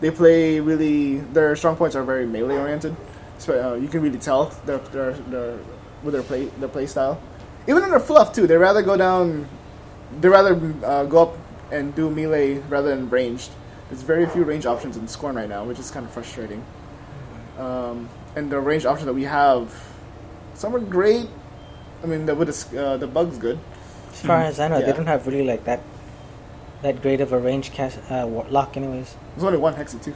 [SPEAKER 2] they play really. Their strong points are very melee oriented. So uh, you can really tell their their, their with their play their play style. Even in their fluff too, they rather go down. They rather uh, go up and do melee rather than ranged. There's very few range options in Scorn right now, which is kind of frustrating. Um, and the range options that we have, some are great. I mean, the with the, s- uh, the bug's good.
[SPEAKER 3] As far as I know, they
[SPEAKER 2] Hmm. Yeah.
[SPEAKER 3] don't have really like that that great of a range cast uh, wa- lock. Anyways,
[SPEAKER 2] There's only one hexy too.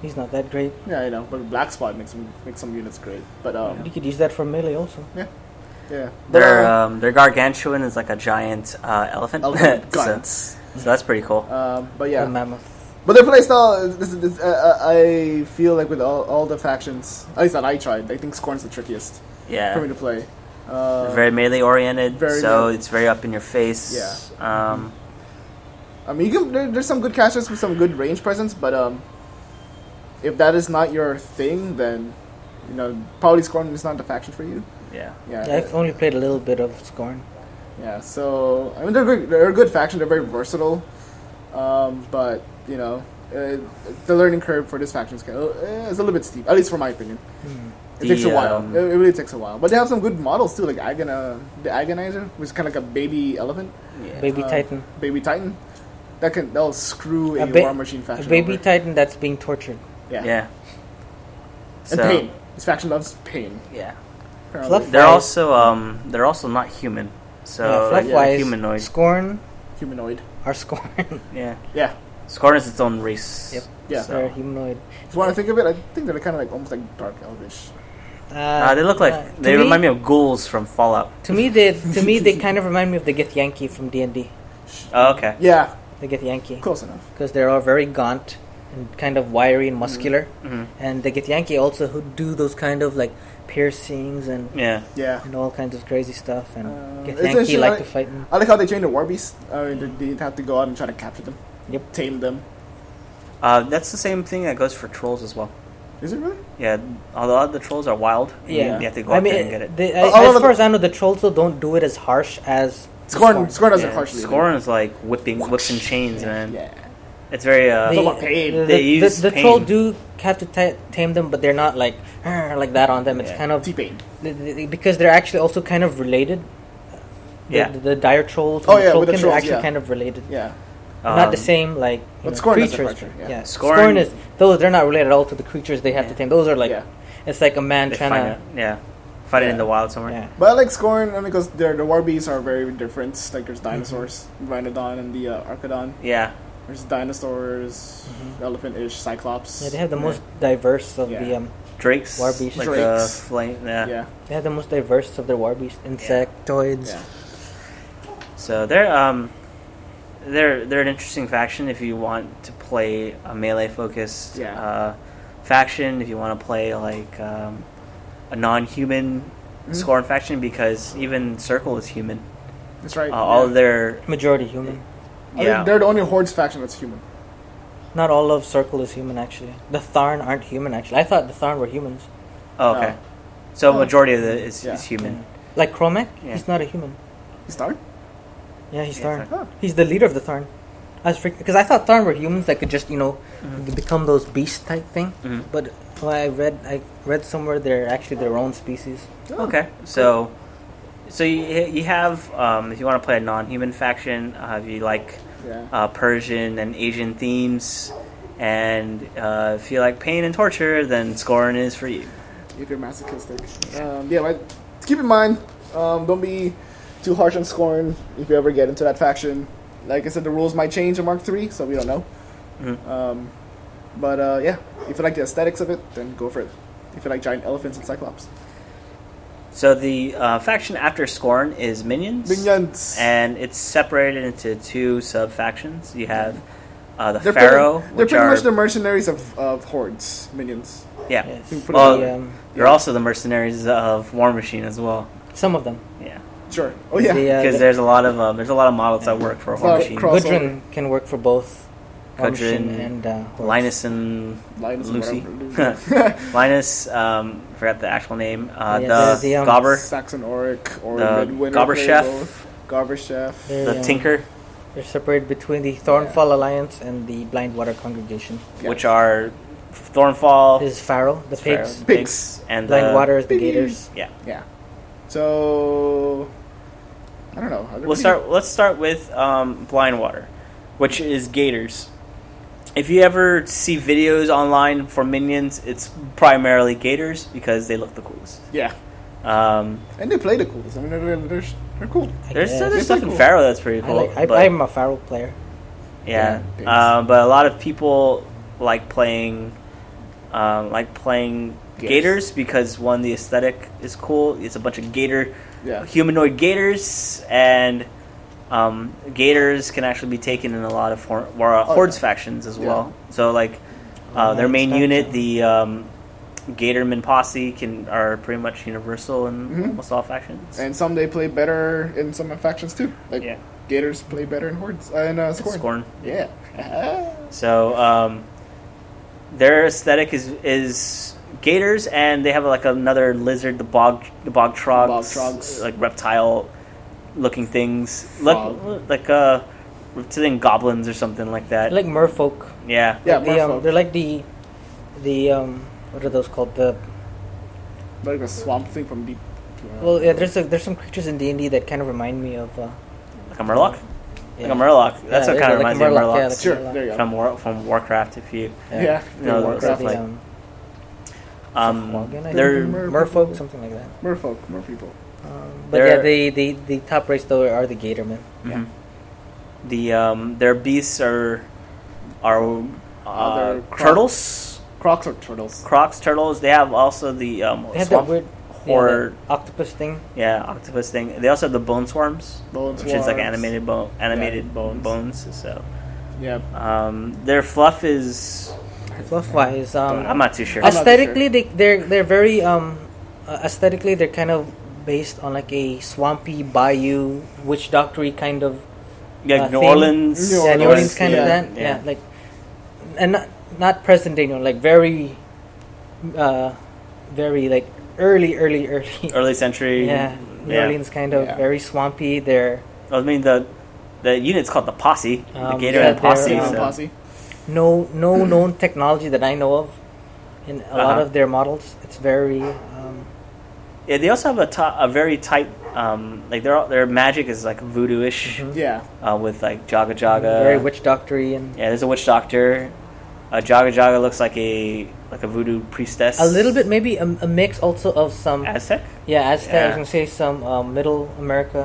[SPEAKER 3] he's not that great.
[SPEAKER 2] Yeah, you know, but black spot makes some makes some units great. But um,
[SPEAKER 3] You could use that for melee also.
[SPEAKER 2] yeah, yeah. But,
[SPEAKER 1] Their
[SPEAKER 2] uh,
[SPEAKER 1] um, their gargantuan is like a giant uh, elephant. (laughs) so,
[SPEAKER 2] Elephant guns.
[SPEAKER 1] so that's pretty cool.
[SPEAKER 2] um, but
[SPEAKER 3] Or
[SPEAKER 2] yeah,
[SPEAKER 3] mammoth.
[SPEAKER 2] But their playstyle, is- this, this, uh, uh, I feel like with all, all the factions, at least that I tried, I think Scorn's the trickiest for me
[SPEAKER 1] yeah,
[SPEAKER 2] to play. Uh,
[SPEAKER 1] very melee oriented.
[SPEAKER 2] very
[SPEAKER 1] so
[SPEAKER 2] melee.
[SPEAKER 1] it's very up in your face.
[SPEAKER 2] Yeah.
[SPEAKER 1] Um,
[SPEAKER 2] I mean, you can, there, there's some good casters with some good range presence, but um, if that is not your thing, then you know probably Scorn is not the faction for you.
[SPEAKER 1] yeah.
[SPEAKER 2] Yeah,
[SPEAKER 3] Yeah, I've only played a little bit of Scorn.
[SPEAKER 2] yeah. So I mean, they're good, they're a good faction. They're very versatile, um, but you know, uh, the learning curve for this faction is kind of, uh, is a little bit steep, at least from my opinion. It
[SPEAKER 1] The,
[SPEAKER 2] takes a while.
[SPEAKER 1] um,
[SPEAKER 2] it it really takes a while. But they have some good models too, like Agona, the Agonizer, which is kind of like a baby elephant,
[SPEAKER 1] yeah.
[SPEAKER 3] Baby
[SPEAKER 2] Uh,
[SPEAKER 3] Titan.
[SPEAKER 2] baby Titan. That can that'll screw a,
[SPEAKER 3] A ba-
[SPEAKER 2] war machine
[SPEAKER 3] A
[SPEAKER 2] faction.
[SPEAKER 3] baby
[SPEAKER 2] over.
[SPEAKER 3] Titan that's being tortured.
[SPEAKER 2] yeah.
[SPEAKER 1] Yeah.
[SPEAKER 2] and pain. This faction loves pain.
[SPEAKER 1] Yeah.
[SPEAKER 2] apparently.
[SPEAKER 3] Fluff-
[SPEAKER 1] They're
[SPEAKER 3] Right.
[SPEAKER 1] also um they're also not human.
[SPEAKER 3] yeah,
[SPEAKER 1] So
[SPEAKER 3] fluff
[SPEAKER 1] yeah,
[SPEAKER 3] wise,
[SPEAKER 1] humanoid.
[SPEAKER 3] Scorn
[SPEAKER 2] humanoid.
[SPEAKER 3] are Scorn.
[SPEAKER 1] Yeah.
[SPEAKER 2] Yeah,
[SPEAKER 1] Scorn is its own race.
[SPEAKER 3] Yep.
[SPEAKER 2] yeah.
[SPEAKER 1] So-
[SPEAKER 3] (laughs) They're humanoid.
[SPEAKER 2] If you want to think of it, I think they're kind of like almost like dark elvish.
[SPEAKER 3] Uh,
[SPEAKER 1] Uh, they look like they remind me of ghouls from Fallout.
[SPEAKER 3] To me, they to me
[SPEAKER 1] (laughs)
[SPEAKER 3] they kind of remind me of the Get Yankee from D and D.
[SPEAKER 1] Oh, okay.
[SPEAKER 2] Yeah,
[SPEAKER 3] The Get Yankee
[SPEAKER 2] close enough.
[SPEAKER 3] because they're all very gaunt and kind of wiry and muscular,
[SPEAKER 1] Mhm.
[SPEAKER 3] and the Get Yankee also who do those kind of like piercings and
[SPEAKER 1] Yeah.
[SPEAKER 2] Yeah.
[SPEAKER 3] and all kinds of crazy stuff.
[SPEAKER 2] Uh,
[SPEAKER 3] And Get
[SPEAKER 2] it's
[SPEAKER 3] Yankee
[SPEAKER 2] interesting,
[SPEAKER 3] like
[SPEAKER 2] I-
[SPEAKER 3] to fight. in-
[SPEAKER 2] I like how they train the war beasts. Uh, they, they have to go out and try to capture them,
[SPEAKER 3] Yep.
[SPEAKER 2] tame them.
[SPEAKER 1] Uh, that's the same thing that goes for trolls as well.
[SPEAKER 2] Is it really?
[SPEAKER 1] Yeah. A lot of the trolls are wild.
[SPEAKER 3] Yeah.
[SPEAKER 1] You have to go
[SPEAKER 3] I
[SPEAKER 1] out
[SPEAKER 3] mean,
[SPEAKER 1] there and get it.
[SPEAKER 3] They,
[SPEAKER 2] Oh,
[SPEAKER 3] I,
[SPEAKER 2] all
[SPEAKER 3] as
[SPEAKER 2] of
[SPEAKER 3] far
[SPEAKER 2] the-
[SPEAKER 3] as I know, the trolls though don't do it as harsh as the
[SPEAKER 2] Scorn, Scorn doesn't
[SPEAKER 1] Yeah,
[SPEAKER 2] harshly.
[SPEAKER 1] Scorn is like whipping whips and chains, man.
[SPEAKER 2] Yeah.
[SPEAKER 1] It's very uh
[SPEAKER 2] They- Talk about pain.
[SPEAKER 3] The,
[SPEAKER 1] They
[SPEAKER 3] the-
[SPEAKER 1] use
[SPEAKER 3] the troll
[SPEAKER 1] pain.
[SPEAKER 3] do have to ta tame them, but they're not like (laughs) "Arr," like that on them. It's
[SPEAKER 1] Yeah.
[SPEAKER 3] kind of
[SPEAKER 2] T pain.
[SPEAKER 3] th- th- because they're actually also kind of related. The,
[SPEAKER 1] Yeah.
[SPEAKER 3] the, the dire trolls.
[SPEAKER 2] Oh,
[SPEAKER 3] and
[SPEAKER 2] yeah,
[SPEAKER 3] the
[SPEAKER 2] with the
[SPEAKER 3] Tolkien
[SPEAKER 2] trolls,
[SPEAKER 3] are actually
[SPEAKER 2] yeah.
[SPEAKER 3] kind of related.
[SPEAKER 2] Yeah.
[SPEAKER 1] um,
[SPEAKER 3] not the same like you
[SPEAKER 2] But
[SPEAKER 3] know,
[SPEAKER 2] Scorn doesn't
[SPEAKER 3] creatures.
[SPEAKER 2] pressure,
[SPEAKER 3] yeah,
[SPEAKER 2] yeah.
[SPEAKER 3] Scorn,
[SPEAKER 1] Scorn-
[SPEAKER 3] is those they're not related at all to the creatures they have to
[SPEAKER 1] Yeah.
[SPEAKER 3] tame. Those are like
[SPEAKER 2] Yeah.
[SPEAKER 3] it's like a man
[SPEAKER 1] They
[SPEAKER 3] trying
[SPEAKER 1] find
[SPEAKER 3] to.
[SPEAKER 1] it. Yeah. Find it in
[SPEAKER 2] Yeah.
[SPEAKER 1] the wild somewhere.
[SPEAKER 3] Yeah.
[SPEAKER 2] But I like Scorn only because their the war beasts are very different. Like there's dinosaurs, Rhinodon and the uh, Archodon.
[SPEAKER 1] Yeah.
[SPEAKER 2] There's dinosaurs, elephant-ish, Cyclops.
[SPEAKER 3] Yeah, they have the most diverse of the
[SPEAKER 2] Yeah.
[SPEAKER 3] um,
[SPEAKER 1] Drakes.
[SPEAKER 3] Warbeast.
[SPEAKER 1] Like
[SPEAKER 2] Drakes.
[SPEAKER 1] the flame.
[SPEAKER 2] Yeah.
[SPEAKER 1] Yeah.
[SPEAKER 2] yeah.
[SPEAKER 3] they have the most diverse of their warbeast insectoids.
[SPEAKER 2] yeah.
[SPEAKER 1] So they're um, they're they're an interesting faction if you want to play a melee focused
[SPEAKER 2] Yeah.
[SPEAKER 1] uh, faction. If you want to play like um, a non-human
[SPEAKER 2] Mm-hmm.
[SPEAKER 1] scorn faction, because even Circle is human.
[SPEAKER 2] That's right.
[SPEAKER 1] Uh, All
[SPEAKER 2] yeah.
[SPEAKER 1] of their
[SPEAKER 3] Majority human.
[SPEAKER 2] I think
[SPEAKER 1] yeah
[SPEAKER 2] they're the only Hordes faction that's human.
[SPEAKER 3] Not all of Circle is human actually. The Tharn aren't human actually. I thought the Tharn were humans.
[SPEAKER 1] oh, okay.
[SPEAKER 2] Oh.
[SPEAKER 1] So
[SPEAKER 2] Oh.
[SPEAKER 1] majority of the is,
[SPEAKER 2] Yeah.
[SPEAKER 1] is human.
[SPEAKER 3] Like Cromac,
[SPEAKER 1] Yeah.
[SPEAKER 3] he's not a human.
[SPEAKER 2] He's dark.
[SPEAKER 3] Yeah, he's
[SPEAKER 1] Yeah,
[SPEAKER 3] Tharn.
[SPEAKER 2] Tharn.
[SPEAKER 3] He's the leader of the Tharn. I was because I thought Tharn were humans that could just you know
[SPEAKER 1] Mm-hmm.
[SPEAKER 3] become those beast type thing.
[SPEAKER 1] Mhm.
[SPEAKER 3] But when I read I read somewhere they're actually their own species.
[SPEAKER 2] Oh,
[SPEAKER 1] Okay, so so you you have um, if you want to play a non-human faction, uh, if you like
[SPEAKER 2] Yeah.
[SPEAKER 1] uh, Persian and Asian themes. And uh, if you like pain and torture, then Scorn is for you.
[SPEAKER 2] if you're masochistic. Um, yeah, but keep in mind, um, don't be too harsh on Scorn if you ever get into that faction. Like I said, the rules might change in Mark Three, so we don't know.
[SPEAKER 1] Mhm.
[SPEAKER 2] Um, but uh, yeah, if you like the aesthetics of it, then go for it. If you like giant elephants and cyclops,
[SPEAKER 1] So the uh, faction after Scorn is Minions,
[SPEAKER 2] minions.
[SPEAKER 1] and it's separated into two sub factions. You have uh, the
[SPEAKER 2] They're pretty-
[SPEAKER 1] Pharaoh,
[SPEAKER 2] they're
[SPEAKER 1] which
[SPEAKER 2] pretty
[SPEAKER 1] are
[SPEAKER 2] much the mercenaries of, of hordes, minions.
[SPEAKER 1] yeah,
[SPEAKER 3] Yes.
[SPEAKER 2] Put
[SPEAKER 1] Well,
[SPEAKER 3] The, um,
[SPEAKER 1] they're also the mercenaries of War Machine as well.
[SPEAKER 3] some of them.
[SPEAKER 1] Yeah,
[SPEAKER 2] Sure. Oh yeah.
[SPEAKER 3] The, uh,
[SPEAKER 1] because
[SPEAKER 3] the-
[SPEAKER 1] there's a lot of um, there's a lot of models that work for
[SPEAKER 2] It's
[SPEAKER 1] War
[SPEAKER 2] not
[SPEAKER 1] Machine.
[SPEAKER 2] cross-
[SPEAKER 3] Gudrun can work for both. Ormshin
[SPEAKER 1] Gudrun,
[SPEAKER 3] and uh, Horus.
[SPEAKER 1] Linus and
[SPEAKER 2] Linus and
[SPEAKER 1] Lucy.
[SPEAKER 2] whatever. (laughs) Lucy.
[SPEAKER 1] (laughs) Linus, um, forgot the actual name. Uh,
[SPEAKER 3] Yeah,
[SPEAKER 1] the,
[SPEAKER 3] the- the, um,
[SPEAKER 1] Gobber,
[SPEAKER 2] Saxon Auric or
[SPEAKER 1] The
[SPEAKER 2] Midwinter.
[SPEAKER 1] Gobber Chef.
[SPEAKER 2] Gobber Chef.
[SPEAKER 3] They're,
[SPEAKER 1] the
[SPEAKER 3] um,
[SPEAKER 1] Tinker,
[SPEAKER 3] They're separated between the Thornfall Alliance and the Blind Water Congregation.
[SPEAKER 2] Yeah.
[SPEAKER 1] which are Thornfall,
[SPEAKER 3] Is Farrell the
[SPEAKER 1] Pharaoh,
[SPEAKER 3] pigs?
[SPEAKER 2] Pigs.
[SPEAKER 1] and uh,
[SPEAKER 3] Blind
[SPEAKER 1] the-
[SPEAKER 3] Water is the
[SPEAKER 2] Piggies.
[SPEAKER 3] Gators.
[SPEAKER 1] Yeah,
[SPEAKER 2] Yeah. So I don't know. Are there
[SPEAKER 1] We'll
[SPEAKER 2] many-
[SPEAKER 1] start. Let's start with um, blind water, which is gators. If you ever see videos online for minions, it's primarily gators because they look the coolest.
[SPEAKER 2] Yeah,
[SPEAKER 1] Um,
[SPEAKER 2] and they play the coolest. I mean, they're they're, they're cool.
[SPEAKER 3] I
[SPEAKER 1] there's
[SPEAKER 3] guess.
[SPEAKER 1] other
[SPEAKER 2] They're
[SPEAKER 1] stuff
[SPEAKER 2] pretty
[SPEAKER 1] in
[SPEAKER 2] cool.
[SPEAKER 1] Pharaoh that's pretty
[SPEAKER 3] I
[SPEAKER 1] cool.
[SPEAKER 3] like, I,
[SPEAKER 1] but-
[SPEAKER 3] I'm a Pharaoh player.
[SPEAKER 1] yeah,
[SPEAKER 2] Yeah,
[SPEAKER 1] um, but a lot of people like playing, um, like playing
[SPEAKER 2] Gators.
[SPEAKER 1] gators because one, the aesthetic is cool. It's a bunch of gator
[SPEAKER 2] Yeah,
[SPEAKER 1] humanoid gators, and um, gators can actually be taken in a lot of hor- war-
[SPEAKER 2] Oh, yeah.
[SPEAKER 1] hordes factions as
[SPEAKER 2] Yeah.
[SPEAKER 1] well. So, like uh, their
[SPEAKER 3] Alliance
[SPEAKER 1] main
[SPEAKER 3] faction.
[SPEAKER 1] unit, the um, Gatorman posse, can are pretty much universal in
[SPEAKER 2] Mhm.
[SPEAKER 1] almost all factions.
[SPEAKER 2] and some they play better in some factions too. Like
[SPEAKER 1] Yeah.
[SPEAKER 2] Gators play better in hordes uh, in uh,
[SPEAKER 1] Scorn.
[SPEAKER 2] Scorn. Yeah. (laughs)
[SPEAKER 1] So um, their aesthetic is is gators, and they have like another lizard, the bog the bog trogs,
[SPEAKER 2] Bogtrogs.
[SPEAKER 1] like reptile looking things,
[SPEAKER 2] Frog.
[SPEAKER 1] look like uh, reptilian goblins or something like that.
[SPEAKER 3] They're like merfolk.
[SPEAKER 1] yeah,
[SPEAKER 2] Yeah,
[SPEAKER 3] Like the, um,
[SPEAKER 2] merfolk.
[SPEAKER 3] they're like the the um, what are those called? The
[SPEAKER 2] like a swamp thing from deep. uh,
[SPEAKER 3] well, yeah. There's a, there's some creatures in D and D that kind of remind me of. Uh,
[SPEAKER 1] like a murloc,
[SPEAKER 3] yeah.
[SPEAKER 1] like a murloc. That's
[SPEAKER 3] Yeah,
[SPEAKER 1] what
[SPEAKER 3] yeah,
[SPEAKER 1] kind of
[SPEAKER 3] like
[SPEAKER 1] reminds
[SPEAKER 3] a
[SPEAKER 1] me of
[SPEAKER 3] murloc, yeah,
[SPEAKER 1] murlocs
[SPEAKER 2] sure. There you go.
[SPEAKER 1] from War, from Warcraft. If you
[SPEAKER 2] yeah.
[SPEAKER 1] you know,
[SPEAKER 2] Warcraft.
[SPEAKER 1] stuff
[SPEAKER 3] the,
[SPEAKER 1] like
[SPEAKER 3] um,
[SPEAKER 1] um,
[SPEAKER 3] Hwagen, I
[SPEAKER 1] they're
[SPEAKER 3] think.
[SPEAKER 2] Mer-
[SPEAKER 3] merfolk, something like that.
[SPEAKER 2] merfolk, mer people.
[SPEAKER 3] Um, but
[SPEAKER 1] They're-
[SPEAKER 3] yeah, the, the the top race though are the Gatormen.
[SPEAKER 1] mhm. the um, their beasts are are uh,
[SPEAKER 2] Other croc-
[SPEAKER 1] turtles.
[SPEAKER 2] Crocs or turtles.
[SPEAKER 1] Crocs, turtles. They have also the um,
[SPEAKER 3] They have
[SPEAKER 1] swamp
[SPEAKER 3] that weird yeah,
[SPEAKER 1] horror,
[SPEAKER 3] that octopus thing.
[SPEAKER 1] yeah, octopus thing. They also have the bone swarms,
[SPEAKER 2] Bones.
[SPEAKER 1] which is like
[SPEAKER 2] wargs.
[SPEAKER 1] animated bone, animated
[SPEAKER 2] Yeah,
[SPEAKER 1] bones.
[SPEAKER 2] bones.
[SPEAKER 1] So
[SPEAKER 2] Yeah.
[SPEAKER 1] um, their fluff is.
[SPEAKER 3] Fluff wise, um,
[SPEAKER 1] I'm not too sure.
[SPEAKER 2] I'm not
[SPEAKER 3] aesthetically they they're they're very um uh, aesthetically they're kind of based on like a swampy bayou witch doctory kind of
[SPEAKER 1] yeah,
[SPEAKER 3] uh,
[SPEAKER 1] New
[SPEAKER 3] thing.
[SPEAKER 1] Orleans,
[SPEAKER 2] New
[SPEAKER 3] yeah, New
[SPEAKER 2] Orleans,
[SPEAKER 3] Orleans kind of
[SPEAKER 2] yeah,
[SPEAKER 3] that yeah. like and not not present day New Orleans, like very uh very like early early (laughs) early
[SPEAKER 1] early century.
[SPEAKER 3] yeah New
[SPEAKER 1] yeah.
[SPEAKER 3] Orleans kind of
[SPEAKER 2] Yeah.
[SPEAKER 3] very swampy they're
[SPEAKER 1] I mean the the unit's called the Posse, the
[SPEAKER 3] Um,
[SPEAKER 1] Gator
[SPEAKER 3] yeah,
[SPEAKER 1] and Posse.
[SPEAKER 2] Posse,
[SPEAKER 3] um,
[SPEAKER 1] so-
[SPEAKER 2] posse.
[SPEAKER 3] no no known technology that I know of in a lot
[SPEAKER 1] Uh-huh.
[SPEAKER 3] of their models it's very um,
[SPEAKER 1] Yeah, they also have a ti- a very tight um, like their their magic is like voodoo-ish
[SPEAKER 3] Mhm.
[SPEAKER 2] Yeah.
[SPEAKER 1] uh, with like Jaga Jaga.
[SPEAKER 3] very witch doctory and
[SPEAKER 1] Yeah, there's a witch doctor. Uh, Jaga Jaga looks like a like a voodoo priestess.
[SPEAKER 3] a little bit maybe a, a mix also of some
[SPEAKER 1] Aztec.
[SPEAKER 3] yeah aztec
[SPEAKER 1] Yeah.
[SPEAKER 3] i was gonna say some um, middle america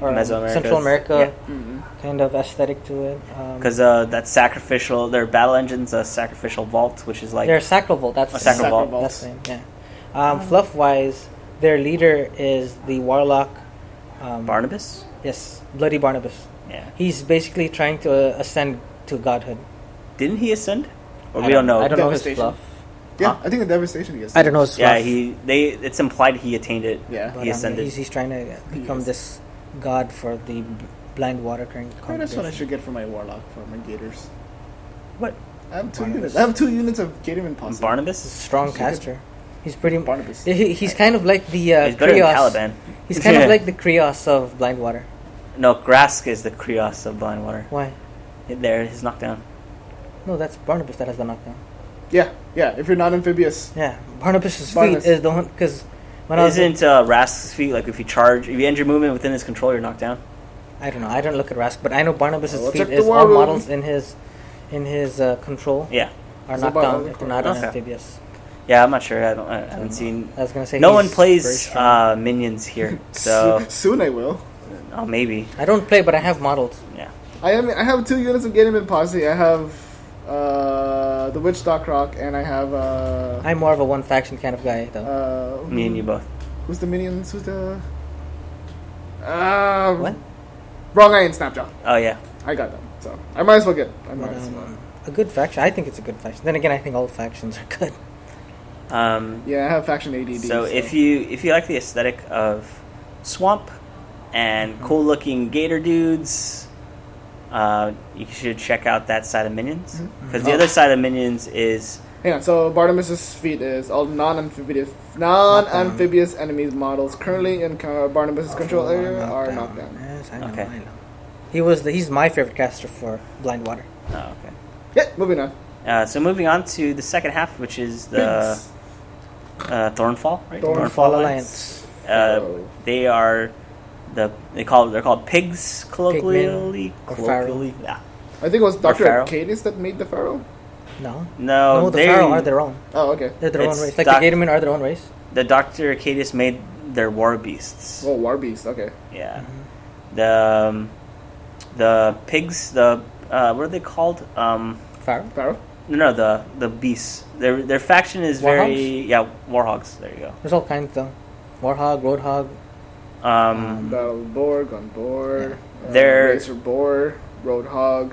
[SPEAKER 3] or um,
[SPEAKER 1] Mesoamerica's-
[SPEAKER 3] central america
[SPEAKER 2] Mm-mm.
[SPEAKER 3] kind of aesthetic to it um,
[SPEAKER 1] Because uh, that sacrificial, their battle engine's a sacrificial vault, which is like
[SPEAKER 3] they're sacroval that's
[SPEAKER 1] a
[SPEAKER 3] the name.
[SPEAKER 1] sacral vault.
[SPEAKER 2] Sacral
[SPEAKER 3] that's the name, yeah um, fluff wise their leader is the warlock um,
[SPEAKER 1] Barnabas.
[SPEAKER 3] yes bloody barnabas
[SPEAKER 1] Yeah,
[SPEAKER 3] he's basically trying to uh, ascend to godhood
[SPEAKER 1] didn't he ascend? Or
[SPEAKER 3] I
[SPEAKER 1] we don't know.
[SPEAKER 3] i don't know his
[SPEAKER 2] Devastation.
[SPEAKER 3] fluff
[SPEAKER 2] Yeah,
[SPEAKER 1] Huh?
[SPEAKER 2] I think the devastation gets.
[SPEAKER 3] i don't know his
[SPEAKER 1] yeah,
[SPEAKER 3] fluff,
[SPEAKER 1] he they. It's implied he attained it.
[SPEAKER 2] Yeah.
[SPEAKER 3] but,
[SPEAKER 1] he
[SPEAKER 3] um,
[SPEAKER 1] ascended.
[SPEAKER 3] he's, he's trying to
[SPEAKER 2] He
[SPEAKER 3] become
[SPEAKER 2] is.
[SPEAKER 3] this god for the blind water current
[SPEAKER 2] Oh, that's what I should get for my warlock for my gators.
[SPEAKER 1] What?
[SPEAKER 2] I have two units.
[SPEAKER 3] Barnabas.
[SPEAKER 2] I have two units of gator and posse.
[SPEAKER 1] Barnabas.
[SPEAKER 3] strong
[SPEAKER 2] He's a good-
[SPEAKER 3] caster. He's pretty.
[SPEAKER 2] Barnabas.
[SPEAKER 3] He, he's kind of like the uh,
[SPEAKER 1] He's better than
[SPEAKER 3] Krios.
[SPEAKER 1] Caliban.
[SPEAKER 3] He's kind
[SPEAKER 1] (laughs)
[SPEAKER 3] of like the Krios of Blind Water.
[SPEAKER 1] No, Grask is the Krios of Blind Water.
[SPEAKER 3] Why?
[SPEAKER 1] There, his knockdown.
[SPEAKER 3] No, that's Barnabas that has the knockdown.
[SPEAKER 2] Yeah, yeah. If you're not amphibious,
[SPEAKER 3] Yeah, Barnabas's
[SPEAKER 2] Barnabas.
[SPEAKER 3] feet is the one because when I was
[SPEAKER 1] Isn't uh, Rask's feet like if you charge, if you end your movement within his control, you're knocked down?
[SPEAKER 3] I don't know. I don't look at Rask, but I know Barnabas's
[SPEAKER 2] Well, Oh, check
[SPEAKER 3] feet
[SPEAKER 2] the
[SPEAKER 3] is
[SPEAKER 2] war
[SPEAKER 3] all
[SPEAKER 2] room.
[SPEAKER 3] models in his in his uh, control
[SPEAKER 1] Yeah,
[SPEAKER 3] are
[SPEAKER 2] Is it
[SPEAKER 3] knocked down
[SPEAKER 2] Barnabas?
[SPEAKER 3] if they're not
[SPEAKER 1] Okay.
[SPEAKER 3] on amphibious.
[SPEAKER 1] yeah. I'm not sure. I, don't, I haven't
[SPEAKER 3] I don't know.
[SPEAKER 1] seen.
[SPEAKER 3] I was gonna say
[SPEAKER 1] No
[SPEAKER 3] he's
[SPEAKER 1] one
[SPEAKER 3] very
[SPEAKER 1] plays
[SPEAKER 3] strong.
[SPEAKER 1] uh, minions
[SPEAKER 3] (laughs)
[SPEAKER 1] here, so
[SPEAKER 2] so- (laughs) soon I will.
[SPEAKER 1] oh, maybe.
[SPEAKER 3] I don't play, but I have models.
[SPEAKER 1] Yeah.
[SPEAKER 2] I am. I have two units of gator and posse. I have uh, the witch dock rock, and I have uh,
[SPEAKER 3] I'm more of a one faction kind of guy though.
[SPEAKER 2] uh,
[SPEAKER 1] Me and you both.
[SPEAKER 2] Who's the minions? Who's the uh,
[SPEAKER 3] what?
[SPEAKER 2] Wrong eye and Snapjaw.
[SPEAKER 1] Oh yeah.
[SPEAKER 2] I got them. So I might as well get. I might
[SPEAKER 3] But,
[SPEAKER 2] as well.
[SPEAKER 3] um, a good faction. I think it's a good faction. Then again, I think all factions are good.
[SPEAKER 1] Um,
[SPEAKER 2] Yeah, I have faction ADD.
[SPEAKER 1] so if you if you like the aesthetic of swamp and
[SPEAKER 3] Mm-hmm.
[SPEAKER 1] cool looking gator dudes, uh, you should check out that side of minions
[SPEAKER 3] Mm-hmm.
[SPEAKER 1] because the
[SPEAKER 2] Oh.
[SPEAKER 1] other side of minions is
[SPEAKER 2] Hang on. So Barnabas's feat is all non-amphibious non-amphibious enemies models currently in Ca- Barnabas's control area are knocked down.
[SPEAKER 3] Yes, I know,
[SPEAKER 1] Okay.
[SPEAKER 3] I know. He was the, he's my favorite caster for Blind Water.
[SPEAKER 1] oh, okay.
[SPEAKER 2] Yeah, moving on.
[SPEAKER 1] Uh, so moving on to the second half, which is the
[SPEAKER 2] Bigs.
[SPEAKER 1] uh, Thornfall, right?
[SPEAKER 2] Thornfall
[SPEAKER 3] Thornfall Alliance.
[SPEAKER 1] Uh,
[SPEAKER 2] Pharaoh.
[SPEAKER 1] They are the they call they're called pigs colloquially.
[SPEAKER 3] Or
[SPEAKER 1] colloquially, yeah.
[SPEAKER 2] I think it was Doctor
[SPEAKER 1] Pharaoh.
[SPEAKER 2] Arcadis that made the Pharaoh.
[SPEAKER 3] No.
[SPEAKER 1] No,
[SPEAKER 3] no, the
[SPEAKER 1] they,
[SPEAKER 3] Pharaoh are their own.
[SPEAKER 2] Oh, okay.
[SPEAKER 3] They're their
[SPEAKER 1] It's
[SPEAKER 3] own race. Like
[SPEAKER 1] doc-
[SPEAKER 3] the Gatormen are their own race.
[SPEAKER 1] the Doctor Arcadius made their war beasts.
[SPEAKER 2] Oh, War Beast. Okay.
[SPEAKER 1] Yeah, the um, the pigs. The uh, what are they called? Um,
[SPEAKER 3] Pharaoh?
[SPEAKER 2] Pharaoh.
[SPEAKER 1] no, no, the the beasts. Their their faction is very
[SPEAKER 3] Warhogs?
[SPEAKER 1] yeah warhogs. There you go.
[SPEAKER 3] There's all kinds though. Warhog, Roadhog.
[SPEAKER 1] Um,
[SPEAKER 2] Battle Boar, Gun Boar, uh,
[SPEAKER 1] They're-
[SPEAKER 2] Razor Boar, Roadhog,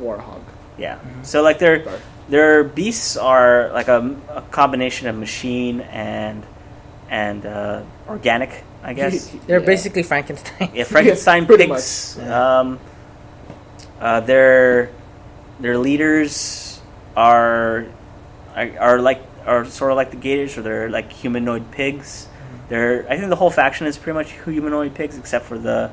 [SPEAKER 2] Warhog.
[SPEAKER 1] yeah.
[SPEAKER 3] Mm-hmm.
[SPEAKER 1] So like their
[SPEAKER 2] Sorry.
[SPEAKER 1] their beasts are like a, a combination of machine and and uh, organic, I guess.
[SPEAKER 3] They're
[SPEAKER 2] Yeah.
[SPEAKER 3] basically Frankenstein. (laughs)
[SPEAKER 1] yeah, Frankenstein
[SPEAKER 2] pretty
[SPEAKER 1] pigs.
[SPEAKER 3] much.
[SPEAKER 1] Um, uh, their their leaders are are are like are sort of like the Gators, or they're like humanoid pigs. They're I think the whole faction is pretty much humanoid pigs, except for the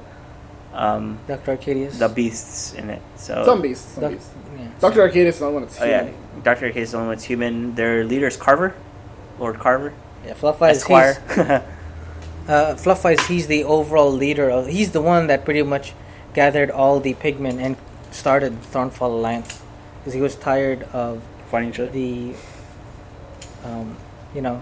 [SPEAKER 1] um,
[SPEAKER 3] Dr. Arcadius.
[SPEAKER 1] the beasts in it. So
[SPEAKER 2] Some beasts. Some
[SPEAKER 3] Doc-
[SPEAKER 2] beasts.
[SPEAKER 3] yeah.
[SPEAKER 2] Doctor Arcadis is not one that's
[SPEAKER 1] Oh yeah,
[SPEAKER 2] human.
[SPEAKER 1] Doctor K is the only one's human. Their leader's Carver, Lord Carver,
[SPEAKER 3] Yeah, Fluffi is
[SPEAKER 1] Esquire.
[SPEAKER 3] he's, uh, Fluffi is he's the overall leader of. He's the one that pretty much gathered all the pigmen and started Thornfall Alliance because he was tired of
[SPEAKER 1] (laughs) Fighting each other.
[SPEAKER 3] the, um, you know,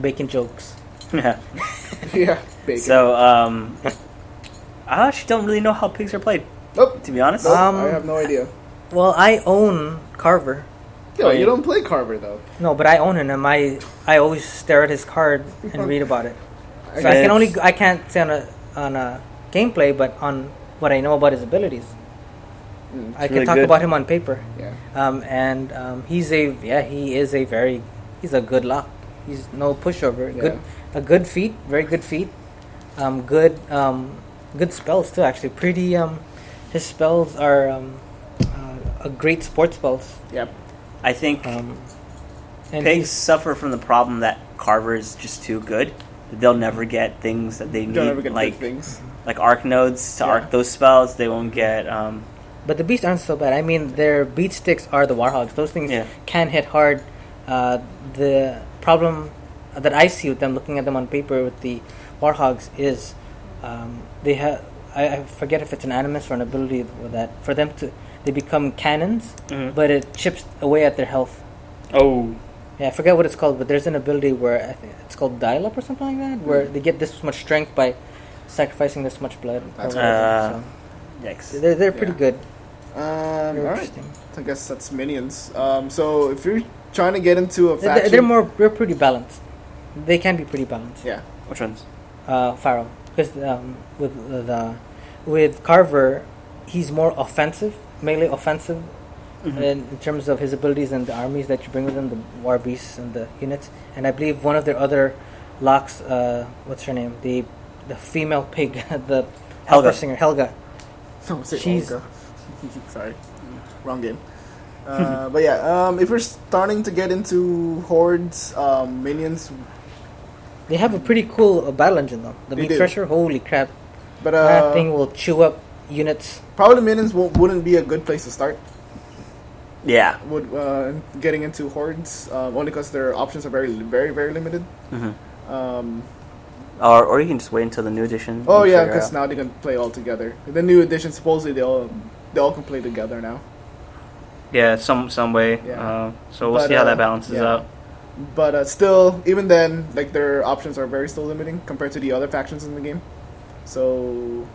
[SPEAKER 3] bacon jokes.
[SPEAKER 1] Yeah.
[SPEAKER 2] (laughs) yeah. Bacon.
[SPEAKER 1] So um, (laughs) I actually don't really know how pigs are played,
[SPEAKER 2] nope.
[SPEAKER 1] to be honest.
[SPEAKER 2] Nope,
[SPEAKER 3] Um,
[SPEAKER 2] I have no idea.
[SPEAKER 3] Well, I own Carver.
[SPEAKER 2] Yo,
[SPEAKER 1] oh,
[SPEAKER 2] you
[SPEAKER 1] yeah.
[SPEAKER 2] don't play Carver though.
[SPEAKER 3] No, but I own him. and I I always stare at his card and read about it.
[SPEAKER 2] I
[SPEAKER 3] So I
[SPEAKER 1] guess-
[SPEAKER 3] can only I can't say on a on a gameplay, but on what I know about his abilities,
[SPEAKER 2] Mm,
[SPEAKER 3] I can
[SPEAKER 1] really
[SPEAKER 3] talk
[SPEAKER 1] good.
[SPEAKER 3] about him on paper.
[SPEAKER 2] yeah.
[SPEAKER 3] Um, and um, he's a yeah he is a very he's a good lock. He's no pushover. Good a good feat, very good feat. Um, good um, good spells too. Actually, pretty um, his spells are um, uh, a great sports spells.
[SPEAKER 2] Yep.
[SPEAKER 1] I think
[SPEAKER 3] Um,
[SPEAKER 1] pigs
[SPEAKER 3] he's-
[SPEAKER 1] suffer from the problem that Carver is just too good. that They'll never get things that they
[SPEAKER 2] You
[SPEAKER 1] need,
[SPEAKER 2] don't ever get
[SPEAKER 1] like
[SPEAKER 2] good things.
[SPEAKER 1] like arc nodes to
[SPEAKER 2] Yeah.
[SPEAKER 1] arc those spells. They won't get. Um,
[SPEAKER 3] But the beats aren't so bad. I mean, their beat sticks are the warhogs. Those things
[SPEAKER 1] Yeah.
[SPEAKER 3] can hit hard. Uh, the problem that I see with them, looking at them on paper with the warhogs, is um, they have. I I forget if it's an animus or an ability for that. For them to, they become cannons,
[SPEAKER 1] Mhm.
[SPEAKER 2] Mm-hmm.
[SPEAKER 3] but it chips away at their health.
[SPEAKER 1] oh,
[SPEAKER 3] Yeah, I forget what it's called, but there's an ability where I think it's called dial up or something like that, where they get this much strength by sacrificing this much blood. or
[SPEAKER 2] That's
[SPEAKER 3] whatever.
[SPEAKER 1] right.
[SPEAKER 3] so
[SPEAKER 1] yikes!
[SPEAKER 3] they're they're pretty
[SPEAKER 2] Yeah.
[SPEAKER 3] good.
[SPEAKER 2] Um, all
[SPEAKER 3] They're
[SPEAKER 2] right.
[SPEAKER 3] interesting.
[SPEAKER 2] I guess that's minions. Um, so if you're trying to get into a
[SPEAKER 3] They're-
[SPEAKER 2] faction,
[SPEAKER 3] They're more. They're pretty balanced. They can be pretty balanced.
[SPEAKER 2] Yeah.
[SPEAKER 1] Which ones?
[SPEAKER 3] Uh, Pharaoh, because um, with the, the with Carver, he's more offensive, melee offensive,
[SPEAKER 2] Mm-hmm.
[SPEAKER 3] in, in terms of his abilities and the armies that you bring with him, the war beasts and the units. And I believe one of their other locks, uh, what's her name, the the female pig, (laughs) the
[SPEAKER 1] Helga.
[SPEAKER 3] opera singer Helga.
[SPEAKER 2] Don't say
[SPEAKER 3] She's-
[SPEAKER 2] Olga. (laughs) Sorry, wrong game. Uh, but yeah, um, if you're starting to get into hordes, um, minions,
[SPEAKER 3] They have a pretty cool uh, battle engine though.
[SPEAKER 2] They
[SPEAKER 3] The meat
[SPEAKER 2] do.
[SPEAKER 3] thresher, holy crap!
[SPEAKER 2] but
[SPEAKER 3] that thing
[SPEAKER 2] uh,
[SPEAKER 3] will chew up units.
[SPEAKER 2] probably minions won't, wouldn't be a good place to start.
[SPEAKER 1] Mm-hmm. Yeah.
[SPEAKER 2] Would uh, getting into hordes uh, only because their options are very, very, very limited.
[SPEAKER 1] Mhm.
[SPEAKER 2] Um,
[SPEAKER 1] Or or you can just wait until the new edition.
[SPEAKER 2] oh
[SPEAKER 1] and
[SPEAKER 2] yeah,
[SPEAKER 1] figure
[SPEAKER 2] because
[SPEAKER 1] out.
[SPEAKER 2] now they can play all together. The new edition supposedly they all they all can play together now.
[SPEAKER 1] yeah, some some way.
[SPEAKER 2] Yeah.
[SPEAKER 1] Uh, so we'll
[SPEAKER 2] But,
[SPEAKER 1] see how
[SPEAKER 2] uh,
[SPEAKER 1] that balances
[SPEAKER 2] yeah.
[SPEAKER 1] out.
[SPEAKER 2] But uh, still, even then, like their options are very still limiting compared to the other factions in the game. So,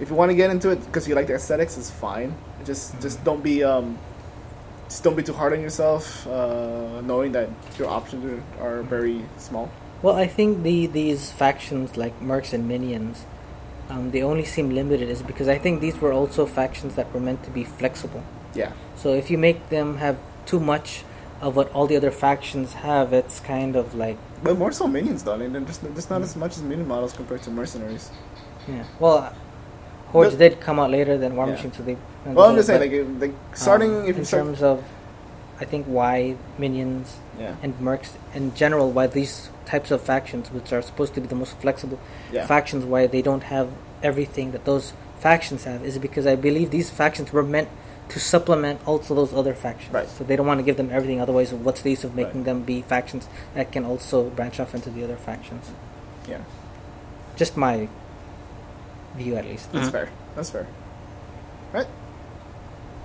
[SPEAKER 2] if you want to get into it because you like the aesthetics, it's fine. Just just don't be um, just don't be too hard on yourself, uh, knowing that your options are, are very small.
[SPEAKER 3] Well, I think the these factions like mercs and minions, um, they only seem limited is because I think these were also factions that were meant to be flexible.
[SPEAKER 2] Yeah,
[SPEAKER 3] So if you make them have too much of what all the other factions have, it's kind of like
[SPEAKER 2] but more so minions though. I mean, there's there's not as much as minion models compared to mercenaries.
[SPEAKER 3] yeah. Well, hordes
[SPEAKER 2] But-
[SPEAKER 3] did come out later than War
[SPEAKER 2] Yeah.
[SPEAKER 3] Machine, so they.
[SPEAKER 2] Well, I'm just saying, like,
[SPEAKER 3] but,
[SPEAKER 2] if- like starting
[SPEAKER 3] um,
[SPEAKER 2] if
[SPEAKER 3] in
[SPEAKER 2] you start,
[SPEAKER 3] terms of, I think why minions
[SPEAKER 2] yeah,
[SPEAKER 3] and mercs in general, why these types of factions, which are supposed to be the most flexible
[SPEAKER 2] yeah,
[SPEAKER 3] factions why they don't have everything that those factions have is because I believe these factions were meant to supplement also those other factions.
[SPEAKER 1] Right.
[SPEAKER 3] So they don't want to give them everything. Otherwise, what's the use of making
[SPEAKER 1] Right.
[SPEAKER 3] them be factions that can also branch off into the other factions?
[SPEAKER 2] Yeah,
[SPEAKER 3] Just my view, at least.
[SPEAKER 2] that's
[SPEAKER 1] Mhm.
[SPEAKER 2] fair. That's fair. Right.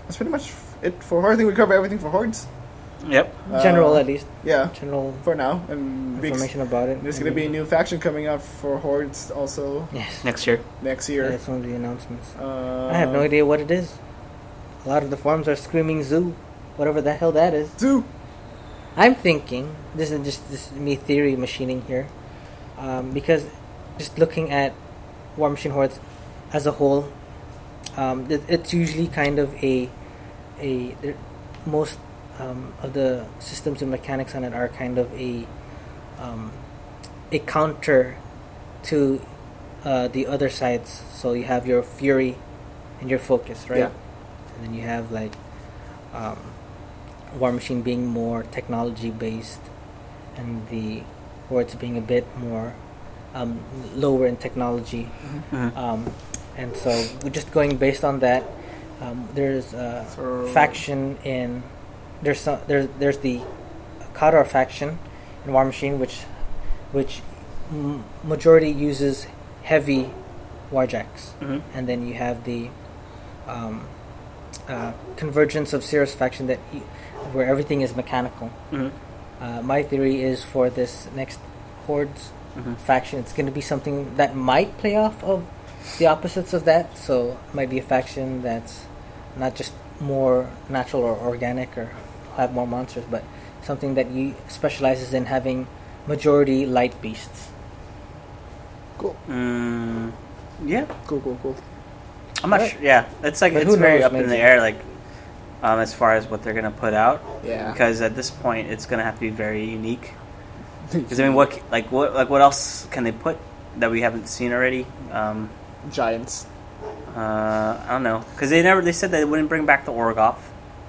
[SPEAKER 2] That's pretty much it for hordes. I think we cover everything for hordes.
[SPEAKER 1] Yep.
[SPEAKER 3] General,
[SPEAKER 2] Uh,
[SPEAKER 3] at least.
[SPEAKER 2] Yeah,
[SPEAKER 3] General
[SPEAKER 2] for now. And big-
[SPEAKER 3] information about it.
[SPEAKER 2] there's gonna be a new faction coming up for hordes also
[SPEAKER 3] Yes.
[SPEAKER 1] Next year.
[SPEAKER 2] next
[SPEAKER 3] Yeah,
[SPEAKER 2] year.
[SPEAKER 3] That's one of the announcements.
[SPEAKER 2] Uh,
[SPEAKER 3] I have no idea what it is. A lot of the forums are screaming zoo, whatever the hell that is.
[SPEAKER 2] Zoo.
[SPEAKER 3] I'm thinking this is just this is me theory machining here, um, because just looking at War Machine Hordes as a whole, um, it, it's usually kind of a a there- most um, of the systems and mechanics on it are kind of a um, a counter to uh, the other sides. So you have your fury and your focus, right?
[SPEAKER 2] Yeah.
[SPEAKER 3] And then you have like um, War Machine being more technology based, and the Hordes being a bit more um, lower in technology.
[SPEAKER 1] Mm-hmm.
[SPEAKER 3] Um, and so we're just going based on that. Um, there's a
[SPEAKER 2] So-
[SPEAKER 3] faction in there's some, there's there's the Kadar faction in War Machine, which which m- majority uses heavy warjacks,
[SPEAKER 1] Mhm.
[SPEAKER 3] and then you have the um, uh, convergence of Cirrus faction that e- where everything is mechanical.
[SPEAKER 1] Mhm.
[SPEAKER 3] Uh, my theory is for this next hordes
[SPEAKER 1] Mhm.
[SPEAKER 3] faction, it's going to be something that might play off of the opposites of that. So it might be a faction that's not just more natural or organic or have more monsters, but something that you specializes in having majority light beasts.
[SPEAKER 2] Cool.
[SPEAKER 1] Mm, yeah.
[SPEAKER 2] Cool. Cool. Cool.
[SPEAKER 1] I'm not
[SPEAKER 3] Right.
[SPEAKER 1] sure. Yeah, it's like
[SPEAKER 3] But
[SPEAKER 1] it's
[SPEAKER 3] who
[SPEAKER 1] very
[SPEAKER 3] knows,
[SPEAKER 1] up in the
[SPEAKER 3] maybe.
[SPEAKER 1] air, like um, as far as what they're gonna put out, (laughs)
[SPEAKER 2] Yeah.
[SPEAKER 1] because at this point it's gonna have to be very unique. Because I mean, what c- like what like what else can they put that we haven't seen already? Um,
[SPEAKER 2] Giants.
[SPEAKER 1] uh, I don't know because they never they said they wouldn't bring back the Orgoth,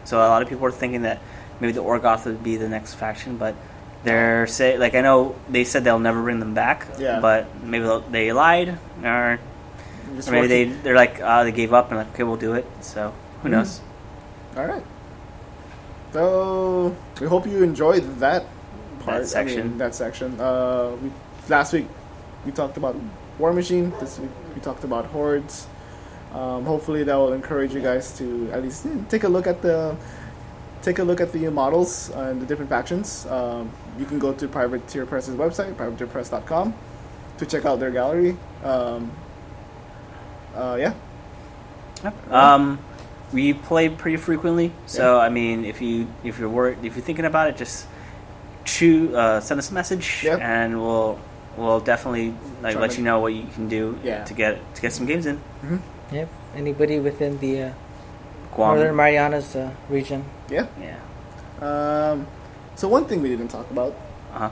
[SPEAKER 1] so a lot of people are thinking that maybe the Orgoth would be the next faction, but they're say like I know they said they'll never bring them back,
[SPEAKER 2] Yeah.
[SPEAKER 1] but maybe they'll- they lied or
[SPEAKER 2] Just
[SPEAKER 1] or maybe they
[SPEAKER 2] working-
[SPEAKER 1] they're like uh, they gave up and like okay we'll do it. So who
[SPEAKER 2] Mhm.
[SPEAKER 3] Mm-hmm.
[SPEAKER 1] knows?
[SPEAKER 2] All right. So we hope you enjoyed that part.
[SPEAKER 1] That section.
[SPEAKER 2] I mean, that section. Uh, we, last week we talked about War Machine. This week we talked about Hordes. Um, hopefully that will encourage you guys to at least mm, take a look at the take a look at the models and the different factions. Um, you can go to Privateer Press's website, privateerpress.com, to check out their gallery. Um, uh, yeah,
[SPEAKER 1] Um, we play pretty frequently, so I mean, if you if you're worried, if you're thinking about it, just choose, uh, send us a message,
[SPEAKER 2] Yep.
[SPEAKER 1] and we'll we'll definitely like
[SPEAKER 2] Try
[SPEAKER 1] let
[SPEAKER 2] to-
[SPEAKER 1] you know what you can do
[SPEAKER 2] Yeah.
[SPEAKER 1] to get to get some games in
[SPEAKER 3] Yep. Anybody within the uh,
[SPEAKER 1] Guam.
[SPEAKER 3] Northern Marianas uh, region.
[SPEAKER 2] yeah.
[SPEAKER 1] yeah.
[SPEAKER 2] Um, so one thing we didn't talk about
[SPEAKER 1] Uh-huh.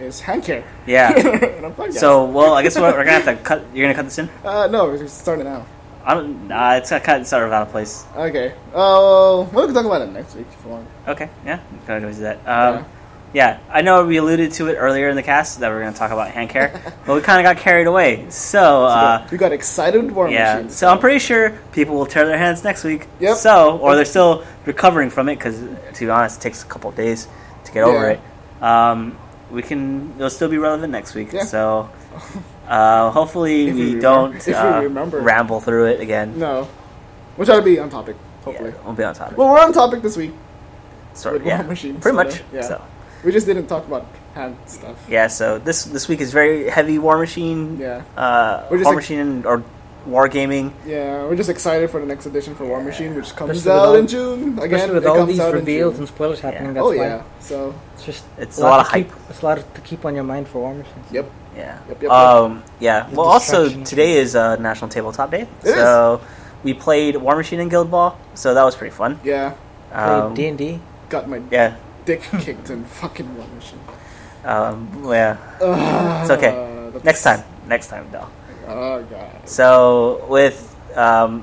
[SPEAKER 2] is hand care. (laughs)
[SPEAKER 1] Yeah.
[SPEAKER 2] And I'm fine, guys.
[SPEAKER 1] so, well, I guess we're, we're gonna have to cut. You're gonna cut this in.
[SPEAKER 2] (laughs) uh, no, we're just starting now.
[SPEAKER 1] I don't. Nah, it's got cut. It's sort of out of place.
[SPEAKER 2] Okay. Uh, well, we can talk about it next week if you want.
[SPEAKER 1] Okay. Yeah. we Can always do that. Um, yeah. I know we alluded to it earlier in the cast that we are gonna talk about hand care, but we kind of got carried away. So. Uh,
[SPEAKER 2] we got excited with war
[SPEAKER 1] yeah,
[SPEAKER 2] machines.
[SPEAKER 1] so I'm pretty sure people will tear their hands next week.
[SPEAKER 2] Yep.
[SPEAKER 1] So, or they're still recovering from it because, to be honest, it takes a couple of days to get over
[SPEAKER 2] Yeah.
[SPEAKER 1] it. Um, we can, it'll still be relevant next week.
[SPEAKER 2] Yeah.
[SPEAKER 1] So, uh, hopefully
[SPEAKER 2] If we
[SPEAKER 1] we,
[SPEAKER 2] remember- if
[SPEAKER 1] don't
[SPEAKER 2] we
[SPEAKER 1] uh,
[SPEAKER 2] remember.
[SPEAKER 1] ramble through it again.
[SPEAKER 2] no, we'll try to be on topic. Hopefully.
[SPEAKER 1] Yeah, we'll be on topic.
[SPEAKER 2] Well, we're on topic this week.
[SPEAKER 1] sort of,
[SPEAKER 2] with War
[SPEAKER 1] yeah,
[SPEAKER 2] Machine,
[SPEAKER 1] pretty
[SPEAKER 2] so,
[SPEAKER 1] much.
[SPEAKER 2] yeah.
[SPEAKER 1] So,
[SPEAKER 2] We just didn't talk about hand stuff.
[SPEAKER 1] yeah. So this this week is very heavy War Machine.
[SPEAKER 2] Yeah.
[SPEAKER 1] Uh,
[SPEAKER 2] We're
[SPEAKER 1] War
[SPEAKER 2] just like-
[SPEAKER 1] Machine or War Gaming.
[SPEAKER 2] Yeah, we're just excited for the next edition for War Machine, which comes
[SPEAKER 3] Especially with
[SPEAKER 2] out
[SPEAKER 3] all-
[SPEAKER 2] in June. Again,
[SPEAKER 3] Especially with
[SPEAKER 2] it
[SPEAKER 3] all
[SPEAKER 2] comes
[SPEAKER 3] these
[SPEAKER 2] out in
[SPEAKER 3] reveals
[SPEAKER 2] June.
[SPEAKER 3] and spoilers happening, that's
[SPEAKER 2] oh
[SPEAKER 3] why
[SPEAKER 2] yeah. So
[SPEAKER 3] it's just
[SPEAKER 1] It's a lot of
[SPEAKER 3] to
[SPEAKER 1] hype.
[SPEAKER 3] Keep, it's a lot to keep on your mind for War Machine.
[SPEAKER 2] yep.
[SPEAKER 1] Yeah.
[SPEAKER 2] Yep, yep,
[SPEAKER 1] Um, yeah.
[SPEAKER 3] The
[SPEAKER 1] Well, also
[SPEAKER 3] distraction.
[SPEAKER 1] today is uh, National Tabletop Day,
[SPEAKER 2] It is.
[SPEAKER 1] so we played War Machine and Guild Ball, so that was pretty fun.
[SPEAKER 2] Yeah.
[SPEAKER 1] Um,
[SPEAKER 3] D and D.
[SPEAKER 2] Got my
[SPEAKER 1] yeah.
[SPEAKER 2] dick kicked in fucking War Machine.
[SPEAKER 1] Um, yeah.
[SPEAKER 2] Ugh,
[SPEAKER 1] It's okay.
[SPEAKER 2] Uh, that's-
[SPEAKER 1] Next time. Next time, though.
[SPEAKER 2] Oh god.
[SPEAKER 1] So with um,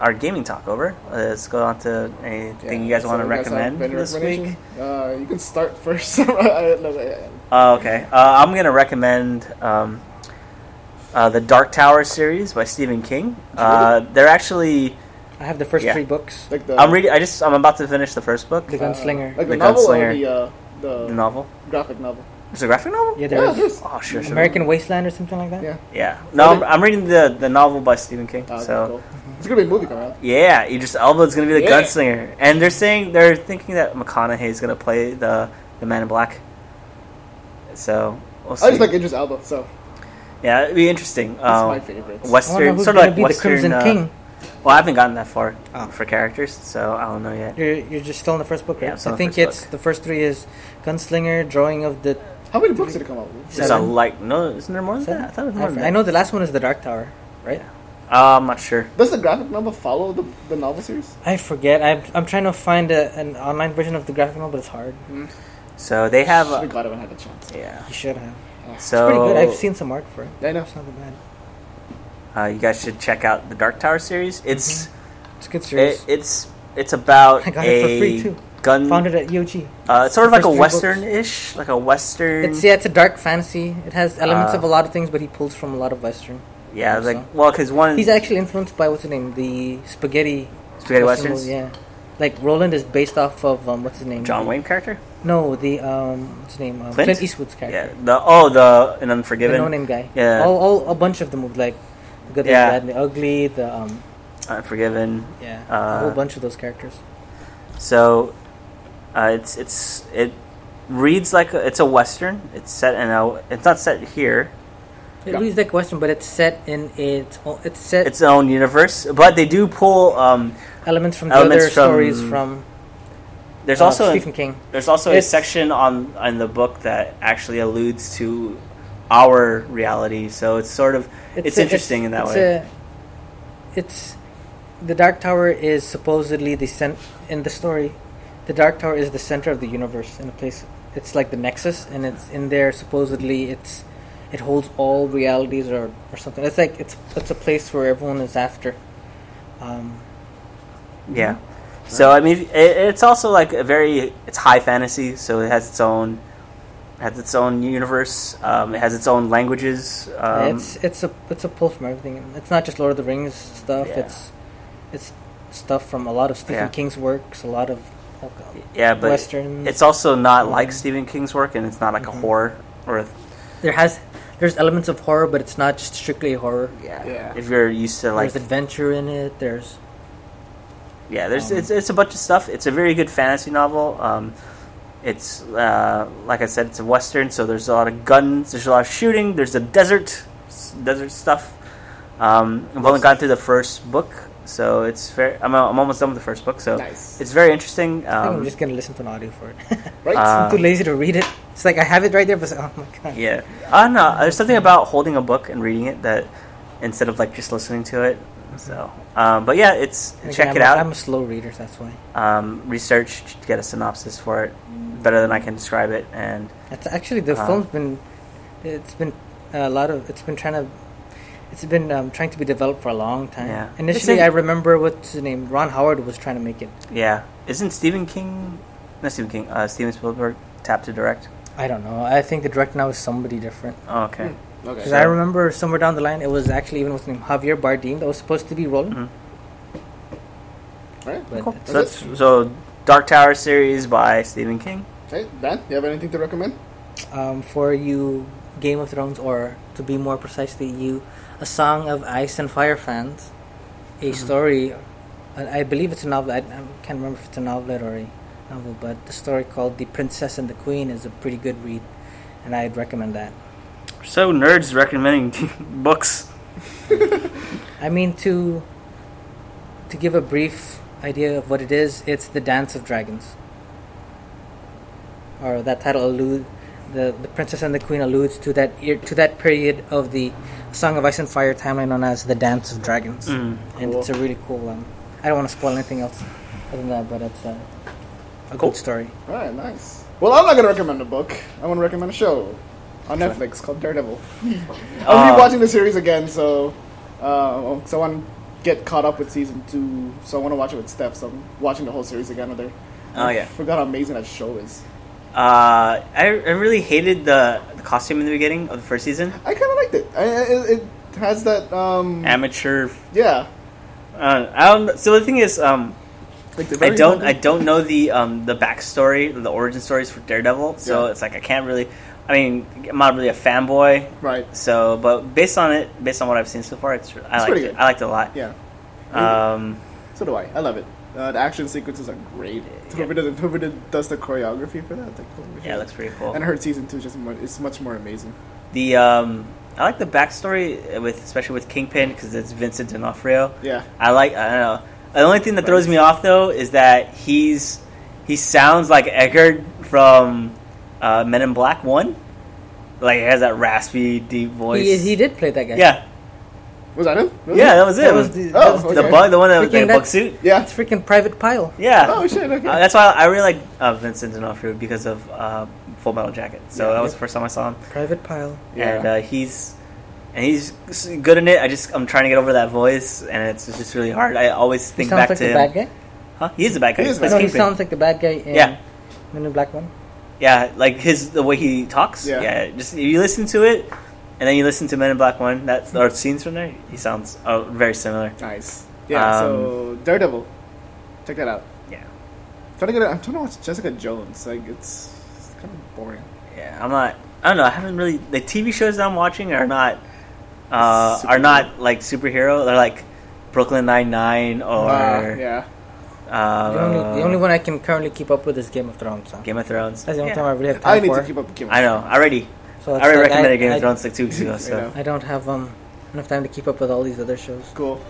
[SPEAKER 1] our gaming talk over, let's go on to anything you guys
[SPEAKER 2] so
[SPEAKER 1] want to
[SPEAKER 2] you guys have
[SPEAKER 1] recommend
[SPEAKER 2] any
[SPEAKER 1] this
[SPEAKER 2] recommendation?
[SPEAKER 1] week.
[SPEAKER 2] Uh, you can start (laughs) first. I don't know, yeah.
[SPEAKER 1] Oh, okay. Uh, I'm gonna recommend um, uh, the Dark Tower series by Stephen King. Uh, they're actually
[SPEAKER 3] I have the first
[SPEAKER 1] Yeah.
[SPEAKER 3] three books.
[SPEAKER 2] Like the
[SPEAKER 1] I'm reading. I just. I'm about to finish the first book,
[SPEAKER 3] The
[SPEAKER 1] the,
[SPEAKER 2] uh,
[SPEAKER 3] Gunslinger.
[SPEAKER 2] like the,
[SPEAKER 1] The
[SPEAKER 2] novel or
[SPEAKER 1] Gunslinger.
[SPEAKER 2] the uh, the
[SPEAKER 1] novel.
[SPEAKER 2] graphic novel.
[SPEAKER 1] It's a graphic novel.
[SPEAKER 3] yeah,
[SPEAKER 2] yeah,
[SPEAKER 1] (laughs)
[SPEAKER 3] there's
[SPEAKER 2] there's-
[SPEAKER 1] Oh, sure, sure.
[SPEAKER 3] American Wasteland or something like that.
[SPEAKER 2] Yeah.
[SPEAKER 1] Yeah. No, I'm, I'm reading the the novel by Stephen King.
[SPEAKER 3] Oh,
[SPEAKER 2] Ah, okay,
[SPEAKER 1] so
[SPEAKER 2] cool. it's gonna be a movie coming out.
[SPEAKER 1] yeah, Idris Elba is gonna be the
[SPEAKER 2] Yeah.
[SPEAKER 1] gunslinger, and they're saying they're thinking that McConaughey is gonna play the the Man in Black. So we'll see.
[SPEAKER 2] I just like Idris Elba, so
[SPEAKER 1] yeah, it'd be interesting.
[SPEAKER 2] that's
[SPEAKER 1] Um,
[SPEAKER 2] my favorite.
[SPEAKER 3] I wonder
[SPEAKER 1] Western,
[SPEAKER 3] who's
[SPEAKER 1] sort of
[SPEAKER 3] gonna
[SPEAKER 1] like
[SPEAKER 3] be
[SPEAKER 1] Western.
[SPEAKER 3] the Crimson
[SPEAKER 1] uh,
[SPEAKER 3] King.
[SPEAKER 1] Well, I haven't gotten that far
[SPEAKER 3] Oh.
[SPEAKER 1] for characters, so I don't know yet.
[SPEAKER 3] You're, you're just still in the first book,
[SPEAKER 1] Yeah,
[SPEAKER 3] right?
[SPEAKER 1] I'm still
[SPEAKER 3] I
[SPEAKER 1] in the
[SPEAKER 3] think
[SPEAKER 1] first
[SPEAKER 3] it's
[SPEAKER 1] book.
[SPEAKER 3] the first three is Gunslinger, Drawing of the.
[SPEAKER 2] How many books did it come out with?
[SPEAKER 1] It's a
[SPEAKER 3] Seven?
[SPEAKER 1] like no, isn't there more than
[SPEAKER 3] Seven?
[SPEAKER 1] that? I thought it was
[SPEAKER 3] I,
[SPEAKER 1] more than
[SPEAKER 3] I
[SPEAKER 1] that.
[SPEAKER 3] know the last one is the Dark Tower, right?
[SPEAKER 1] Uh, I'm not sure.
[SPEAKER 2] Does the graphic novel follow the, the novel series?
[SPEAKER 3] I forget. I'm, I'm trying to find a, an online version of the graphic novel, but it's hard.
[SPEAKER 1] So they have.
[SPEAKER 2] Should've
[SPEAKER 1] Uh,
[SPEAKER 2] got it when I had a chance.
[SPEAKER 1] yeah.
[SPEAKER 3] You should have.
[SPEAKER 1] So
[SPEAKER 3] Pretty good. I've seen some art for it.
[SPEAKER 2] I know.
[SPEAKER 3] It's not that bad.
[SPEAKER 1] Uh, you guys should check out the Dark Tower series. It's
[SPEAKER 3] It's a good
[SPEAKER 1] it,
[SPEAKER 3] series.
[SPEAKER 1] it's it's about
[SPEAKER 3] Mm-hmm. (laughs) I got
[SPEAKER 1] a
[SPEAKER 3] it for free, too.
[SPEAKER 1] gun.
[SPEAKER 3] Found it at E EOG.
[SPEAKER 1] uh, it's sort of
[SPEAKER 3] the
[SPEAKER 1] like a
[SPEAKER 3] first three
[SPEAKER 1] western-ish, like a western.
[SPEAKER 3] It's yeah, it's a dark fantasy. It has elements
[SPEAKER 1] Ah.
[SPEAKER 3] of a lot of things, but he pulls from a lot of western.
[SPEAKER 1] yeah,
[SPEAKER 3] think
[SPEAKER 1] like
[SPEAKER 3] so.
[SPEAKER 1] well, because one
[SPEAKER 3] He's actually influenced by what's his name, the spaghetti.
[SPEAKER 1] spaghetti
[SPEAKER 3] western
[SPEAKER 1] westerns.
[SPEAKER 3] movie, Yeah, like Roland is based off of um, what's his name?
[SPEAKER 1] John
[SPEAKER 3] The-
[SPEAKER 1] Wayne character.
[SPEAKER 3] No, the um, what's his name? Um,
[SPEAKER 1] Clint?
[SPEAKER 3] Clint? Eastwood's
[SPEAKER 1] Yeah.
[SPEAKER 3] character,
[SPEAKER 1] The oh the an
[SPEAKER 3] the
[SPEAKER 1] Unforgiven.
[SPEAKER 3] no-name guy.
[SPEAKER 1] Yeah.
[SPEAKER 3] all, all a bunch of the movies like the good,
[SPEAKER 1] Yeah.
[SPEAKER 3] the bad, the ugly, the um,
[SPEAKER 1] Unforgiven.
[SPEAKER 3] yeah,
[SPEAKER 1] Uh,
[SPEAKER 3] a whole bunch of those characters.
[SPEAKER 1] So, uh, it's it's it reads like a, it's a western. It's set in a. It's not set here.
[SPEAKER 3] It
[SPEAKER 2] yeah.
[SPEAKER 3] reads like Western, but it's set in its o- it's set
[SPEAKER 1] Its own universe, but they do pull. Um,
[SPEAKER 3] elements from the
[SPEAKER 1] elements
[SPEAKER 3] other
[SPEAKER 1] from-
[SPEAKER 3] stories from.
[SPEAKER 1] there's
[SPEAKER 3] uh,
[SPEAKER 1] also
[SPEAKER 3] Stephen King.
[SPEAKER 1] there's also a
[SPEAKER 3] It's-
[SPEAKER 1] section on on the book that actually alludes to our reality. So it's sort of it's,
[SPEAKER 3] a-
[SPEAKER 1] interesting in that
[SPEAKER 3] it's
[SPEAKER 1] way.
[SPEAKER 3] a- it's the Dark Tower is supposedly the cent in the story. The Dark Tower is the center of the universe in a place. It's like the nexus, and it's in there. Supposedly, it's it holds all realities or or something. It's like it's it's a place where everyone is after. Um,
[SPEAKER 1] yeah. So I mean, it, it's also like a very it's high fantasy. So it has its own has its own universe. Um, it has its own languages. Um,
[SPEAKER 3] it's it's a it's a pull from everything. It's not just Lord of the Rings stuff.
[SPEAKER 1] Yeah.
[SPEAKER 3] It's it's stuff from a lot of Stephen
[SPEAKER 1] Yeah.
[SPEAKER 3] King's works, a lot of like,
[SPEAKER 1] yeah, but
[SPEAKER 3] westerns.
[SPEAKER 1] It's also not like
[SPEAKER 3] Mhm.
[SPEAKER 1] Stephen King's work, and it's not like a
[SPEAKER 3] Mhm.
[SPEAKER 1] horror or a-
[SPEAKER 3] there has there's elements of horror, but it's not just strictly horror.
[SPEAKER 2] Yeah.
[SPEAKER 1] If you're used to like,
[SPEAKER 3] there's adventure in it. There's
[SPEAKER 1] yeah, there's
[SPEAKER 3] um,
[SPEAKER 1] it's, it's a bunch of stuff. It's a very good fantasy novel. Um, it's uh, like I said, it's a western, so there's a lot of guns, there's a lot of shooting, there's a desert, s- desert stuff. Um, I've only gone through the first book, so it's fair. I'm, I'm almost done with the first book, so
[SPEAKER 2] Nice.
[SPEAKER 1] it's very interesting.
[SPEAKER 3] I think I'm
[SPEAKER 1] Um,
[SPEAKER 3] just gonna listen to an audio for it. (laughs)
[SPEAKER 2] right?
[SPEAKER 1] uh,
[SPEAKER 3] I'm too lazy to read it. It's like I have it right there, but it's like, oh my god.
[SPEAKER 1] Yeah, I don't know. There's something about holding a book and reading it that instead of like just listening to it. So, um, but yeah, it's
[SPEAKER 3] And
[SPEAKER 1] check
[SPEAKER 3] again,
[SPEAKER 1] it
[SPEAKER 3] I'm, I'm a
[SPEAKER 1] out.
[SPEAKER 3] slow reader, so that's why.
[SPEAKER 1] Um, research, get a synopsis for it better than I can describe it, and
[SPEAKER 3] That's actually the
[SPEAKER 1] Uh,
[SPEAKER 3] film's been. It's been a lot of. It's been trying to. It's been um, trying to be developed for a long time.
[SPEAKER 1] Yeah.
[SPEAKER 3] Initially,
[SPEAKER 1] It's a-
[SPEAKER 3] I remember what's his name. Ron Howard was trying to make it.
[SPEAKER 1] yeah, isn't Stephen King? Not Stephen King. Uh, Steven Spielberg tapped to direct.
[SPEAKER 3] I don't know. I think the director now is somebody different.
[SPEAKER 1] Oh, okay.
[SPEAKER 2] Hmm, okay.
[SPEAKER 3] Because I remember somewhere down the line, it was actually even what's his name Javier Bardem that was supposed to be Roland.
[SPEAKER 1] Mhm.
[SPEAKER 2] All right.
[SPEAKER 3] Hmm. But
[SPEAKER 1] Cool.
[SPEAKER 3] it's-
[SPEAKER 1] So that's so Dark Tower series by Stephen King.
[SPEAKER 2] Hey, Dan, you have anything to recommend?
[SPEAKER 3] um, for you Game of Thrones, or to be more precisely, you A Song of Ice and Fire fans, a story, I I believe it's a novel, I, I can't remember if it's a novel or a novel, but the story called The Princess and the Queen is a pretty good read, and I'd recommend that.
[SPEAKER 1] So nerds recommending (laughs) books.
[SPEAKER 3] I mean, to to give a brief idea of what it is, it's the Dance of Dragons, or that title allude the the Princess and the Queen alludes to that ear, to that period of the Song of Ice and Fire timeline known as the Dance of Dragons,
[SPEAKER 1] Mm.
[SPEAKER 3] and
[SPEAKER 2] Cool.
[SPEAKER 3] it's a really cool. Um, I don't want to spoil anything else other than that, but it's uh, a
[SPEAKER 1] Cool.
[SPEAKER 3] good story.
[SPEAKER 2] All right, nice. Well, I'm not gonna recommend a book. I'm gonna recommend a show on Netflix called
[SPEAKER 1] (laughs)
[SPEAKER 2] Daredevil. I'm
[SPEAKER 1] Uh,
[SPEAKER 2] rewatching the series again, so uh, so I want to get caught up with season two. So I want to watch it with Steph. So I'm watching the whole series again with her.
[SPEAKER 1] Oh yeah.
[SPEAKER 2] Forgot how amazing that show is.
[SPEAKER 1] Uh, I, I really hated the, the costume in the beginning of the first season.
[SPEAKER 2] I kind of liked it. I, I- it. It has that um
[SPEAKER 1] Amateur,
[SPEAKER 2] yeah
[SPEAKER 1] Uh, I don't. So the thing is, um,
[SPEAKER 2] Like the
[SPEAKER 1] I
[SPEAKER 2] very
[SPEAKER 1] don't. I
[SPEAKER 2] moment-
[SPEAKER 1] don't know the um, the backstory, the origin stories for Daredevil. So
[SPEAKER 2] Yeah.
[SPEAKER 1] it's like I can't really. I mean, I'm not really a fanboy.
[SPEAKER 2] Right.
[SPEAKER 1] So, but based on it, based on what I've seen so far, it's I liked
[SPEAKER 2] pretty
[SPEAKER 1] it.
[SPEAKER 2] good.
[SPEAKER 1] I liked it a lot.
[SPEAKER 2] Yeah.
[SPEAKER 1] Um,
[SPEAKER 2] So do I. I love it. Uh, the action sequences are great. Whoever, did, whoever did, does the choreography for that, like, oh, holy
[SPEAKER 1] yeah,
[SPEAKER 2] shit.
[SPEAKER 1] it looks pretty cool.
[SPEAKER 2] And I heard season two is just much, it's much more amazing.
[SPEAKER 1] The um, I like the backstory with especially with Kingpin because it's Vincent D'Onofrio.
[SPEAKER 2] Yeah.
[SPEAKER 1] I like. I don't know. The only thing that throws me off though is that he's he sounds like Eckard from uh, Men in Black One. Like he has that raspy, deep voice.
[SPEAKER 3] He, he did play that guy.
[SPEAKER 1] yeah,
[SPEAKER 2] Was that him? Was
[SPEAKER 1] yeah,
[SPEAKER 2] it?
[SPEAKER 1] that was it.
[SPEAKER 3] That was the-
[SPEAKER 2] Oh,
[SPEAKER 3] that was
[SPEAKER 1] The
[SPEAKER 2] okay.
[SPEAKER 1] bug, the one that was
[SPEAKER 3] Freaking
[SPEAKER 1] the
[SPEAKER 3] that-
[SPEAKER 1] bug suit.
[SPEAKER 2] Yeah.
[SPEAKER 3] It's freaking Private Pile.
[SPEAKER 1] Yeah.
[SPEAKER 2] Oh shit. Okay.
[SPEAKER 1] Uh, that's why I really like uh, Vincent D'Onofrio because of uh, Full Metal Jacket. So
[SPEAKER 2] Yeah.
[SPEAKER 1] that was the first time I saw him,
[SPEAKER 3] Private Pile.
[SPEAKER 2] Yeah.
[SPEAKER 1] and uh, he's and he's good in it. I just I'm trying to get over that voice, and it's just really hard. I always
[SPEAKER 3] He
[SPEAKER 1] think
[SPEAKER 3] sounds
[SPEAKER 1] back
[SPEAKER 3] like
[SPEAKER 1] to
[SPEAKER 3] the
[SPEAKER 1] him.
[SPEAKER 3] bad guy.
[SPEAKER 1] Huh? He is a bad guy.
[SPEAKER 2] He is
[SPEAKER 1] He's
[SPEAKER 2] a bad
[SPEAKER 3] No, he
[SPEAKER 1] Kingpin.
[SPEAKER 3] sounds like the bad guy in
[SPEAKER 1] Yeah.
[SPEAKER 3] Men in Black One.
[SPEAKER 1] Yeah, like his the way he talks.
[SPEAKER 2] Yeah.
[SPEAKER 1] Yeah. just if you listen to it, and then you listen to Men in Black One. That's or scenes from there. He sounds uh, very similar.
[SPEAKER 2] Nice. Yeah. so
[SPEAKER 1] Um,
[SPEAKER 2] Daredevil, check that out.
[SPEAKER 1] Yeah,
[SPEAKER 2] trying to get. I'm trying to watch Jessica Jones. Like it's, it's kind of boring.
[SPEAKER 1] yeah. I'm not. I don't know. I haven't really the TV shows that I'm watching are not uh, are
[SPEAKER 2] Superhero.
[SPEAKER 1] not like superhero. They're like Brooklyn Nine Nine or
[SPEAKER 2] Ah, yeah.
[SPEAKER 1] uh,
[SPEAKER 3] the, only, the only one I can currently keep up with is Game of Thrones. Huh?
[SPEAKER 1] Game of Thrones.
[SPEAKER 3] That's the only
[SPEAKER 1] Yeah.
[SPEAKER 3] time I really have time
[SPEAKER 2] I need
[SPEAKER 3] for.
[SPEAKER 2] to keep up. with Game of
[SPEAKER 1] I know. I already.
[SPEAKER 3] So
[SPEAKER 1] I
[SPEAKER 3] it's
[SPEAKER 1] already
[SPEAKER 3] like
[SPEAKER 1] recommended
[SPEAKER 3] I-
[SPEAKER 1] Game
[SPEAKER 3] I-
[SPEAKER 1] of Thrones like two weeks ago.
[SPEAKER 2] I
[SPEAKER 1] So
[SPEAKER 2] know.
[SPEAKER 3] I don't have um enough time to keep up with all these other shows.
[SPEAKER 2] Cool.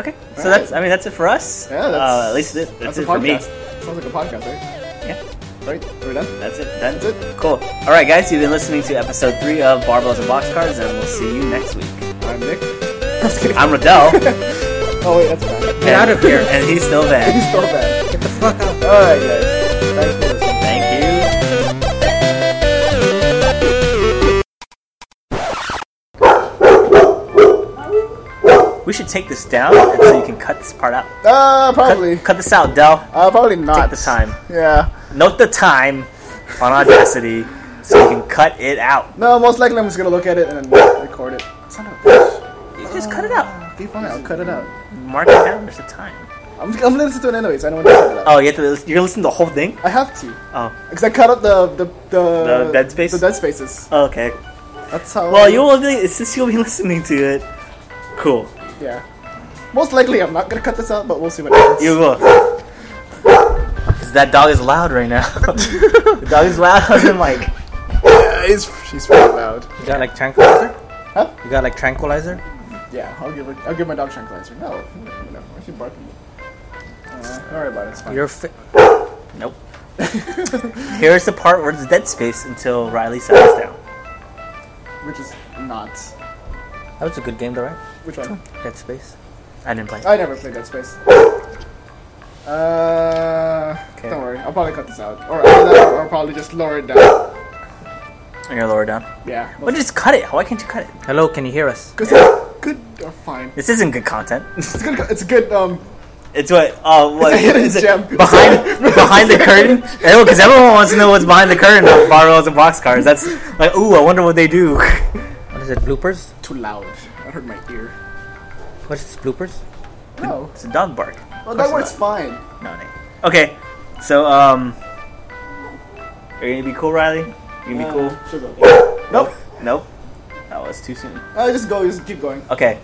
[SPEAKER 1] okay. So
[SPEAKER 2] Alright.
[SPEAKER 1] that's. I mean, that's it for us.
[SPEAKER 2] Yeah. That's,
[SPEAKER 1] uh, at least it, that's,
[SPEAKER 2] a
[SPEAKER 1] it for me.
[SPEAKER 2] podcast. Sounds like a podcast, right?
[SPEAKER 1] Yeah.
[SPEAKER 2] Right. Are we done?
[SPEAKER 1] That's it. That's it.
[SPEAKER 2] That's
[SPEAKER 1] Cool. All right, guys, you've been listening to episode three of Barbells and Boxcars, and we'll see you next week.
[SPEAKER 2] I'm Nick. (laughs) I'm just kidding.
[SPEAKER 1] I'm Riddell.
[SPEAKER 2] (laughs) oh wait, that's bad.
[SPEAKER 3] Get out of here.
[SPEAKER 1] And he's still
[SPEAKER 3] (laughs)
[SPEAKER 1] there.
[SPEAKER 2] It's so bad.
[SPEAKER 3] Get the fuck out.
[SPEAKER 2] All right, guys. Thanks for listening.
[SPEAKER 1] Thank you. We should take this down and so you can cut this part out.
[SPEAKER 2] Uh, probably.
[SPEAKER 1] Cut, cut this out, Dell.
[SPEAKER 2] Uh, probably not.
[SPEAKER 1] Take the time.
[SPEAKER 2] Yeah.
[SPEAKER 1] Note the time on Audacity so you can cut it out.
[SPEAKER 2] No, most likely I'm just gonna look at it and then record it. Son of a bitch.
[SPEAKER 1] You just cut it out.
[SPEAKER 2] Be fine. I'll cut it out.
[SPEAKER 1] Mark it down. There's a time.
[SPEAKER 2] I'm, I'm gonna listen to it anyways. I don't want to cut it out.
[SPEAKER 1] Oh, you have to. You're gonna listen to the whole thing.
[SPEAKER 2] I have to.
[SPEAKER 1] Oh.
[SPEAKER 2] Because I cut out the the, the
[SPEAKER 1] The dead space?
[SPEAKER 2] The dead spaces.
[SPEAKER 1] Oh, Okay.
[SPEAKER 2] That's how.
[SPEAKER 1] Well, you will be since you'll be (laughs) listening to it. Cool.
[SPEAKER 2] Yeah. Most likely, I'm not gonna cut this out, but we'll see what happens.
[SPEAKER 1] You will. 'Cause that dog is loud right now. (laughs) the dog is loud. I'm like,
[SPEAKER 2] Yeah, he's, she's pretty loud.
[SPEAKER 3] You got like tranquilizer?
[SPEAKER 2] Huh?
[SPEAKER 3] You got like tranquilizer?
[SPEAKER 2] Yeah, I'll give her. I'll give my dog tranquilizer. No, whatever. She's barking. Uh, don't worry about it. It's fine. (laughs)
[SPEAKER 3] You're fi-
[SPEAKER 1] nope. Here's the part where it's dead space until Riley settles down.
[SPEAKER 2] Which is not.
[SPEAKER 3] That was a good game, though, right?
[SPEAKER 2] Which one?
[SPEAKER 3] Dead Space.
[SPEAKER 1] I didn't play.
[SPEAKER 2] I never played Dead Space. Uh,
[SPEAKER 3] Okay.
[SPEAKER 2] don't worry. I'll probably cut this out, or either that, or I'll probably just lower it down.
[SPEAKER 1] And you're lower down.
[SPEAKER 2] Yeah.
[SPEAKER 1] But just cut it. Why can't you cut it?
[SPEAKER 3] Hello, can you hear us?
[SPEAKER 2] Because it's good or
[SPEAKER 1] (laughs)
[SPEAKER 2] fine.
[SPEAKER 1] This isn't good content.
[SPEAKER 2] It's good. It's good. Um,
[SPEAKER 1] It's what. Oh, what?
[SPEAKER 2] a hidden
[SPEAKER 1] is it
[SPEAKER 2] gem.
[SPEAKER 1] Behind, behind the curtain. Because everyone wants to know what's behind the curtain of barrels and boxcars. That's like, ooh, I wonder what they do. (laughs)
[SPEAKER 3] What is it, bloopers?
[SPEAKER 2] too loud. That hurt my ear.
[SPEAKER 3] What is this, bloopers?
[SPEAKER 2] No.
[SPEAKER 1] It's a dog bark.
[SPEAKER 2] Well, that works fine.
[SPEAKER 1] No, Nate. Okay, so um, are you gonna be cool, Riley? You gonna
[SPEAKER 2] Uh,
[SPEAKER 1] be cool?
[SPEAKER 2] Sure go.
[SPEAKER 1] Nope. Nope. That was too soon.
[SPEAKER 2] Uh, just go. Just keep going.
[SPEAKER 1] Okay.